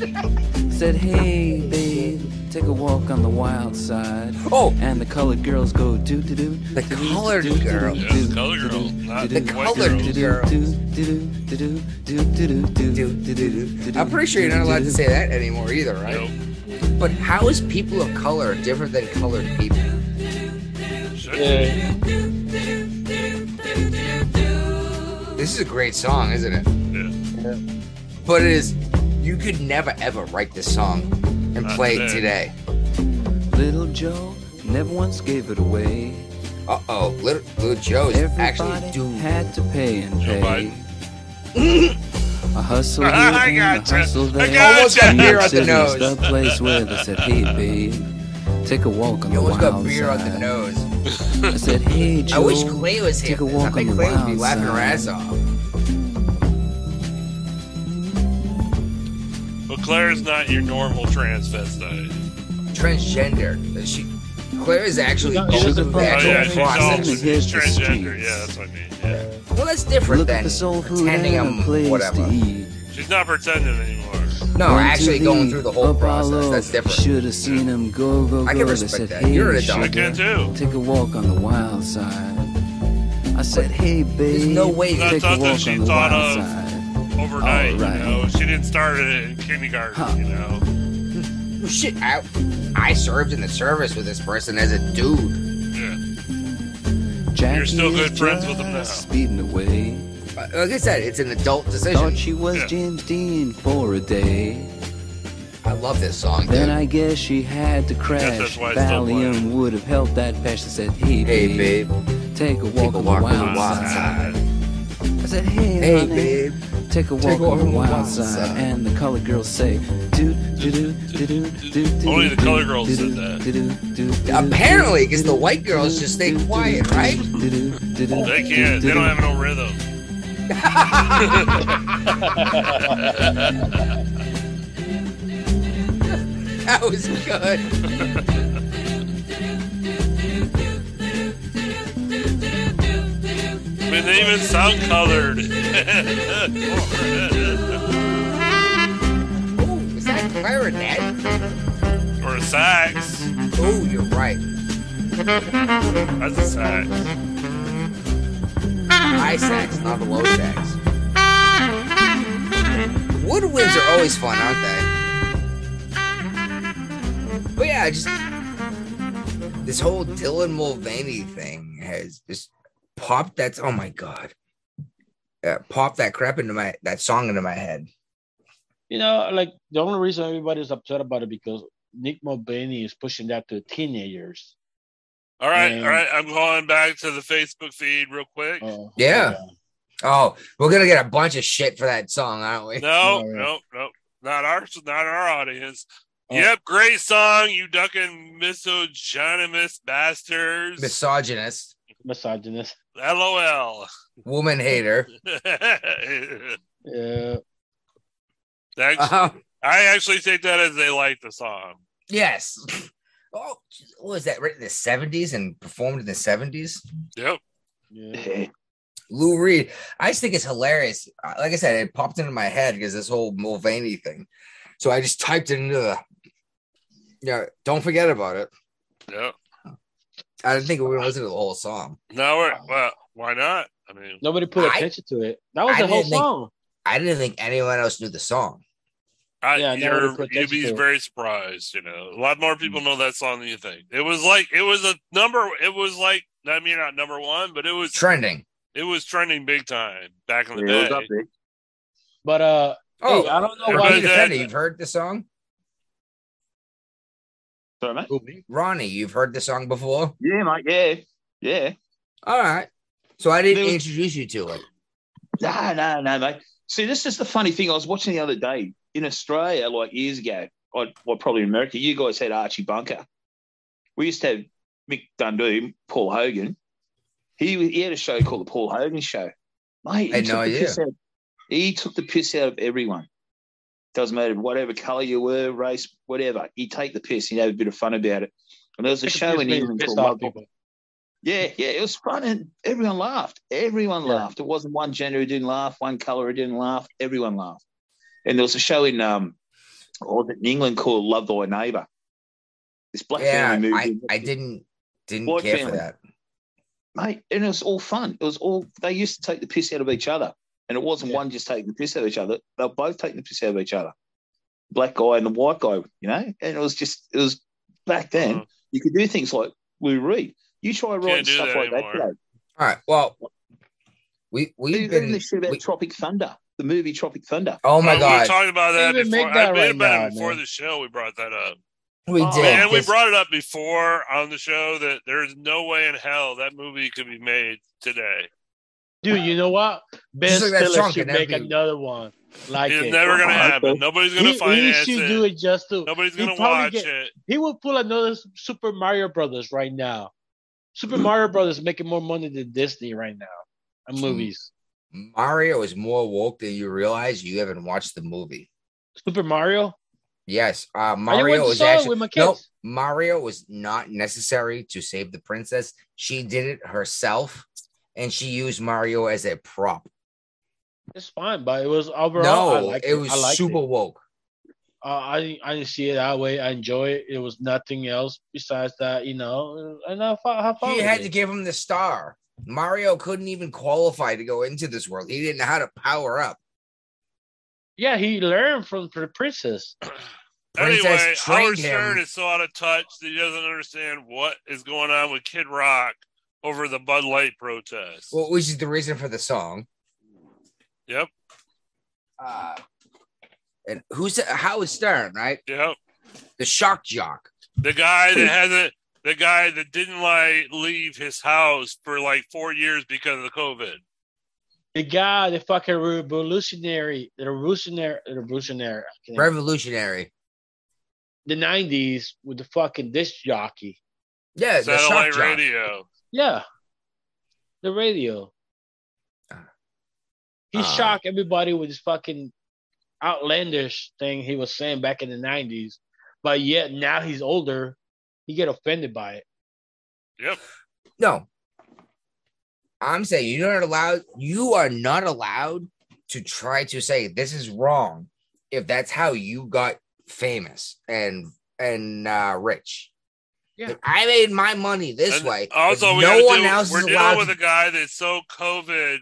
S7: side.
S11: Said, hey, babe, take a walk on the wild side.
S7: Oh.
S11: And the colored girls go doo doo doo.
S7: The colored girl.
S8: Yeah, the colored girl, not
S7: The colored girl. I'm pretty sure you're not allowed to say that anymore either,
S8: You
S7: right?
S8: know,
S7: But how is people of color different than colored people?
S9: Eh,
S7: This is a great song, isn't it?
S8: yeah.
S7: But it is, you could never ever write this song and
S8: Not
S7: play it
S8: today.
S7: today.
S11: Little Joe never once gave it away.
S7: Uh oh, little, little Joe's actually
S11: Everybody
S7: dude.
S11: had to pay and
S8: Joe
S11: pay. A hustle here
S8: I
S11: and
S8: gotcha.
S11: a hustle
S8: I
S11: there.
S8: gotcha.
S7: Almost got
S11: New
S7: beer
S11: York
S7: on the
S11: City is
S7: nose.
S11: the place where they said, "Hey, babe, take a walk on
S7: You
S11: the
S7: almost
S11: wild
S7: got beer on
S11: side."
S7: the nose.
S11: I said, "Hey, Joe,
S7: I wish Clay was here.
S11: take a
S7: for this. I
S11: walk on
S7: think
S11: the
S7: Clay would be
S11: wild
S7: laughing her
S11: side."
S7: ass off.
S8: But Claire's not your normal transvestite.
S7: Transgender. She, Claire is actually going
S11: she's
S7: through
S11: a
S7: the
S8: Oh
S11: fucking
S7: actual
S8: yeah,
S11: Actual
S8: she's, all,
S11: process.
S8: she's
S11: Hit
S7: process.
S11: the
S8: transgender.
S11: streets.
S8: Yeah, that's what I mean. Yeah.
S7: Well, that's different
S11: Look
S7: than
S11: at the soul food
S7: pretending
S11: and a
S7: I'm
S11: place to
S7: whatever.
S11: eat.
S8: She's not pretending anymore.
S7: No,
S11: Went to
S7: actually going through the whole
S11: up all
S7: process.
S11: over.
S7: That's different.
S11: Should have seen him go go go.
S7: I can
S11: They
S7: respect
S11: said,
S7: that.
S11: Hey,
S7: You're an adult.
S8: I
S11: sugar,
S8: can too.
S11: Take a walk on the wild side. I said, hey, babe.
S7: no way
S8: That's
S11: Take a
S8: something
S11: walk
S8: she
S11: on the
S8: thought
S11: wild
S8: of.
S11: side.
S8: Overnight,
S11: All right.
S8: you know, she didn't start it in kindergarten.
S11: Huh.
S8: You know,
S7: Well, Oh, shit, I, I served in the service with this person as a dude.
S11: Jackie
S7: You're still
S11: is
S7: good friends with him
S11: just Speeding away.
S7: Like I said, it's an adult decision.
S11: Thought she was James Dean for a day.
S7: I love this song.
S11: Then I guess she had to crash.
S7: that's why it's still
S11: Valium would have helped that passion. Said, hey,
S7: Hey,
S11: babe, take a walk on the
S7: walk on the
S11: wild
S7: wild
S11: side. I said, hey,
S7: Hey,
S11: honey,
S7: babe,
S11: take a walk
S7: take a
S11: on the wild side. And the color girls say, do do do do do do.
S8: Only the color girls said
S7: that. Apparently, because the white girls just stay quiet, right?
S8: They can't. They don't have no rhythm.
S7: That was good.
S8: I mean, they even sound colored.
S7: Is that clarinet?
S8: or a sax.
S7: Oh, you're right.
S8: That's a sax.
S7: High sax, not a low sax. Woodwinds are always fun, aren't they? But yeah, I just this whole Dylan Mulvaney thing has just popped. That's oh my god, uh, popped that crap into my that song into my head.
S9: You know, like the only reason everybody's upset about it because Nick Mulvaney is pushing that to teenagers.
S8: All right,
S9: And-
S8: all right. I'm going back to the Facebook feed real quick.
S7: Yeah.
S9: Uh,
S7: Oh, we're gonna get a bunch of shit for that song, aren't we?
S8: No, no, no, not our, not our audience. Yep, great song, you ducking misogynist bastards.
S7: Misogynist,
S9: misogynist,
S8: LOL.
S7: woman hater.
S9: Yeah.
S8: That's,
S7: Uh-huh.
S8: I actually take that as they like the song.
S7: Yes. Oh, what was that written in the seventies and performed in the seventies?
S8: Yep.
S7: Lou Reed. I just think it's hilarious. Uh, Like I said, it popped into my head because this whole Mulvaney thing. So I just typed it into the. Yeah, don't forget about it.
S8: Yep.
S7: I didn't think we were going to listen to the whole song.
S8: Now we're well. Why not? I mean,
S9: nobody put attention to it. That was the whole song.
S7: I didn't think anyone else knew the song.
S8: I,
S7: Yeah, no,
S8: you're,
S7: that's what-
S8: you'd
S7: that's
S8: be
S7: true.
S8: very surprised. You know, a lot more people know that song than you think. It was like it was a number. It was like I mean, not number one, but it was
S7: Trending.
S8: It was trending big time back in the
S7: Yeah, it was
S8: day.
S7: up
S9: But uh,
S7: Oh,
S9: hey, I don't know
S7: Ronnie
S9: why.
S7: Defendi, you've heard the song?
S10: Sorry, mate.
S7: Ronnie, you've heard the song before?
S10: Yeah, mate. Yeah, yeah.
S7: All right. So I didn't
S10: There was-
S7: introduce you to it.
S10: No, no, no, mate. See, this is the funny thing. I was watching the other day in Australia, like years ago, I, well, probably in America, you guys had Archie Bunker. We used to have Mick Dundee, Paul Hogan. He, he had a show called The Paul Hogan Show. Mate, he,
S7: I had
S10: took
S7: no
S10: the
S7: idea.
S10: Piss out, he took the piss out of everyone. Doesn't matter whatever color you were, race, whatever. He'd take the piss. He'd have a bit of fun about it. And there was a
S9: Piss
S10: show in
S9: means
S10: England
S9: pissed
S10: called
S9: off
S10: Love Bombing.
S9: people.
S10: Yeah, yeah, it was fun, and everyone laughed. Everyone laughed. It wasn't one gender who didn't laugh, one color who didn't laugh. Everyone laughed. And there was a show in um, or was it in England called Love Thy Neighbor. This black
S7: Yeah,
S10: family
S7: I,
S10: movie,
S7: I didn't didn't
S10: White
S7: care for
S10: family.
S7: that.
S10: mate, and it was all fun. It was all they used to take the piss out of each other, and it wasn't one just taking the piss out of each other. They were both taking the piss out of each other, black guy and the white guy, you know. And it was just it was back then.
S7: Mm.
S10: You could do things like Lou Reed. You try writing
S7: do
S10: stuff
S7: that
S10: like
S7: anymore.
S10: that today.
S7: All right. Well, we we've
S10: Even
S7: been
S10: the shit about Tropic Thunder, the movie Tropic Thunder.
S7: Oh my
S8: Uh, We
S7: God.
S8: were talking about that
S10: Even
S8: before.
S10: make that
S8: I made
S10: right
S8: about
S10: now,
S8: it before
S10: man.
S8: the show. We brought that up.
S7: we
S10: Oh.
S7: did.
S8: and we
S7: this-
S8: brought it up before on the show that there's no way in hell that movie could be made today.
S9: Dude, you know what? Ben
S8: Just like that
S9: Stiller
S8: song
S9: should
S8: can never
S9: make
S8: be-
S9: another one. Like
S8: it's
S9: it.
S8: never gonna happen. Nobody's gonna
S9: he,
S8: finance
S9: he should
S8: it.
S9: do it just to.
S8: Nobody's
S9: he
S8: gonna
S9: probably
S8: watch
S9: get-
S8: it.
S9: He will pull another S- Super Mario Brothers right now. Super Mario Brothers making more money than Disney right now.
S7: Hmm.
S9: And movies.
S7: Mario is more woke than you realize. You haven't watched the movie.
S9: Super Mario.
S7: Yes, uh,
S9: went
S7: Mario
S9: to
S7: was
S9: saw it
S7: actually
S9: with my
S7: no.
S9: kids.
S7: Mario was not necessary to save the princess. She did it herself, and she used Mario as a prop.
S9: It's fine, but it was overall. I
S7: no,
S9: liked
S7: it was
S9: I liked
S7: super woke.
S9: Uh, I didn't- I didn't see it that way. I enjoy it. It was nothing else besides that, you know. And I fo- have fun
S7: He
S9: with
S7: had
S9: it.
S7: to give him the star. Mario couldn't even qualify to go into this world. He didn't know how to power up.
S9: Yeah, he learned from the princess.
S7: Princess
S8: anyway,
S7: trained
S8: Howard
S7: him.
S8: Stern is so out of touch that he doesn't understand what is going on with Kid Rock over the Bud Light protest.
S7: Well, which is the reason for the song.
S8: Yep.
S7: Uh, and who's Howard Stern, right?
S8: Yep.
S7: The shock jock.
S8: The guy that hasn't, the guy that didn't like leave his house for like four years because of the COVID.
S9: The guy, the fucking revolutionary, the revolutionary, the revolutionary, I can't-
S7: Revolutionary.
S9: the '90s with the fucking disc jockey.
S7: Yeah, the shock
S8: Satellite
S7: jock.
S8: radio.
S9: Yeah, the radio. He
S7: Uh,
S9: shocked everybody with his fucking outlandish thing he was saying back in the '90s, but yet now he's older, he get offended by it.
S8: Yep.
S7: No. I'm saying you're not allowed you are not allowed to try to say this is wrong if that's how you got famous and and uh rich.
S9: Yeah.
S7: Like, I made my money this
S8: And
S7: way. If
S8: Also, we
S7: no
S8: gotta
S7: one
S8: do-
S7: else
S8: we're
S7: is
S8: dealing
S7: allowed
S8: with
S7: to,
S8: a guy that's so COVID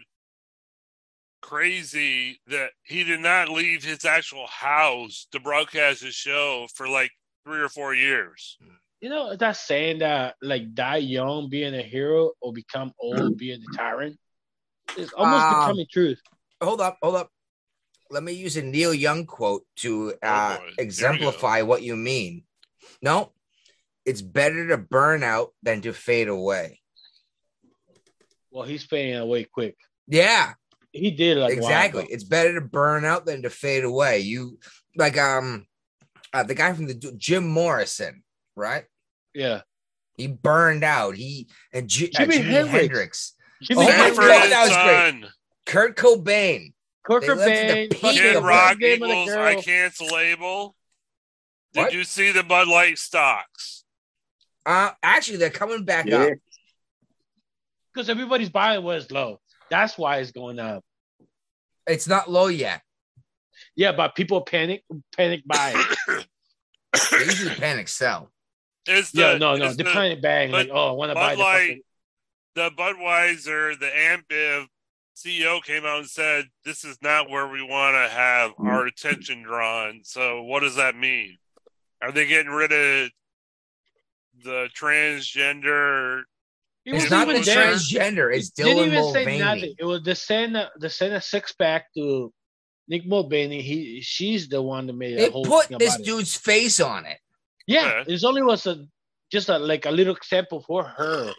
S8: crazy that he did not leave his actual house to broadcast his show for like three or four years.
S9: You know, it's not saying that like die young being a hero or become
S7: Mm.
S9: old being a tyrant. It's almost
S7: Um,
S9: becoming truth.
S7: hold up, hold up. Let me use a Neil Young quote to uh,
S8: Oh, boy. Here we go.
S7: exemplify what you mean. No, it's better to burn out than to fade away.
S9: Well, he's fading away quick.
S7: Yeah.
S9: He did like a while
S7: exactly.
S9: ago.
S7: It's better to burn out than to fade away. You like um uh, the guy from the Jim Morrison, right?
S9: Yeah,
S7: He burned out. He and J- uh,
S9: Jimi
S7: Jimi
S9: Hendrix.
S7: Hendrix.
S9: Jimmy
S7: Oh my
S9: Hendrix,
S8: Sanford
S7: God,
S8: and
S7: that was great.
S8: Son,
S7: Kurt Cobain.
S9: Kurt
S7: They left the
S9: Cobain,
S7: peak
S9: fucking
S7: of
S8: Kid
S7: the
S8: Rock
S9: name of the
S8: equals
S9: girl.
S8: I cancel label. Did
S7: What?
S8: you see the Bud Light stocks?
S7: Uh, actually, they're coming back
S10: Yeah.
S7: up.
S9: because everybody's buying was low. That's why it's going up.
S7: It's not low yet.
S9: Yeah, but people panic, panic buy. it.
S7: They usually panic sell.
S8: Is the
S9: yeah, no, no,
S8: is
S9: the
S8: the
S9: panic bang.
S8: but
S9: Like, oh, I want to buy
S8: Bud
S9: the
S8: Light,
S9: fucking,
S8: the Budweiser, the Ambiv CEO came out and said, "This is not where we want to have our attention drawn." So, what does that mean? Are they getting rid of the transgender?
S9: He
S7: It's
S9: wasn't
S7: not the
S9: even there.
S7: transgender. It's
S9: He didn't
S7: Dylan
S9: even say nothing.
S7: Mulvaney.
S9: It was the send the send a six pack to Nick Mulvaney. He she's the one that made
S7: They
S9: a whole
S7: put
S9: thing
S7: this
S9: about it.
S7: dude's face on it.
S9: Yeah,
S8: Okay.
S9: it's only was a just a, like a little example for her.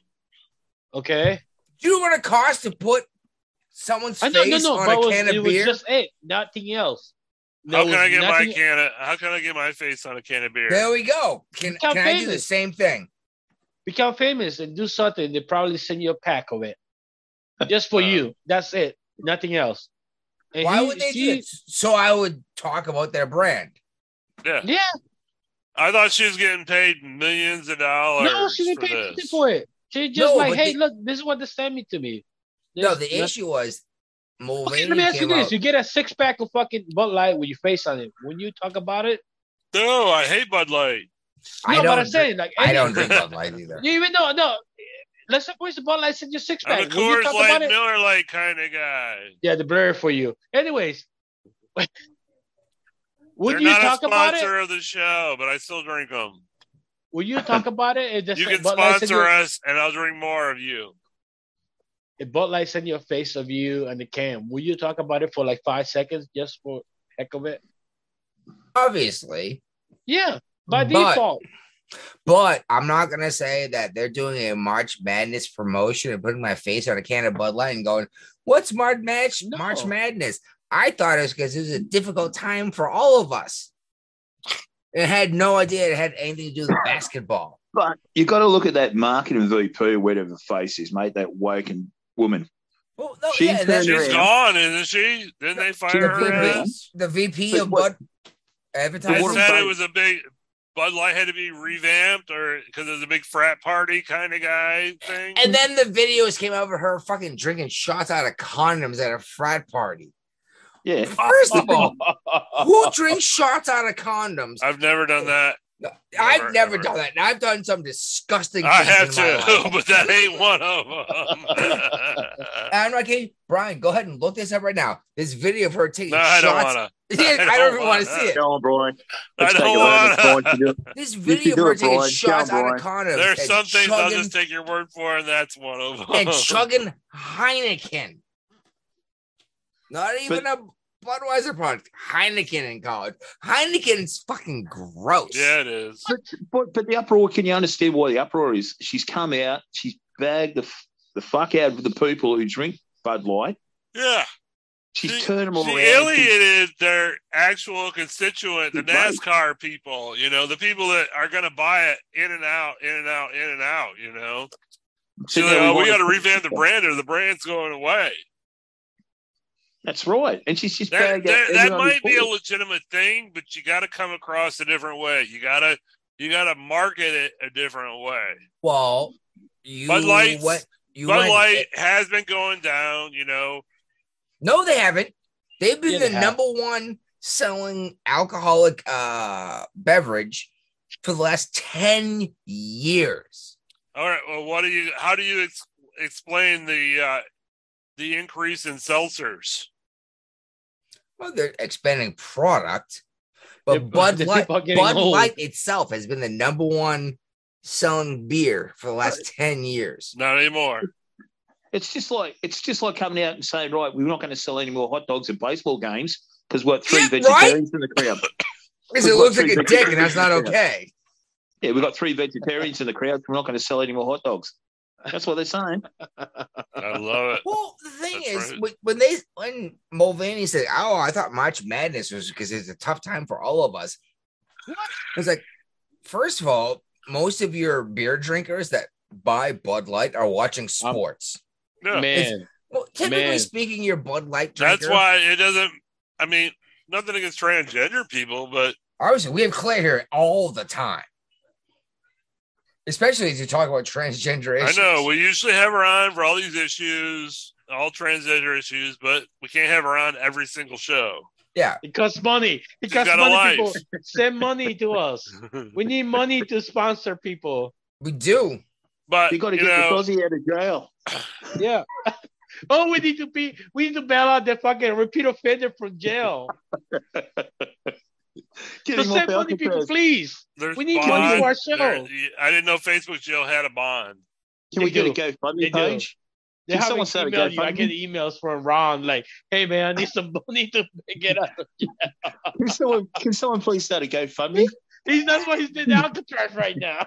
S9: Okay,
S7: Do you know what it costs to put someone's
S9: I know, no,
S7: face
S9: no,
S7: on a
S9: but it was,
S7: can
S9: it
S7: of
S9: was
S7: beer?
S9: just it, nothing else.
S8: how can
S9: There was
S8: I get my
S9: nothing-
S8: can? Of, how can I get my face on a can of beer?
S7: There we go. Can,
S9: Become
S7: can I do the
S9: famous.
S7: same thing?
S9: become famous and do something? They probably send you a pack of it just for
S8: Uh.
S9: you. That's it, nothing else. And
S7: Why
S9: he-
S7: would they
S9: she-
S7: do it? So I would talk about their brand.
S9: Yeah,
S8: I thought she was getting paid millions of dollars.
S9: no, she didn't
S8: for
S9: pay
S8: this.
S9: nothing for it. She just
S7: No,
S9: like,
S7: but
S9: hey,
S7: the-
S9: look, this is what they sent me to me.
S7: No,
S9: This-
S7: the
S9: that-
S7: issue was Mulvaney
S9: Okay, let me ask you
S7: came
S9: this:
S7: out.
S9: You get a six pack of fucking Bud Light with your face on it. When you talk about it,
S8: No, I hate Bud Light.
S7: I
S9: no,
S7: don't
S9: but I'm
S7: drink-
S9: saying like
S7: I
S9: any-
S7: don't drink Bud Light either.
S9: You even know no. Let's suppose the Bud Light sent you six
S8: I'm a
S9: pack. When you
S8: Coors
S9: talk
S8: Light,
S9: about it,
S8: Miller Light kind of guy.
S9: yeah, the blur for you. Anyways,
S8: They're
S9: would you
S8: not
S9: talk
S8: a
S9: about it?
S8: sponsor of the show, but I still drink them.
S9: Would you talk about it? If just
S8: You
S9: like
S8: can
S9: Bud Light sent
S8: sponsor
S9: you-
S8: us, and I'll drink more of you.
S9: If Bud Light sent you a face of you and the can, will you talk about it for like five seconds just for heck of it?
S7: Obviously,
S9: Yeah, by
S7: But-
S9: default.
S7: but I'm not gonna say that they're doing a March Madness promotion and putting my face on a can of Bud Light and going, "What's March Match
S9: No.
S7: March Madness?" I thought it was because it was a difficult time for all of us. It had no idea it had anything to do with basketball.
S10: But you got to look at that marketing VP, whatever face is, mate. That woken woman.
S7: Well, no,
S10: She's
S7: yeah, and that's-
S10: Andrea.
S8: She's gone, isn't she? Didn't they
S7: the
S8: fire her?
S10: been-
S8: ass?
S7: VP, the VP
S10: But
S7: of
S10: what-
S7: Bud
S8: I
S10: The
S7: advertising.
S10: water
S8: said
S10: fight.
S8: it was a big Bud Light had to be revamped, or because it was a big frat party kind of guy thing.
S7: And then the videos came over her fucking drinking shots out of condoms at a frat party.
S10: Yeah,
S7: First of all, who drinks shots out of condoms?
S8: I've never done that.
S7: I've never
S8: ever.
S7: done that. And I've done some disgusting
S8: I
S7: things
S8: have
S7: in my
S8: to,
S7: life.
S8: but that ain't one of them.
S7: I'm not kidding. Brian, go ahead and look this up right now. This video of her taking
S8: no, I don't
S7: shots
S8: want
S7: Yeah, I, don't even want to see it.
S10: Go on, Brian.
S8: I
S10: Let's take
S8: don't
S10: it over.
S8: wanna-
S10: Brian, you do it.
S7: This
S10: You can
S7: video
S10: do
S7: we're
S10: it,
S7: taking
S10: Brian. Go
S7: shots
S10: on,
S7: out
S10: Brian.
S7: of condoms.
S8: There's
S7: and
S8: some things I'll
S7: chugging,
S8: just take your word for, and that's one of them.
S7: and chugging Heineken. Not even a Budweiser product. Heineken in college. Heineken's fucking gross.
S8: Yeah, it is.
S10: But, but but the uproar. Can you understand why the uproar is? She's come out. She's bagged the f- the fuck out of the people who drink Bud Light.
S8: Yeah.
S10: She's
S8: She-
S10: turned them all
S8: she
S10: around.
S8: alienated their actual constituent, the
S10: Right.
S8: NASCAR people. You know, the people that are going to buy it in and out, in and out, in and out. You know,
S10: So
S8: She's like,
S10: now
S8: oh,
S10: we
S8: we
S10: want
S8: got
S10: to-
S8: to revamp the brand, or the brand's going away.
S10: That's right. And she's just
S8: That,
S10: bagged out
S8: that, that
S10: everyone
S8: might be a
S10: before.
S8: legitimate thing, but you got to come across a different way. You gotta, you gotta market it a different way.
S7: Well, you
S8: Bud Lights-
S7: what you
S8: Bud
S7: went-
S8: Light has been going down. You know,
S7: No, they haven't. They've been
S9: Yeah,
S7: the
S9: they have.
S7: number one selling alcoholic uh, beverage for the last 10 years.
S8: all right. Well, what do you? How do you ex- explain the uh, the increase in seltzers?
S7: Well, they're expanding product, but
S9: Yeah, but
S7: Bud
S9: the
S7: Light,
S9: people are getting
S7: Bud
S9: old.
S7: Light itself has been the number one selling beer for the last 10 years.
S8: Not anymore.
S10: It's just like it's just like coming out and saying, right, we're not going to sell any more hot dogs at baseball games because we're three
S7: Yeah,
S10: vegetarians in the crowd.
S7: Because it
S10: We've
S7: looks
S10: got
S7: like a
S10: three
S7: dick, and that's not
S10: Yeah.
S7: okay.
S10: Yeah, we've got three vegetarians in the crowd. We're not going to sell any more hot dogs. That's what they're saying.
S9: Uh,
S8: I love it.
S7: Well, the thing
S8: That's
S7: is,
S8: right.
S7: when- when they when Mulvaney said, "Oh, I thought March Madness was because it's a tough time for all of us," it's like, first of all, most of your beer drinkers that buy Bud Light are watching sports.
S8: Yeah.
S9: Man,
S7: well, typically
S9: man.
S7: speaking, your Bud Light drinker.
S8: That's why it doesn't. I mean, nothing against transgender people, but
S7: obviously we have Claire here all the time, especially as you talk about transgender
S8: I
S7: issues.
S8: know we usually have her on for all these issues, all transgender issues, but we can't have her on every single show.
S9: it costs money. It
S8: She's
S9: costs
S8: got a
S9: money.
S8: life.
S9: People send money to us. We need money to sponsor people.
S7: we do.
S8: But
S10: You've got to
S8: you
S10: get
S8: know,
S10: the Aussie out of jail.
S9: Yeah. oh, we need to be. We need to bail out the fucking repeat offender from jail.
S10: Get
S9: So
S10: him off
S9: send money, people,
S10: Alcatraz.
S9: please.
S8: there's
S9: We need
S8: bond.
S9: money for our
S8: There-
S9: show.
S8: I didn't know Facebook jail had a bond.
S10: Can we
S9: They
S10: get a
S9: do. They
S10: GoFundMe
S9: do.
S10: page?
S9: They
S10: Can
S9: haven't
S10: someone set a
S9: emailed you. I
S10: GoFundMe?
S9: get emails from Ron like, "Hey man, I need some money to get out." of jail."
S10: Can someone, can someone please start a GoFundMe?
S9: He's that's why he's in Alcatraz right now.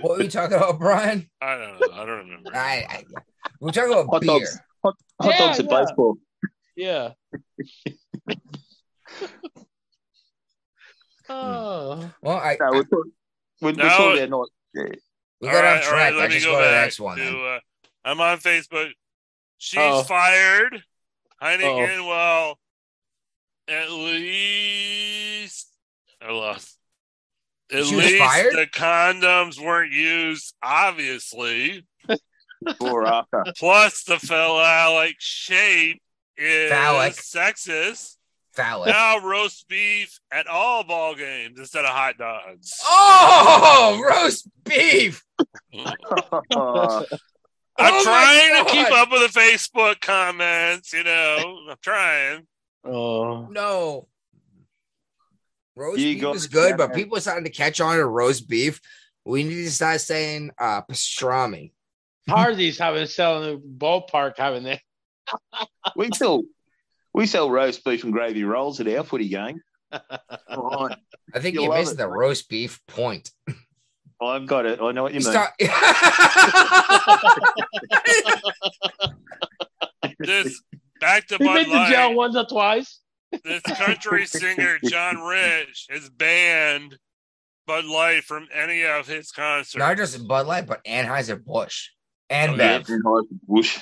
S7: What were you talking about, Brian?
S8: I don't know. I don't remember.
S7: I, I we're talking about
S10: Hot
S7: beer.
S10: dogs. Hot, hot
S9: Yeah,
S10: dogs at
S9: yeah.
S10: baseball.
S9: Yeah. oh.
S7: Well, I,
S10: No,
S7: I-
S10: we're, talking- we're, we're
S8: No.
S10: talking about not.
S7: we
S8: All
S7: got
S8: right,
S7: off
S8: all
S7: track.
S8: right,
S7: I
S8: let me
S7: just
S8: go
S7: go, to the
S8: back
S7: next one. then.
S8: to, uh, I'm on Facebook. She's
S9: Oh.
S8: fired. Heineken, well, at least I lost. At
S7: She was
S8: least
S7: fired?
S8: the condoms weren't used, obviously.
S10: Before or after.
S8: Plus, the fella like shape is
S7: Phallic.
S8: sexist.
S7: Phallic.
S8: Now roast beef at all ball games instead of hot dogs.
S7: Oh, roast beef.
S8: I'm
S7: Oh my
S8: trying
S7: God.
S8: to keep up with the Facebook comments, you know. I'm trying.
S9: Oh.
S7: No. Roast
S10: You
S7: beef
S10: go-
S7: is good, but people are starting to catch on to roast beef. We need to start saying uh, pastrami.
S9: Hardee's having selling ballpark having that.
S10: we sell we sell roast beef and gravy rolls at our footy game. Right.
S7: I think
S10: You
S7: you
S10: love
S7: missed
S10: it.
S7: the roast beef point.
S10: I've got it. I know what you
S7: You
S10: mean.
S7: start- I
S8: This back to
S9: He
S8: Bud
S9: been to jail
S8: Light.
S9: once or twice.
S8: This country singer John Rich has banned Bud Light from any of his concerts.
S7: Not just Bud Light, but Anheuser Busch and
S8: Oh,
S10: Yeah,
S7: Bev.
S10: and I- whoosh.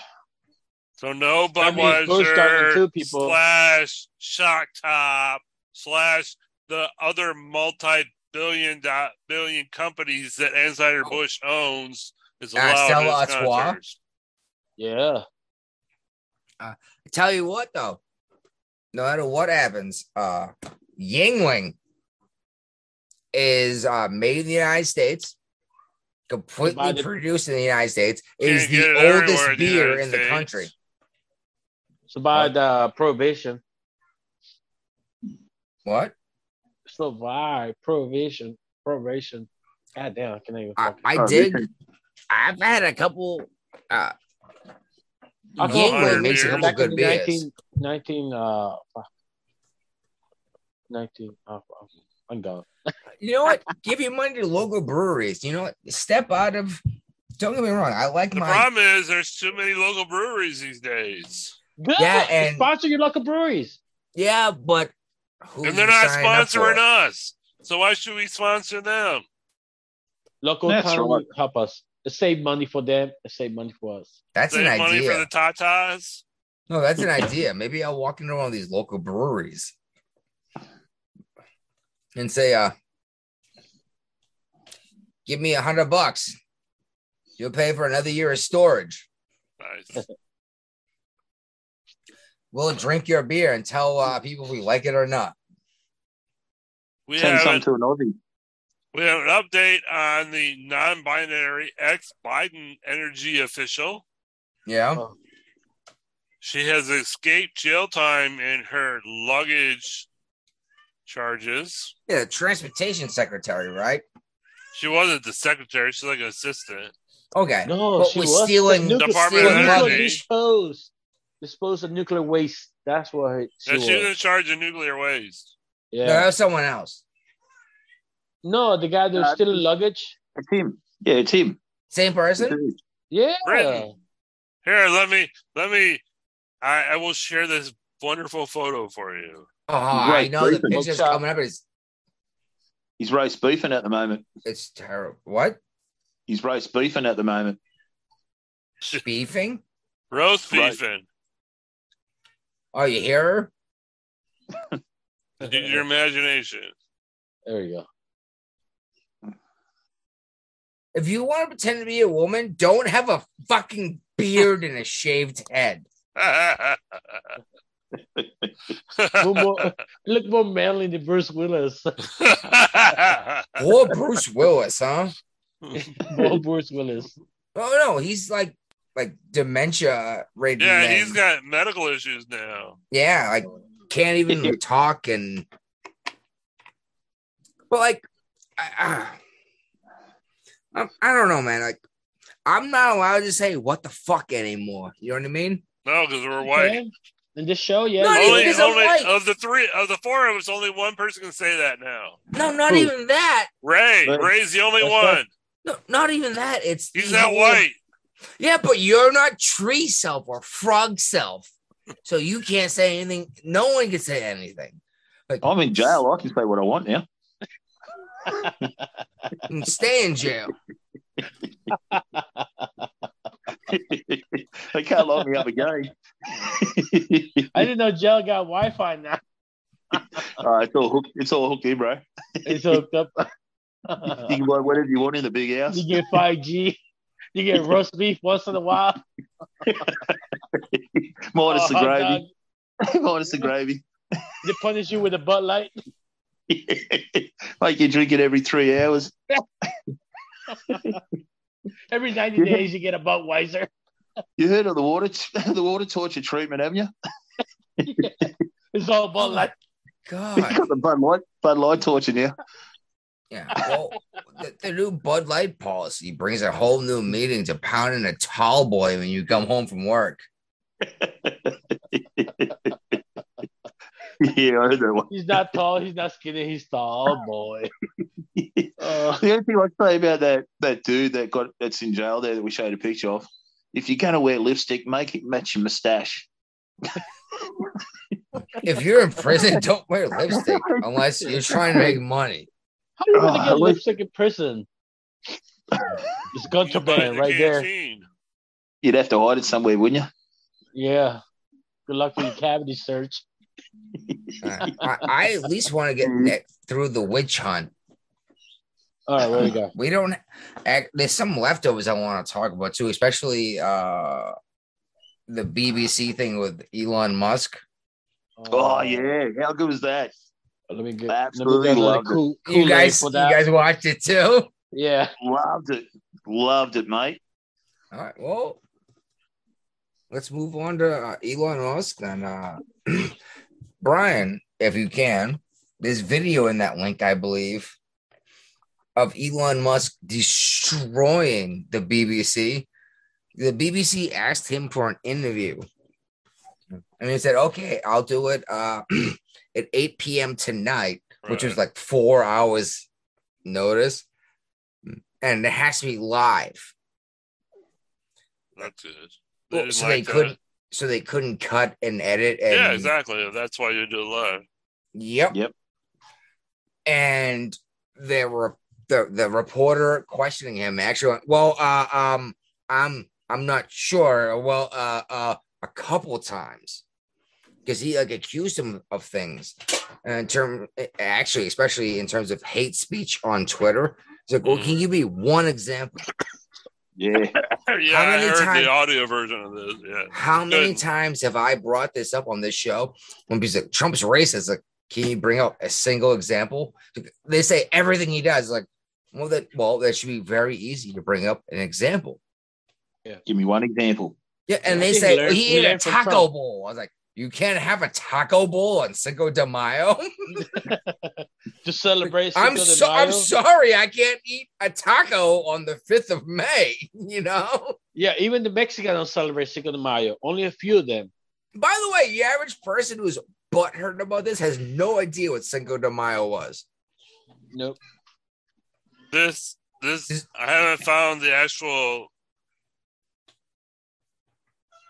S8: so no
S9: That means Bush
S8: Budweiser
S9: started two people.
S8: slash Shock Top slash the other multi-billion do- billion companies that Insider Bush owns is
S7: Uh,
S8: allowed
S7: Stella
S8: at his
S7: Artois?
S8: concerts.
S9: Yeah.
S7: Tell you what, though, no matter what happens, uh, Yingling is uh, made in the United States, completely
S9: Divided.
S7: produced in the United States. It
S8: Can't
S7: is
S8: get
S7: the
S8: it everywhere
S7: oldest
S8: in the
S7: beer
S8: United
S7: in the
S8: States.
S7: country.
S9: It's about uh, prohibition.
S7: What?
S9: Survive prohibition. Prohibition. God damn, I can't even.
S7: I,
S9: fucking-
S7: I did. I've had a couple. Uh,
S9: I thought
S7: Yingling
S9: it
S7: makes a
S9: was
S7: couple good
S9: in
S7: beers.
S9: 19, 19, uh, fuck. 19, oh, fuck. I'm gone.
S7: you know what? Give your money to local breweries. You know what? Step out of. Don't get me wrong. I like
S8: The
S7: my.
S8: problem is there's too many local breweries these days,
S9: Good.
S7: Yeah, and-
S9: sponsor your local breweries.
S7: Yeah, but. who
S8: and they're
S7: you
S8: not
S7: signing up for?
S8: sponsoring us. So why should we sponsor them?
S9: Local
S10: That's
S9: economy
S10: right.
S9: help us. It save money for them. It save money for us.
S7: That's
S8: Save
S7: an
S8: money
S7: idea.
S8: for the Tatas.
S7: No, that's an idea. Maybe I'll walk into one of these local breweries and say, uh, give me a hundred bucks. You'll pay for another year of storage.
S8: Nice.
S7: We'll drink your beer and tell uh, people if we like it or not.
S8: We
S10: Send
S8: have
S10: some
S8: an,
S10: to an Aussie.
S8: we have an update on the non-binary ex-Biden energy official.
S7: Yeah.
S9: Oh.
S8: She has escaped jail time in her luggage charges.
S7: Yeah, the transportation secretary, right?
S8: She wasn't the secretary; she's like an assistant.
S7: Okay.
S9: No,
S7: But
S9: she
S7: we're
S9: was the
S7: stealing-
S9: nuclear,
S8: Department
S7: of
S9: she was
S7: Energy.
S9: dispose, dispose of nuclear waste. That's what her- she
S8: She,
S9: was.
S8: she's in charge of nuclear waste.
S7: No,
S9: yeah.
S7: that was someone else.
S9: No, the guy that was
S10: Uh,
S9: stealing luggage.
S10: It's him. Yeah, it's him.
S7: Same person?
S9: Yeah.
S8: Britain. Here, let me let me. I, I will share this wonderful photo for you.
S7: Oh, I
S10: Right,
S7: know the
S10: Britain.
S7: picture's
S9: Bookshop.
S7: coming up. It's,
S10: He's roast beefing at the moment.
S7: it's terrible. What?
S10: He's roast beefing at the moment.
S7: Beefing?
S8: Roast
S10: Right.
S8: beefing.
S7: Oh, you hear her?
S8: Use your imagination.
S9: There you go.
S7: If you want to pretend to be a woman, don't have a fucking beard and a shaved head.
S9: Look more- look more manly than Bruce Willis.
S7: Or Bruce Willis, huh?
S9: more Bruce Willis.
S7: Oh no, he's like like dementia right
S8: yeah, he's got medical issues now.
S7: yeah, like can't even talk and but like I, I, I'm- I don't know, man. Like I'm not allowed to say what the fuck anymore. You know what I mean?
S8: No, because we're white.
S9: Okay. In this show, yeah.
S7: Not
S8: Only,
S7: because I'm
S8: only
S7: white.
S8: of the three of the four of us, only one person can say that now.
S7: No, not
S10: Who?
S7: even that.
S8: Ray,
S10: Right.
S8: Ray's the only
S9: That's
S8: one.
S7: No, not even that. It's
S8: He's
S7: the
S8: not
S7: whole-
S8: white.
S7: Yeah, but you're not tree self or frog self. So you can't say anything. No one can say anything.
S8: Oh.
S10: I'm in jail. I can say what I want now.
S7: And Stay in jail.
S10: they can't lock me up again.
S9: I didn't know Jail got Wi Fi now.
S10: Uh, it's all hooked. It's all hooked in, bro.
S9: It's hooked up.
S10: You can buy whatever you want in the big house.
S9: you get 5G. You get roast beef once in a while.
S10: Minus
S9: Oh,
S10: the
S9: dog.
S10: gravy. Minus the gravy.
S9: They punish you with a butt light.
S10: like you drink it every three hours.
S9: Every 90 days, you get a butt wiser.
S10: You heard of the water the water torture treatment, haven't you?
S9: It's all butt light.
S10: You've
S7: God.
S10: got the Bud Light Bud Light torture now.
S7: Yeah. Well, the, the new Bud Light policy brings a whole new meaning to pounding a tall boy when you come home from work.
S10: yeah, I heard that one.
S9: He's not tall. He's not skinny. He's tall. Oh, boy.
S7: Oh.
S9: Uh,
S10: The only thing I'd say about that that dude that got that's in jail there that we showed a picture of, if you're gonna wear lipstick, make it match your moustache.
S7: If you're in prison, don't wear lipstick unless you're trying to make money.
S9: how do you want to
S10: Oh,
S9: get
S10: look.
S9: lipstick in prison? It's
S8: You buy it in
S9: contraband
S8: the
S9: right there.
S8: canteen.
S10: You'd have to hide it somewhere, wouldn't you?
S9: Yeah. Good luck with your cavity search.
S7: Uh, I, I at least want to get
S8: Mm-hmm.
S7: that through the witch hunt.
S9: All right, where you go?
S7: We don't. ac- There's some leftovers I want to talk about too, especially uh the BBC thing with Elon Musk.
S10: Oh yeah, how good was that?
S9: Let me get.
S10: Absolutely
S9: let me get a little
S10: loved it.
S9: cool,
S7: You
S9: Kool-Aid
S7: guys,
S9: for
S7: you
S9: that.
S7: guys watched it too.
S9: Yeah.
S10: Loved it. Loved it, mate.
S7: All right. Well, let's move on to uh, Elon Musk and uh, Brian, if you can. There's video in that link, I believe, of Elon Musk destroying the BBC. The BBC asked him for an interview, and he said, "Okay, I'll do it uh, at 8 p.m. tonight," which was like four hours notice, and it has to be live.
S8: That's good. They
S7: Well,
S8: didn't
S7: so
S8: like
S7: they
S8: that.
S7: couldn't. So they couldn't cut and edit. And,
S8: yeah, exactly. That's why you do it live.
S7: Yep.
S10: Yep.
S7: And there were the the reporter questioning him. Actually, went, well, uh, um, I'm I'm not sure. Well, uh, uh, a couple times because he like accused him of things, and in term eh, actually, especially in terms of hate speech on Twitter. It's like, well, can you give me one example?
S10: Yeah.
S8: yeah, I
S7: many
S8: heard
S7: times-
S8: the audio version of this. Yeah.
S7: How many
S8: Good.
S7: times have I brought this up on this show? When people say Trump's racist, like, can you bring up a single example? They say everything he does. Like, well, that well, that should be very easy to bring up an example.
S10: Give me one example.
S7: Yeah, and
S9: I
S7: they
S9: think
S7: say
S9: we learned-
S7: he
S9: we
S7: ate a
S9: learned from
S7: taco
S9: Trump.
S7: bowl. I was like, you can't have a taco bowl on Cinco de Mayo.
S9: To celebrate,
S7: I'm
S9: Cinco de
S7: so I'm
S9: Mayo.
S7: sorry, I can't eat a taco on the fifth of May. You know.
S9: Yeah, even the Mexicans don't celebrate Cinco de Mayo. Only a few of them.
S7: By the way, the average person who's butthurt about this has no idea what Cinco de Mayo was.
S9: Nope.
S8: This this I haven't found the actual.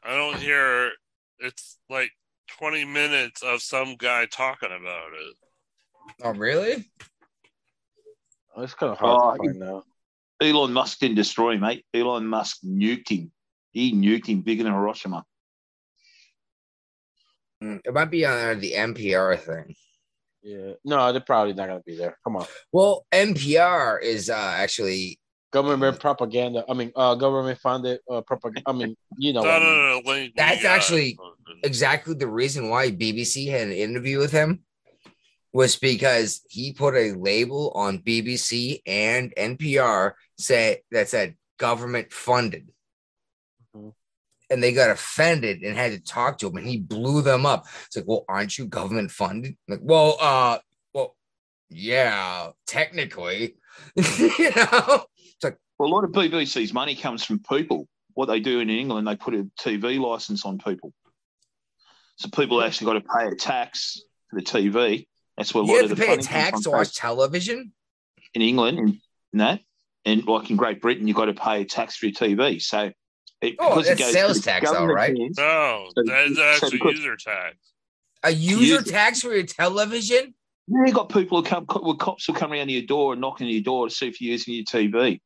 S8: I don't hear. It's like twenty minutes of some guy talking about it.
S7: Oh, really?
S9: Oh, it's kind of
S10: Oh,
S9: hard
S10: I
S9: to find now.
S10: Elon Musk didn't destroy him, mate. Elon Musk nuked him. He nuked him bigger than Hiroshima.
S7: Mm, It might be on uh, the NPR thing.
S9: Yeah. No, they're probably not gonna be there. Come on.
S7: Well, NPR is uh, actually
S9: Government propaganda. I mean, uh, government funded uh, propaganda. I mean, you know.
S8: No,
S9: what
S8: no,
S9: I mean.
S8: no, no, link we
S7: That's
S8: got.
S7: actually- exactly the reason why BBC had an interview with him was because he put a label on BBC and NPR say that said government funded. Mm-hmm.
S9: Mhm.
S7: And they got offended and had to talk to him, and he blew them up. It's like, well, aren't you government funded? Like, well, uh, well, yeah, technically, you know.
S10: Well, a lot of BBC's money comes from people. What they do in England, they put a TV license on people. So people actually got to pay a tax for the TV. That's where a
S7: you
S10: lot
S7: have
S10: of
S7: to
S10: the
S7: pay a
S10: funding
S7: tax
S10: comes
S7: to
S10: from.
S7: watch television.
S10: in England and that, and like in Great Britain, you've got to pay a tax for your TV. So it,
S7: Oh,
S10: because it
S7: that's
S10: goes
S7: sales
S10: to the
S7: tax, though,
S10: government
S7: right?
S10: hands-
S8: No,
S10: So-
S8: that's
S10: so
S8: actually
S10: because-
S8: user tax.
S7: A user
S10: Use-
S7: tax for your television?
S10: Yeah, you got people who come, co- well, cops will come around to your door and knock on your door to see if you're using your TV.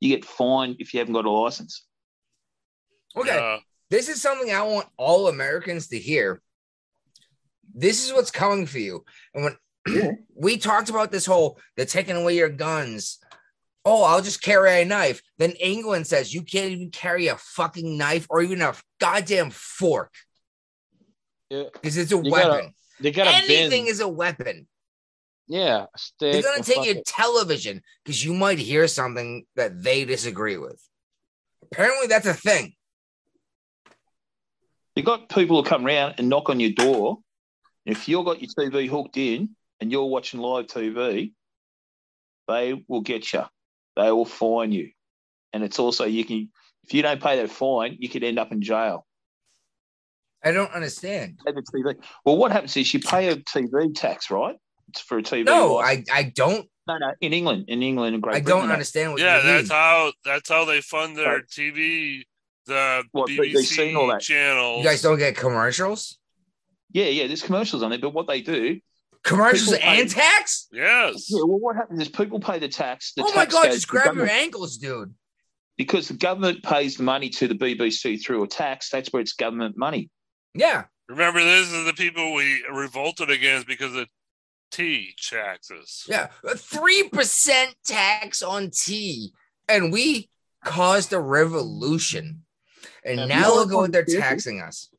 S10: You get fined if you haven't got a license.
S7: Okay.
S8: Yeah.
S7: This is something I want all Americans to hear. This is what's coming for you. And when we talked about this whole they're taking away your guns. Oh, I'll just carry a knife. Then England says you can't even carry a fucking knife or even a goddamn fork
S9: Yeah.
S7: because it's a
S9: You gotta
S7: weapon.
S9: They got a
S7: Anything
S9: bin.
S7: is a weapon.
S9: yeah. a
S7: They're
S9: Stick.
S7: gonna
S9: a
S7: take your
S9: fucking-
S7: television because you might hear something that they disagree with. Apparently, that's a thing.
S10: You got people who come around and knock on your door. If you've got your TV hooked in and you're watching live TV, they will get you. They will fine you. And it's also, you can, if you don't pay that fine, you could end up in jail.
S7: I don't understand.
S10: pay the TV. Well, what happens is you pay a TV tax, right? It's for a TV.
S7: No,
S10: license.
S7: I, I don't
S10: no, no. In England, in England and Great
S7: I
S10: Britain,
S7: don't
S10: no.
S7: understand what
S8: yeah,
S7: you mean.
S8: that's how that's how they fund their
S10: Right.
S8: TV, the
S10: What, BBC
S8: BBC
S10: and all that?
S8: channels.
S7: you guys don't get commercials,
S10: Yeah, yeah. There's commercials on it, but what they do,
S7: commercials
S10: People
S7: and
S10: pay-
S7: tax.
S8: Yes,
S10: yeah. Well, what happens is people pay the tax. The
S7: oh
S10: tax
S7: my god,
S10: goes
S7: just
S10: to
S7: grab your
S10: government.
S7: ankles, dude.
S10: because the government pays the money to the BBC through a tax. That's where it's government money.
S7: Yeah,
S8: remember this is the people we revolted against because of tea taxes.
S7: yeah, three percent tax on tea, and we caused a revolution, and
S9: And
S7: now
S10: more
S7: look at what they're
S10: people-
S7: taxing us.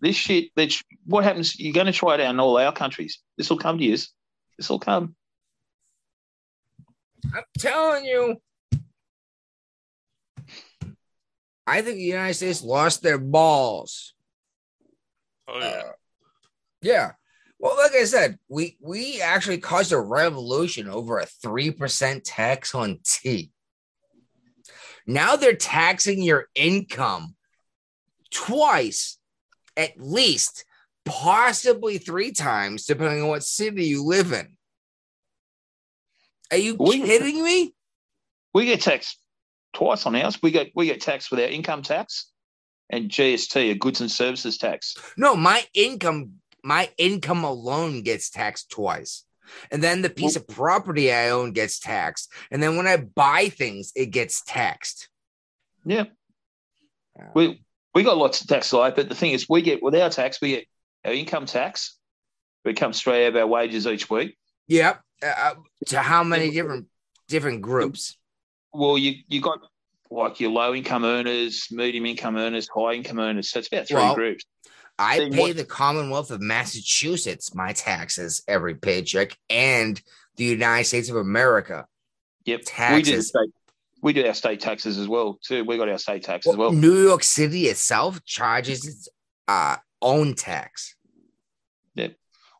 S10: This shit. That sh- what happens? You're going to try it out in all our countries. This will come to you. This will come.
S7: I'm telling you. I think the United States lost their balls.
S8: Oh yeah.
S7: Uh, yeah. Well, like I said, we we actually caused a revolution over a three percent tax on tea. Now they're taxing your income twice, at least, possibly three times, depending on what city you live in. Are you
S10: We-
S7: kidding me?
S10: We get taxed twice on ours. We get we get taxed with our income tax and GST, a goods and services tax.
S7: No, my income, my income alone gets taxed twice. And then the piece of property I own gets taxed. And then when I buy things, it gets taxed.
S10: Yeah. We we got lots of tax light, but the thing is we get with our tax, we get our income tax. We come straight out of our wages each week.
S7: Yep. Uh, to how many different different groups?
S10: Well, you you got like your low income earners, medium income earners, high income earners. So it's about three
S7: Well,
S10: groups.
S7: I
S10: Then
S7: pay
S10: what-
S7: the Commonwealth of Massachusetts my taxes every paycheck and the United States of America.
S10: Yep. We do the
S7: Taxes.
S10: state, we do our state taxes as well too. We got our state tax as well.
S7: New York City itself charges its uh, own tax.
S10: Yeah.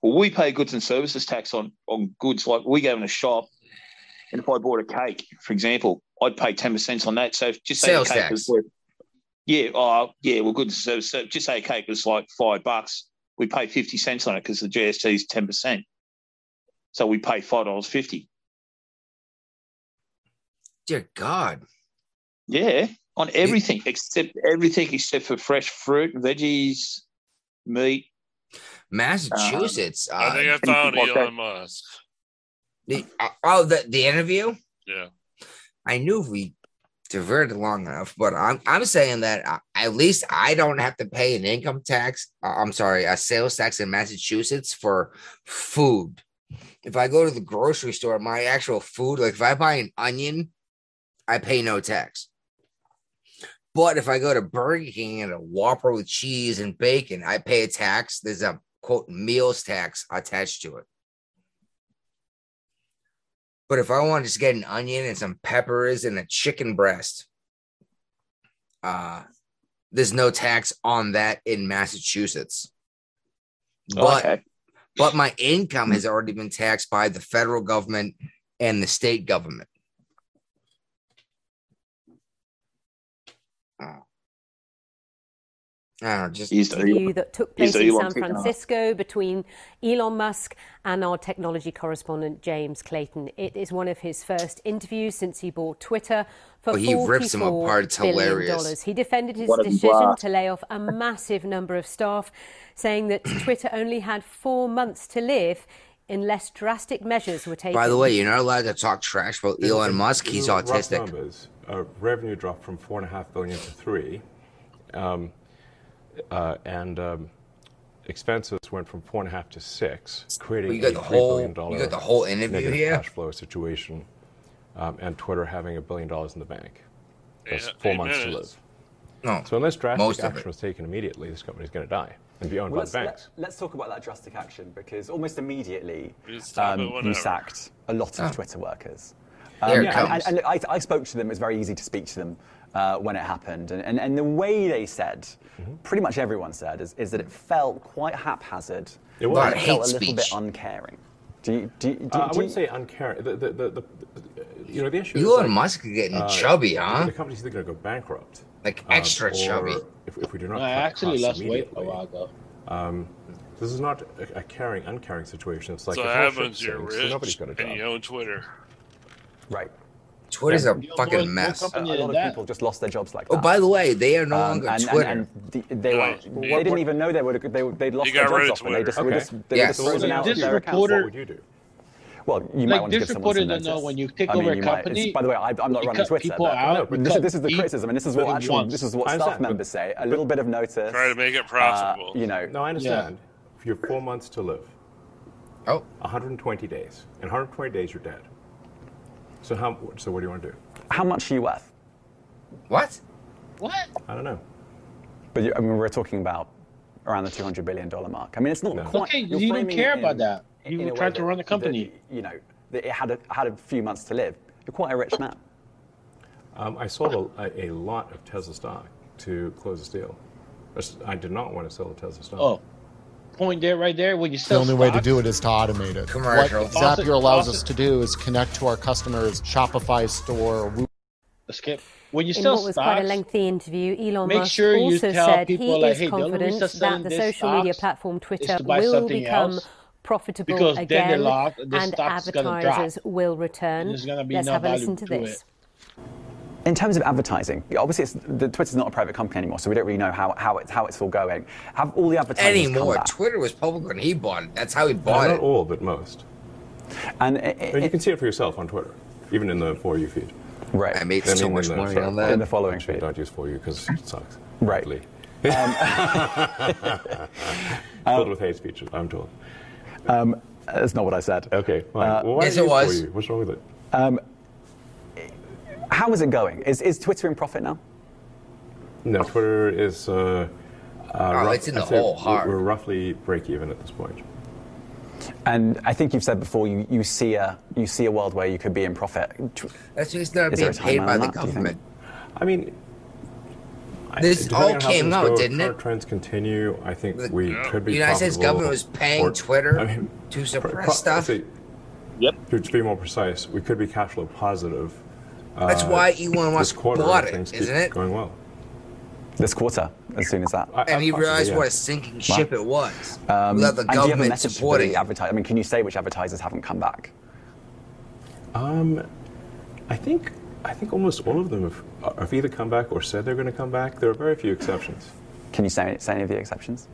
S10: Well, we pay goods and services tax on on goods like we go in a shop, and if I bought a cake, for example, I'd pay ten percent on that. So if- just say
S7: Sales
S10: the cake
S7: tax.
S10: was worth, yeah, oh yeah, well, goods and services. So just say a cake was like five bucks, we pay fifty cents on it because the GST is ten percent. So we pay five dollars fifty.
S7: Dear God.
S10: Uh-huh. Yeah, on everything except everything except for fresh fruit, veggies, meat.
S7: Massachusetts. Uh,
S8: I think I found
S10: like
S8: Elon
S10: that.
S8: Musk.
S7: the, uh, oh, the, the interview?
S8: Yeah.
S7: I knew we diverted long enough, but I'm, I'm saying that uh, at least I don't have to pay an income tax. Uh, I'm sorry, a sales tax in Massachusetts for food. If I go to the grocery store, my actual food, like if I buy an onion, I pay no tax. But if I go to Burger King and a Whopper with cheese and bacon, I pay a tax. There's a quote meals tax attached to it. But if I want to just get an onion and some peppers and a chicken breast, uh, there's no tax on that in Massachusetts. But
S10: Oh, okay.
S7: but my income has already been taxed by the federal government and the state government. Uh, I don't know, Ah, just
S10: Here's the-
S12: interview that took
S10: Here's
S12: place in
S10: Elon
S12: San
S10: kicking off.
S12: Francisco between Elon Musk and our technology correspondent James Clayton. It is one of his first interviews since he bought Twitter for
S7: Oh, he rips him
S12: $44
S7: apart. It's
S12: billion
S7: hilarious.
S12: He defended his
S7: What a
S12: decision
S7: blast.
S12: to lay off a massive number of staff, saying that Twitter only had four months to live unless drastic measures were taken.
S7: By the way, you're not allowed to talk trash about Elon Musk. He's
S13: Rough
S7: autistic.
S13: Numbers, uh, revenue dropped from four and a half billion to three, um, uh, and um, expenses went from four and a half to six, creating
S7: you got
S13: a
S7: the
S13: $3
S7: whole-
S13: billion dollar
S7: you got the whole interview
S13: negative
S7: here?
S13: cash flow situation, um, and Twitter having a billion dollars in the bank. That's
S8: Yeah,
S13: four
S8: eight
S13: months
S8: minutes.
S13: to
S7: live.
S13: No, so unless
S14: most
S13: drastic
S14: of
S13: action was taken immediately, this company's going to die and be owned
S14: Well,
S13: by the
S14: let's,
S13: banks.
S14: Let, us talk about that drastic action because almost immediately
S8: stop
S13: Um,
S8: it
S14: you
S8: whenever.
S14: sacked a lot of
S13: Oh.
S14: Twitter workers.
S13: There it
S14: and-
S13: comes.
S14: and, and look, I, I spoke to them. It was very easy to speak to them uh, when it happened, and, and, and the way they said,
S13: Mm-hmm.
S14: pretty much everyone said, is, is that it felt quite haphazard.
S13: It was.
S14: and
S13: Right,
S14: it
S13: hate
S14: felt a little bit
S13: speech.
S14: uncaring. Do you, do you, do, you-
S13: Uh, I
S14: do
S13: wouldn't
S14: you-
S13: say uncaring. The, the, the, the, you know, the issue is
S7: Elon
S13: like, uh,
S7: Musk is getting chubby, huh?
S13: The company's either going to go bankrupt.
S7: Like
S13: um,
S7: extra
S13: or
S7: chubby.
S13: If, if we do not
S9: I
S13: cut
S9: actually
S13: costs
S9: lost weight a
S13: immediately,
S9: while ago.
S13: Um, this is not a, a caring, uncaring situation. It's like
S8: so
S13: if
S8: what
S13: our
S8: happens?
S13: ship
S8: You're
S13: sinks, then
S8: rich
S13: nobody's got a job.
S8: and you own Twitter.
S14: right?
S7: Twitter's a
S14: Yeah, what-
S7: fucking
S14: what
S7: mess.
S14: company A lot of people just lost their jobs like that.
S7: Oh, by the way, they are no
S14: Um,
S7: longer
S14: and, and-
S7: Twitter.
S14: and the-
S8: Uh,
S14: they, were,
S7: Yeah.
S14: they didn't even know they were they were- they'd lost
S7: He
S14: their
S7: got rid
S14: jobs off,
S7: of
S14: and they
S7: Twitter.
S14: just were
S7: Okay.
S14: just they
S7: Yes.
S14: were just frozen out of
S9: This
S14: their accounts.
S9: reporter-
S13: What would you do?
S14: Well, you might
S9: Like
S14: want to give someone
S9: this
S14: some
S9: reporter don't
S14: notice.
S9: know when you take
S14: I mean,
S9: over a
S14: you might-
S9: company,
S14: it's- by the way, I, I'm not
S9: you
S14: running
S9: cut
S14: Twitter.
S9: people
S14: but-
S9: out,
S14: but
S9: you
S14: this,
S9: cut
S14: this is the
S9: deep
S14: criticism, and this is what
S9: little
S14: actual,
S9: ones.
S14: this is what
S9: I
S14: staff
S9: understand, but-
S14: members say. A little bit of notice.
S8: Try to make it profitable.
S14: uh, you know.
S13: No, I understand. If You have four months to live.
S7: Oh.
S13: 120 days. In 120 days, you're dead. So how? So what do you want to do?
S14: How much are you worth?
S7: What?
S9: What?
S13: I don't know.
S14: But you, I mean, we're talking about around the 200 billion dollar mark. I mean, it's not quite.
S9: Okay,
S14: you're
S9: you don't
S14: framing
S9: care
S14: it
S9: about
S14: in-
S9: that.
S14: in
S9: You
S14: a way
S9: tried to
S14: that-
S9: run a
S14: that,
S9: company.
S14: you know, that it had a, had a few months to live. You're quite a rich man.
S13: Um, I sold a, a lot of Tesla stock. to close this deal. I did not want to sell the Tesla stock.
S9: Oh, point there, right there. When you
S15: The
S9: sell
S15: only way to do it is to automate it.
S9: Commercial.
S15: What Zapier allows us to do is connect to our customers' Shopify store. Or Woo-
S9: skip. When you
S12: in
S9: sell
S12: what was quite a
S9: stocks-
S12: lengthy interview, Elon
S9: Make
S12: Musk
S9: sure you
S12: also
S9: tell
S12: said
S9: people,
S12: he
S9: like,
S12: is
S9: "Hey, the only
S12: confident
S9: reason I'm selling
S12: that the
S9: these
S12: social media
S9: stocks
S12: platform Twitter
S9: to buy
S12: will
S9: something
S12: become
S9: else,
S12: profitable
S9: because then the
S12: again
S9: lot- the
S12: and
S9: stock's gonna drop,
S12: advertisers will return.
S9: there's gonna be
S12: Let's
S9: no
S12: have a
S9: value
S12: listen to
S9: to
S12: this.
S9: it.
S14: In terms of advertising, obviously it's, the, Twitter's not a private company anymore, so we don't really know how, how, it's, how it's all going. Have all the advertisers
S7: Anymore.
S14: come back.
S7: Twitter was public when he bought it. That's how he bought
S13: not
S7: it.
S13: all, but most.
S14: And
S13: you can see it for yourself on Twitter, even in the for you feed.
S14: Right. I
S7: made
S13: And
S7: so
S13: in
S7: much
S13: the-
S7: money
S13: sorry,
S7: on that. In the
S14: following
S13: Actually, I don't use for you because it sucks.
S14: Right.
S13: Really.
S14: Um,
S13: Filled with hate speech, I'm told.
S14: Um, that's not what I said. Uh,
S13: Okay, fine. well, why
S14: yes,
S13: do
S14: it
S13: you use
S14: was.
S13: For you? What's wrong with it?
S14: Um, how is it going? Is, is Twitter in profit now?
S13: No, Twitter is. Uh, uh,
S7: Oh,
S13: rough-
S14: it's in the
S13: I'd say
S14: hole hard.
S13: We're roughly break even at this point.
S14: And I think you've said before you, you see a you see a world where you could be in profit.
S7: That's just not
S14: Is there
S7: being
S14: a
S7: paid
S14: timeline
S7: by
S14: on
S7: the
S14: that, do you think?
S7: government.
S13: I mean, I-
S7: This
S13: depending
S7: all
S13: on how
S7: came
S13: things
S7: out,
S13: go, if
S7: didn't it?
S13: current Trends continue. I think
S7: The
S13: we could be.
S7: United States
S13: profitable
S7: government was paying
S13: or-
S7: Twitter
S13: I mean,
S7: to suppress
S13: pro-
S7: stuff.
S13: see, To, to be more precise, we could be cash flow positive. uh,
S7: That's why Elon
S13: this
S7: Musk
S13: quarter if
S7: bought it,
S13: things keep
S7: isn't it?
S13: Going well.
S14: This quarter, as soon as that.
S7: and he realized what a sinking ship it was
S14: Um,
S7: without the
S14: and do you have a
S7: government
S14: message for
S7: supporting
S14: the
S7: it.
S14: adverti- I mean, can you say which advertisers haven't come back?
S13: Um, I think I think almost all of them have, have either come back or said they're going to come back. There are very few exceptions.
S14: Can you say, say any of the exceptions?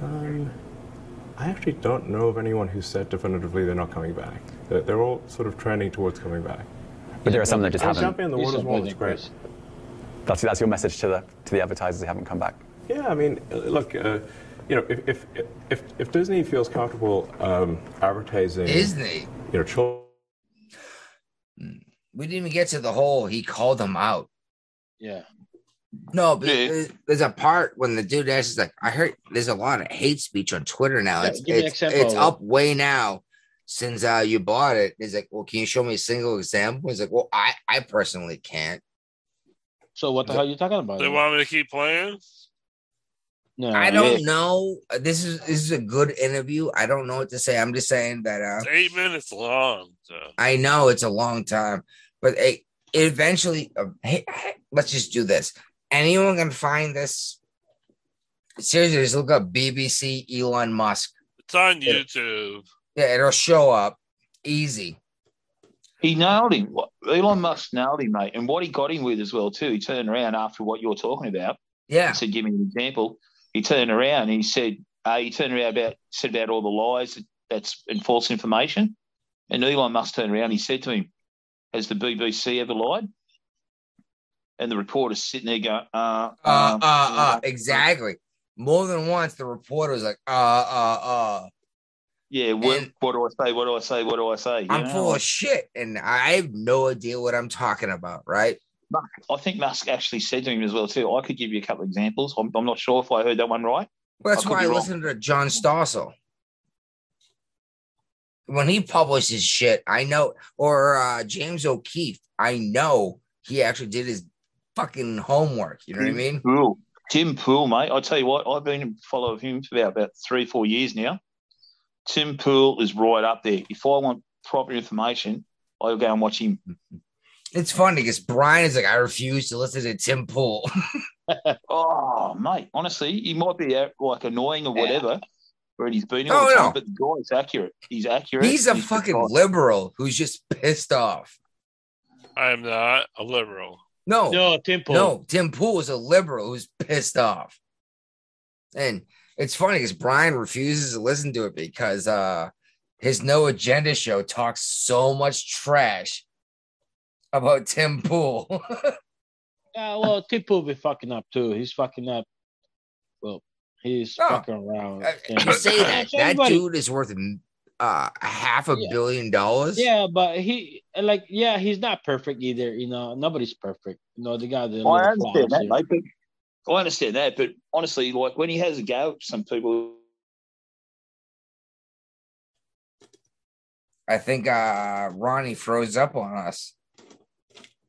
S13: Um, I actually don't know of anyone who said definitively they're not coming back. They're, they're all sort of trending towards coming back.
S14: But there are some that just
S13: I was
S14: haven't.
S13: Jumping in the
S14: These
S13: water's
S14: are
S13: wall
S14: big
S13: is great.
S14: That's, that's your message to the to the advertisers who haven't come back.
S13: Yeah, I mean, uh, look, uh, you know, if if if, if Disney feels comfortable um, advertising
S7: Disney?
S13: you know, children.
S7: Hmm. We didn't even get to the whole he called them out.
S9: Yeah.
S7: No, but there's- there's a part when the dude asks, like, I heard there's a lot of hate speech on Twitter now.
S9: Yeah,
S7: it's
S9: give me an
S7: it's,
S9: example.
S7: it's up way now since uh, you bought it. He's like, Well, can you show me a single example? He's like, Well, I, I personally can't.
S9: So what the hell are you talking about?
S8: They want me to keep playing.
S9: No,
S7: I don't know. Uh, This is this is a good interview. I don't know what to say. I'm just saying that uh,
S8: It's eight minutes long. So.
S7: I know it's a long time, but it, it eventually. Uh, hey, hey, let's just do this. Anyone can find this. Seriously, just look up BBC Elon Musk.
S8: It's on YouTube.
S7: Yeah, it'll show up easy.
S10: He nailed him. What- Elon Musk nailed him, mate. And what he got him with as well, too. He turned around after what you're talking about.
S7: Yeah.
S10: He said, give me an example. He turned around and he said, uh, he turned around about said about all the lies that's and false information. And Elon Musk turned around. And he said to him, "Has the BBC ever lied?" And the reporter's sitting there going, "Uh,
S7: Uh, uh, uh, exactly. More than once, the reporter was like, uh, uh, uh.
S10: yeah. What, what do I say? What do I say? What do I say?" You
S7: I'm
S10: know,
S7: full
S10: like-
S7: of shit, and I have no idea what I'm talking about. Right?
S10: I think Musk actually said to him as well too. I could give you a couple of examples. I'm, I'm not sure if I heard that one right.
S7: Well, that's
S10: could
S7: why
S10: be
S7: I
S10: wrong.
S7: listen to John Stossel. When he publishes shit, I know, or uh, James O'Keefe, I know he actually did his fucking homework. You know what I
S10: Jim
S7: mean?
S10: Poole. Tim Poole, mate. I tell you what, I've been a follower of him for about, about three, four years now. Tim Poole is right up there. If I want proper information, I'll go and watch him.
S7: It's funny because Brian is like, I refuse to listen to Tim Pool.
S10: oh, mate. Honestly, he might be uh, like annoying or whatever, or he's beating all
S7: Oh,
S10: the
S7: no.
S10: time, but the guy's accurate. He's accurate.
S7: He's a
S10: precise.
S7: fucking liberal who's just pissed off.
S8: I am not a liberal.
S7: No,
S9: no, Tim Pool.
S7: No, Tim Pool is a liberal who's pissed off. And it's funny because Brian refuses to listen to it because uh his No Agenda show talks so much trash about Tim Pool.
S9: Yeah, well, Tip will be fucking up too. He's fucking up. Well, he's fucking around.
S7: you say that
S9: So
S7: that
S9: everybody-
S7: dude is worth uh half a billion dollars.
S9: Yeah, but he like yeah, he's not perfect either. You know, nobody's perfect. You know, they got the
S10: Oh, I
S9: little flaws.
S10: understand that,
S9: here.
S10: mate. But I understand that, but honestly, like when he has a go at some people,
S7: I think uh Ronnie froze up on us.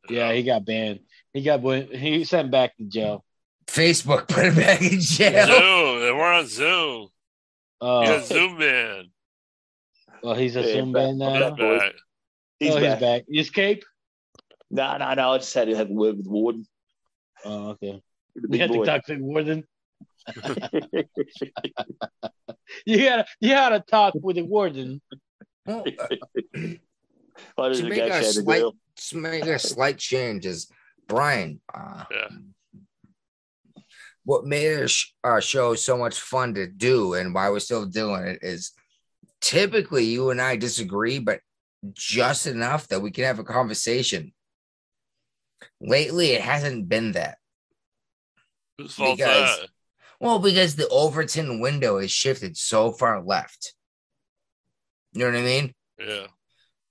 S9: Yeah, he got banned. He got went- he sent back to jail.
S7: Facebook put him back in jail.
S8: Zoom. They were on Zoom.
S9: Oh.
S8: you got Zoom ban.
S9: Well, he's a
S10: Yeah,
S9: Zoom
S10: back-
S9: ban now.
S10: back, boys.
S8: Back.
S9: oh, he's back. You escape?
S10: No, no, no. I just had to have a word with Warden.
S9: Oh, okay.
S10: The
S9: You
S10: big
S9: had to
S10: boy.
S9: talk to Warden. you gotta you gotta talk with the warden.
S7: Well,
S10: I just
S7: to make a
S10: negotiated a
S7: slight,
S10: deal.
S7: to make a slight change is Brian. Uh, What made our, sh- our show so much fun to do and why we're still doing it is typically you and I disagree, but just enough that we can have a conversation. Lately, it hasn't been that.
S8: Whose fault's
S7: Because-
S8: that?
S7: Well, because the Overton window has shifted so far left. You know what I mean?
S8: Yeah.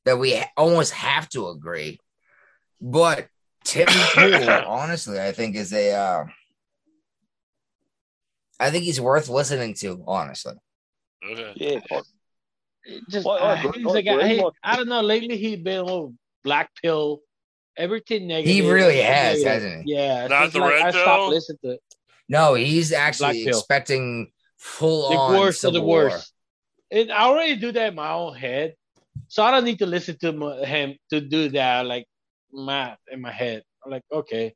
S7: that we ha- almost have to agree. But Tim Pool, honestly, I think is a. Uh, I think he's worth listening to. Honestly,
S10: Yeah.
S9: Just,
S10: Well, I
S9: uh,
S10: agree-
S9: he's
S10: I
S9: like,
S10: agree.
S9: hey, I don't know. Lately, he's been all black pill, everything negative.
S7: really has,
S9: Negative.
S7: hasn't he?
S9: Yeah. it's
S7: Not
S9: just
S7: the
S9: like,
S7: red
S9: I stopped
S7: pill?
S9: listening to
S7: no, he's actually
S9: Black pill.
S7: expecting full
S9: the
S7: on
S9: worst of
S7: Civil
S9: the
S7: War.
S9: worst. And I already do that in my own head, so I don't need to listen to my, him to do that. Like my in my head, I'm like, okay,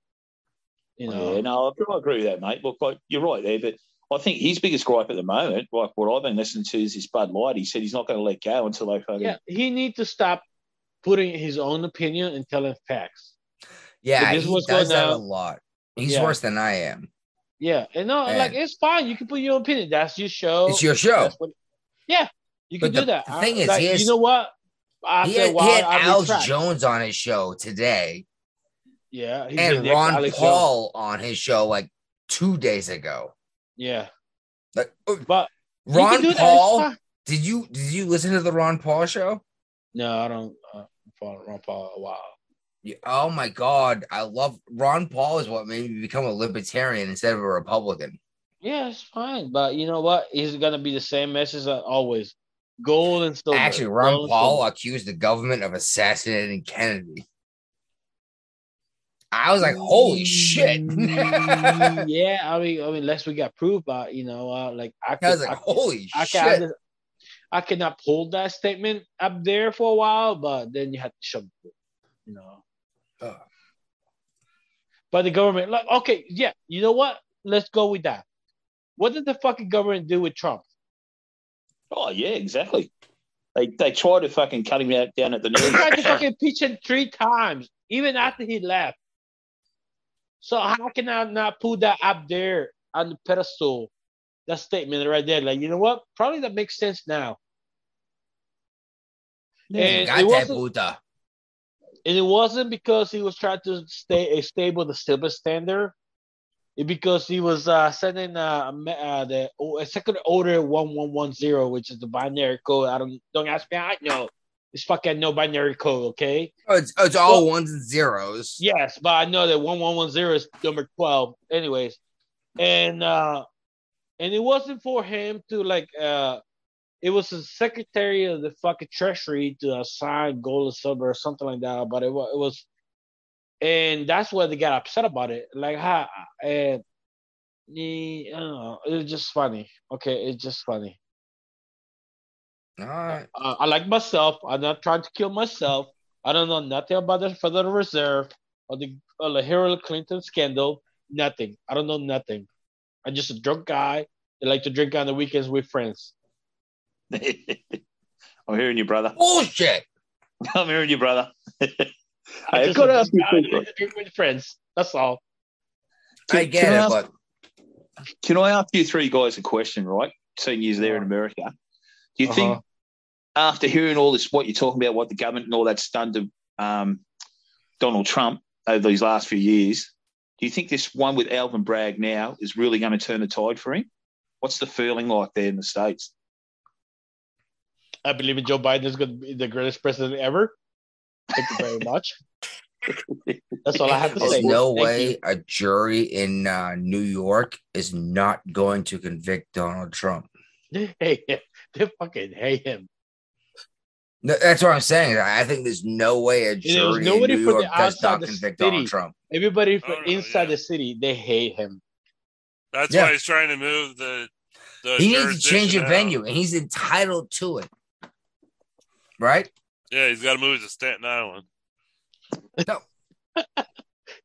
S9: you know.
S10: Yeah, no, I I agree with that, mate. Look, like, you're right there, but I think his biggest gripe at the moment, like what I've been listening to, is this Bud Light. He said he's not going to let go until they fucking.
S9: Yeah, he needs to stop putting his own opinion and telling facts.
S7: Yeah,
S9: But this
S7: he
S9: was
S7: does
S9: going
S7: that a
S9: out-
S7: lot. He's
S9: Yeah.
S7: worse than I am.
S9: Yeah, and no,
S7: Man.
S9: like it's fine. You can put your opinion. That's your show.
S7: It's your show.
S9: That's what- yeah, you can
S7: But
S9: do
S7: the-
S9: that.
S7: the thing
S9: I-
S7: is,
S9: like,
S7: he
S9: you
S7: has-
S9: know what? After
S7: He had,
S9: a
S7: he
S9: while,
S7: had
S9: I
S7: Alex
S9: retract.
S7: Jones on his show today,
S9: Yeah, he's the
S7: and
S9: next
S7: Ron
S9: Alex Jones.
S7: Paul on his show like two days ago.
S9: Yeah,
S7: Like, uh,
S9: but you can
S7: Ron
S9: do that, it's
S7: Paul,
S9: fine.
S7: did you did you listen to the Ron Paul show?
S9: No, I don't uh, follow Ron Paul a while.
S7: Yeah, Oh my God, I love Ron Paul is what made me become a libertarian instead of a Republican.
S9: Yeah, it's fine, but you know what? It's gonna be the same message as uh, always. Gold and silver.
S7: Actually, Ron
S9: Gold and
S7: Paul
S9: silver.
S7: accused the government of assassinating Kennedy. I was like, holy shit.
S9: Mm, yeah, I mean, I mean, unless we got proof, but you know, uh, like I, could,
S7: was like,
S9: could-
S7: holy
S9: I
S7: shit.
S9: Can, I can uphold that statement up there for a while, but then you have to shove it, you know.
S7: Ugh.
S9: But the government, like, okay, yeah, you know what? Let's go with that. What did the fucking government do with Trump?
S10: Oh yeah, exactly. They they tried to fucking cut him out down at the
S9: They tried to
S10: knees.
S9: fucking pitch him three times, even after he left. So how can I not put that up there on the pedestal? That statement right there, like you know what? Probably that makes sense now. And it
S7: Gata
S9: wasn't,
S7: puta.
S9: and it wasn't because he was trying to stay a stable the silver standard. It because he was uh, sending uh, a me- uh, the o- a second order one one one zero, which is the binary code. I don't don't ask me. I know it's fucking no binary code. Okay.
S7: Oh, It's, it's all
S9: Well-
S7: ones and zeros.
S9: Yes, but I know that one one one zero is number twelve. Anyways, and uh and it wasn't for him to like uh it was the secretary of the fucking treasury to assign gold and silver or something like that. But it was, it was and that's why they got upset about it. Like ha and eh, I don't know. It's just funny. Okay, it's just funny.
S7: All right.
S9: Uh, I like myself. I'm not trying to kill myself. I don't know nothing about the Federal Reserve or the, or the Hillary Clinton scandal. Nothing. I don't know nothing. I'm just a drunk guy. that like to drink on the weekends with friends.
S10: I'm hearing you, brother.
S7: Bullshit.
S10: I'm hearing you, brother. hey,
S9: I
S10: I've
S9: just
S10: got to
S9: a
S10: ask you
S9: drunk guy
S10: a quick
S9: that like to drink with friends. That's all.
S7: I
S10: Can-
S7: get
S10: can
S7: it,
S10: I ask-
S7: but
S10: Can I ask you three guys a question, right? Seeing you there in America, do
S7: Uh-huh.
S10: you think after hearing all this, what you're talking about, what the government and all that's done to um, Donald Trump over these last few years, do you think this one with Alvin Bragg now is really going to turn the tide for him? What's the feeling like there in the states?
S9: I believe that Joe Biden is going to be the greatest president ever. Thank you very much. That's all I have to
S7: there's
S9: say.
S7: no
S9: Thank
S7: way
S9: you.
S7: a jury in uh, New York is not going to convict Donald Trump.
S9: They hate him. They fucking hate him.
S7: No, that's what I'm saying. I think there's no way a
S9: And there was
S7: jury in
S9: nobody
S7: New
S9: from
S7: York
S9: the
S7: does
S9: outside
S7: not
S9: the
S7: convict
S9: city.
S7: Donald Trump.
S9: Everybody from inside the city, they hate him.
S8: That's
S7: Yeah.
S8: why he's trying to move the. the
S7: he needs to change
S8: jurisdiction
S7: the
S8: out.
S7: venue, and he's entitled to it, right?
S8: Yeah, he's got to move it to Staten Island.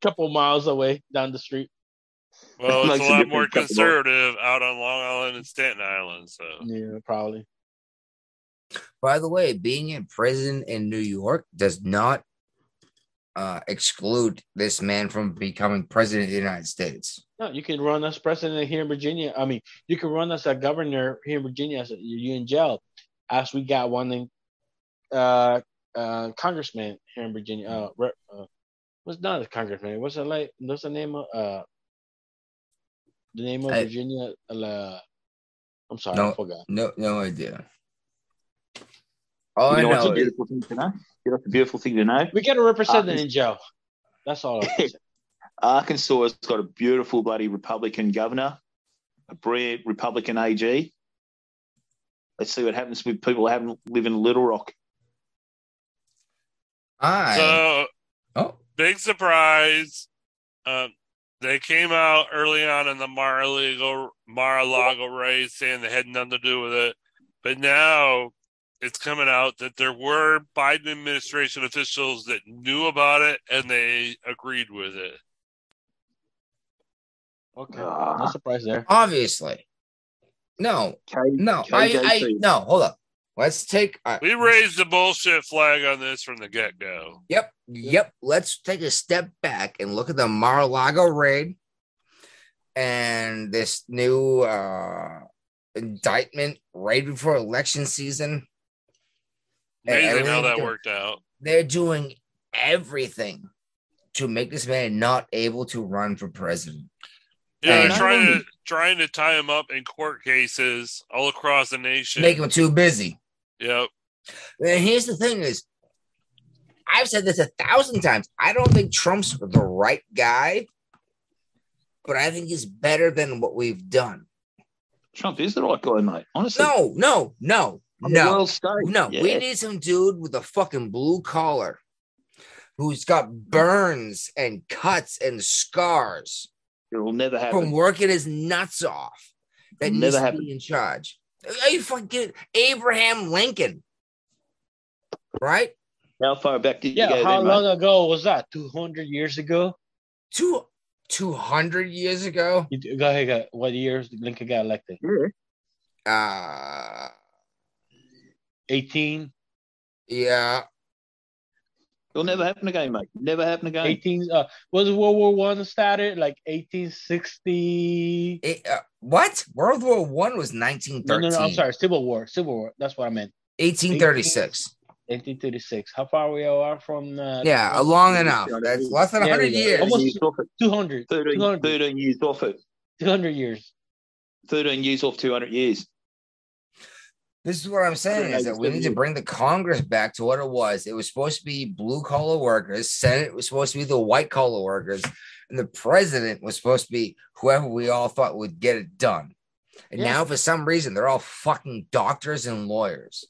S9: couple miles away down the street.
S8: Well, it's
S9: Makes
S8: a
S9: a
S8: lot
S9: difference,
S8: more
S9: couple of-
S8: conservative out on Long Island and Staten Island. So
S9: Yeah, probably.
S7: By the way, being in prison in New York does not uh, exclude this man from becoming president of the United States.
S9: No, you can run as president here in Virginia. I mean, you can run as a governor here in Virginia as a, you in jail, as we got one in, uh, uh, congressman here in Virginia. Uh, rep, uh, was not a congressman. What's the like? What's the name of uh, the name of
S7: I-
S9: Virginia? Uh, I'm sorry, I
S7: No,
S9: forgot.
S7: no, no idea. All
S10: you know,
S7: I
S10: it's a
S7: know.
S10: beautiful thing to know. You know, it's a beautiful thing to know.
S9: We got to represent
S10: Uh,
S9: it in jail. That's all. I
S10: Arkansas has got a beautiful bloody Republican governor, a brilliant Republican AG. Let's see what happens with people who haven't live in Little Rock.
S7: I
S8: So,
S7: oh.
S8: big surprise. Um, they came out early on in the Mar-a-Lago, Mar-a-Lago race saying they had nothing to do with it. But now it's coming out that there were Biden administration officials that knew about it and they agreed with it.
S9: Okay,
S10: Uh,
S9: no surprise there.
S7: Obviously. No. no. I, I
S9: KJP.
S7: no, hold up. Let's take uh,
S8: We raised the bullshit flag on this from the get go.
S7: yep, yep. Let's take a step back and look at the Mar-a-Lago raid and this new uh indictment right before election season. And
S8: Amazing how
S7: everything
S8: that
S7: they're-
S8: worked out.
S7: They're doing everything to make this man not able to run for president.
S8: Yeah,
S7: And
S8: they're trying to trying to tie him up in court cases all across the nation.
S7: make him too busy.
S8: Yep.
S7: And here's the thing is, I've said this a thousand times. I don't think Trump's the right guy, but I think he's better than what we've done.
S10: Trump is the right guy, mate. Honestly.
S7: No, no, no,
S10: On the
S7: no.
S10: world stage,
S7: No, we
S10: yeah.
S7: need some dude with a fucking blue collar who's got burns and cuts and scars
S10: It'll never
S7: from
S10: happen.
S7: working his nuts off that
S10: It'll
S7: needs
S10: never
S7: to
S10: happen.
S7: be in charge. Are you fucking kidding? Abraham Lincoln, right?
S10: How far back did you
S9: Yeah,
S10: go
S9: how
S10: then, mate?
S9: long ago was that? Two hundred years ago.
S7: Two two hundred years ago.
S9: You, go ahead. Go, what years did Lincoln got elected?
S7: Uh
S9: Eighteen.
S7: yeah.
S10: It'll never happen again, mate. Never happen again.
S9: Eighteen. Uh, was World War One started like eighteen sixty?
S7: It, uh, what? World War One was nineteen
S9: No,
S7: thirteen.
S9: no, no. I'm sorry. Civil War. Civil War. That's what I meant.
S7: Eighteen thirty six.
S9: Eighteen thirty six. How far we are from? Uh,
S7: Yeah, uh, long enough. That's less than
S9: There we
S7: hundred
S9: go.
S7: years.
S9: Almost
S10: off it.
S9: 200.
S10: 13,
S9: 200.
S10: 13 years off it.
S9: 200 years.
S10: 13 years off 200 years.
S7: This is what I'm saying is that we need to bring the Congress back to what it was. It was supposed to be blue collar workers. Senate was supposed to be the white collar workers, and the president was supposed to be whoever we all thought would get it done. And
S9: Yeah.
S7: now, for some reason, they're all fucking doctors and lawyers.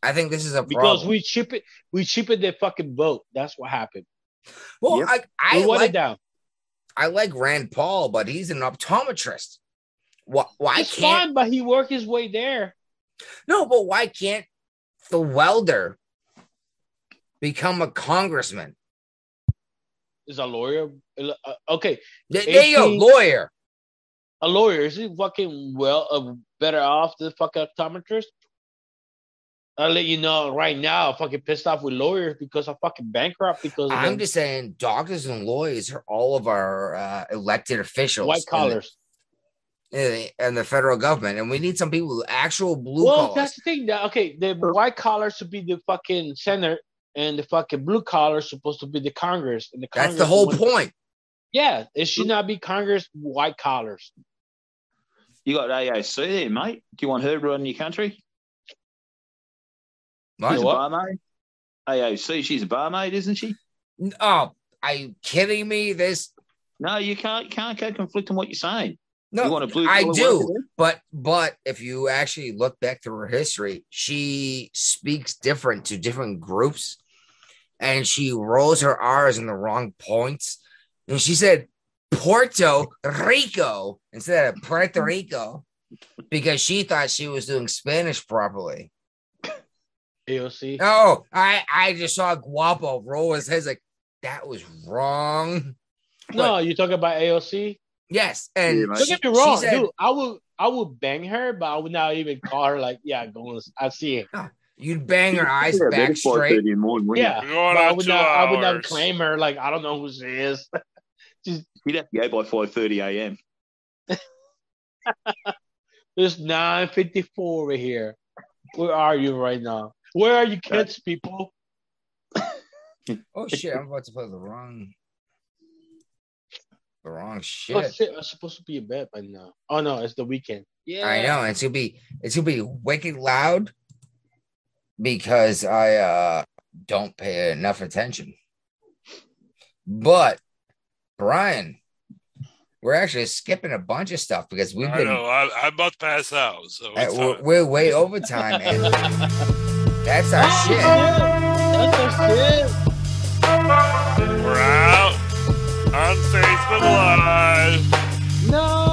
S7: I think this is a problem.
S9: Because we chip it, we chip it their fucking vote. That's what happened.
S7: Well, I, I
S9: We watered
S7: like
S9: down.
S7: I like Rand Paul, but he's an optometrist. Why, why
S9: it's
S7: can't
S9: fine, but he worked his way there.
S7: no? But why can't the welder become a congressman?
S9: Is a lawyer. uh, Okay.
S7: There- there you go,
S9: 18
S7: lawyer.
S9: A lawyer is he fucking well uh, better off than fucking optometrist? I'll let you know right now. I'm fucking pissed off with lawyers because I'm fucking bankrupt because of
S7: I'm
S9: them
S7: just saying, doctors and lawyers are all of our uh, elected officials,
S9: white
S7: in the-
S9: collars.
S7: in the, and the federal government, and we need some people, with actual blue
S9: well,
S7: collars.
S9: that's the thing. That, okay, the white collar should be the fucking center, and the fucking blue collar is supposed to be the Congress. And the
S7: That's
S9: Congress
S7: the whole
S9: wants-
S7: point.
S9: Yeah, it should not be Congress white collars.
S10: You got AOC there, mate. Do you want her running your country?
S7: What?
S10: She's a
S7: What?
S10: barmaid. AOC, she's a barmaid, isn't she?
S7: Oh, are you kidding me? This
S10: No, you can't you can't go conflicting what you're saying. You want a blue
S7: I
S10: collar worker
S7: do,
S10: then?
S7: but but if you actually look back through her history, she speaks different to different groups, and she rolls her R's in the wrong points. And she said Puerto Rico instead of Puerto Rico because she thought she was doing Spanish properly.
S9: AOC.
S7: Oh, I I just saw Guapo roll his head like that was wrong.
S9: No, you talking about AOC?
S7: Yes, and
S9: don't get me
S7: she- she
S9: wrong,
S7: said-
S9: dude. I would I would bang her, but I would not even call her like, yeah, going. I see it.
S7: You'd bang her eyes
S10: Yeah,
S7: back
S10: that's 5:30
S7: straight.
S10: in the morning, wouldn't
S9: Yeah,
S10: you?
S9: but I would not. I would not claim her. Like I don't know who she is.
S10: You'd have to go by five thirty a.m.
S9: It's nine fifty four over here. Where are you right now? Where are you kids, people?
S7: Oh shit! I'm about to play the wrong, the wrong shit.
S9: Oh, shit, I'm supposed to be in bed by now. Oh no, it's the weekend. Yeah,
S7: I know it's gonna be it's gonna be wicked loud because I uh don't pay enough attention. But Brian, we're actually skipping a bunch of stuff because we've
S8: I
S7: been
S8: know. I, I'm about to pass out. So
S7: uh,
S8: it's
S7: we're,
S8: time.
S7: we're way over time, and that's our shit.
S9: That's our shit.
S8: We're out on Facebook Live.
S9: No.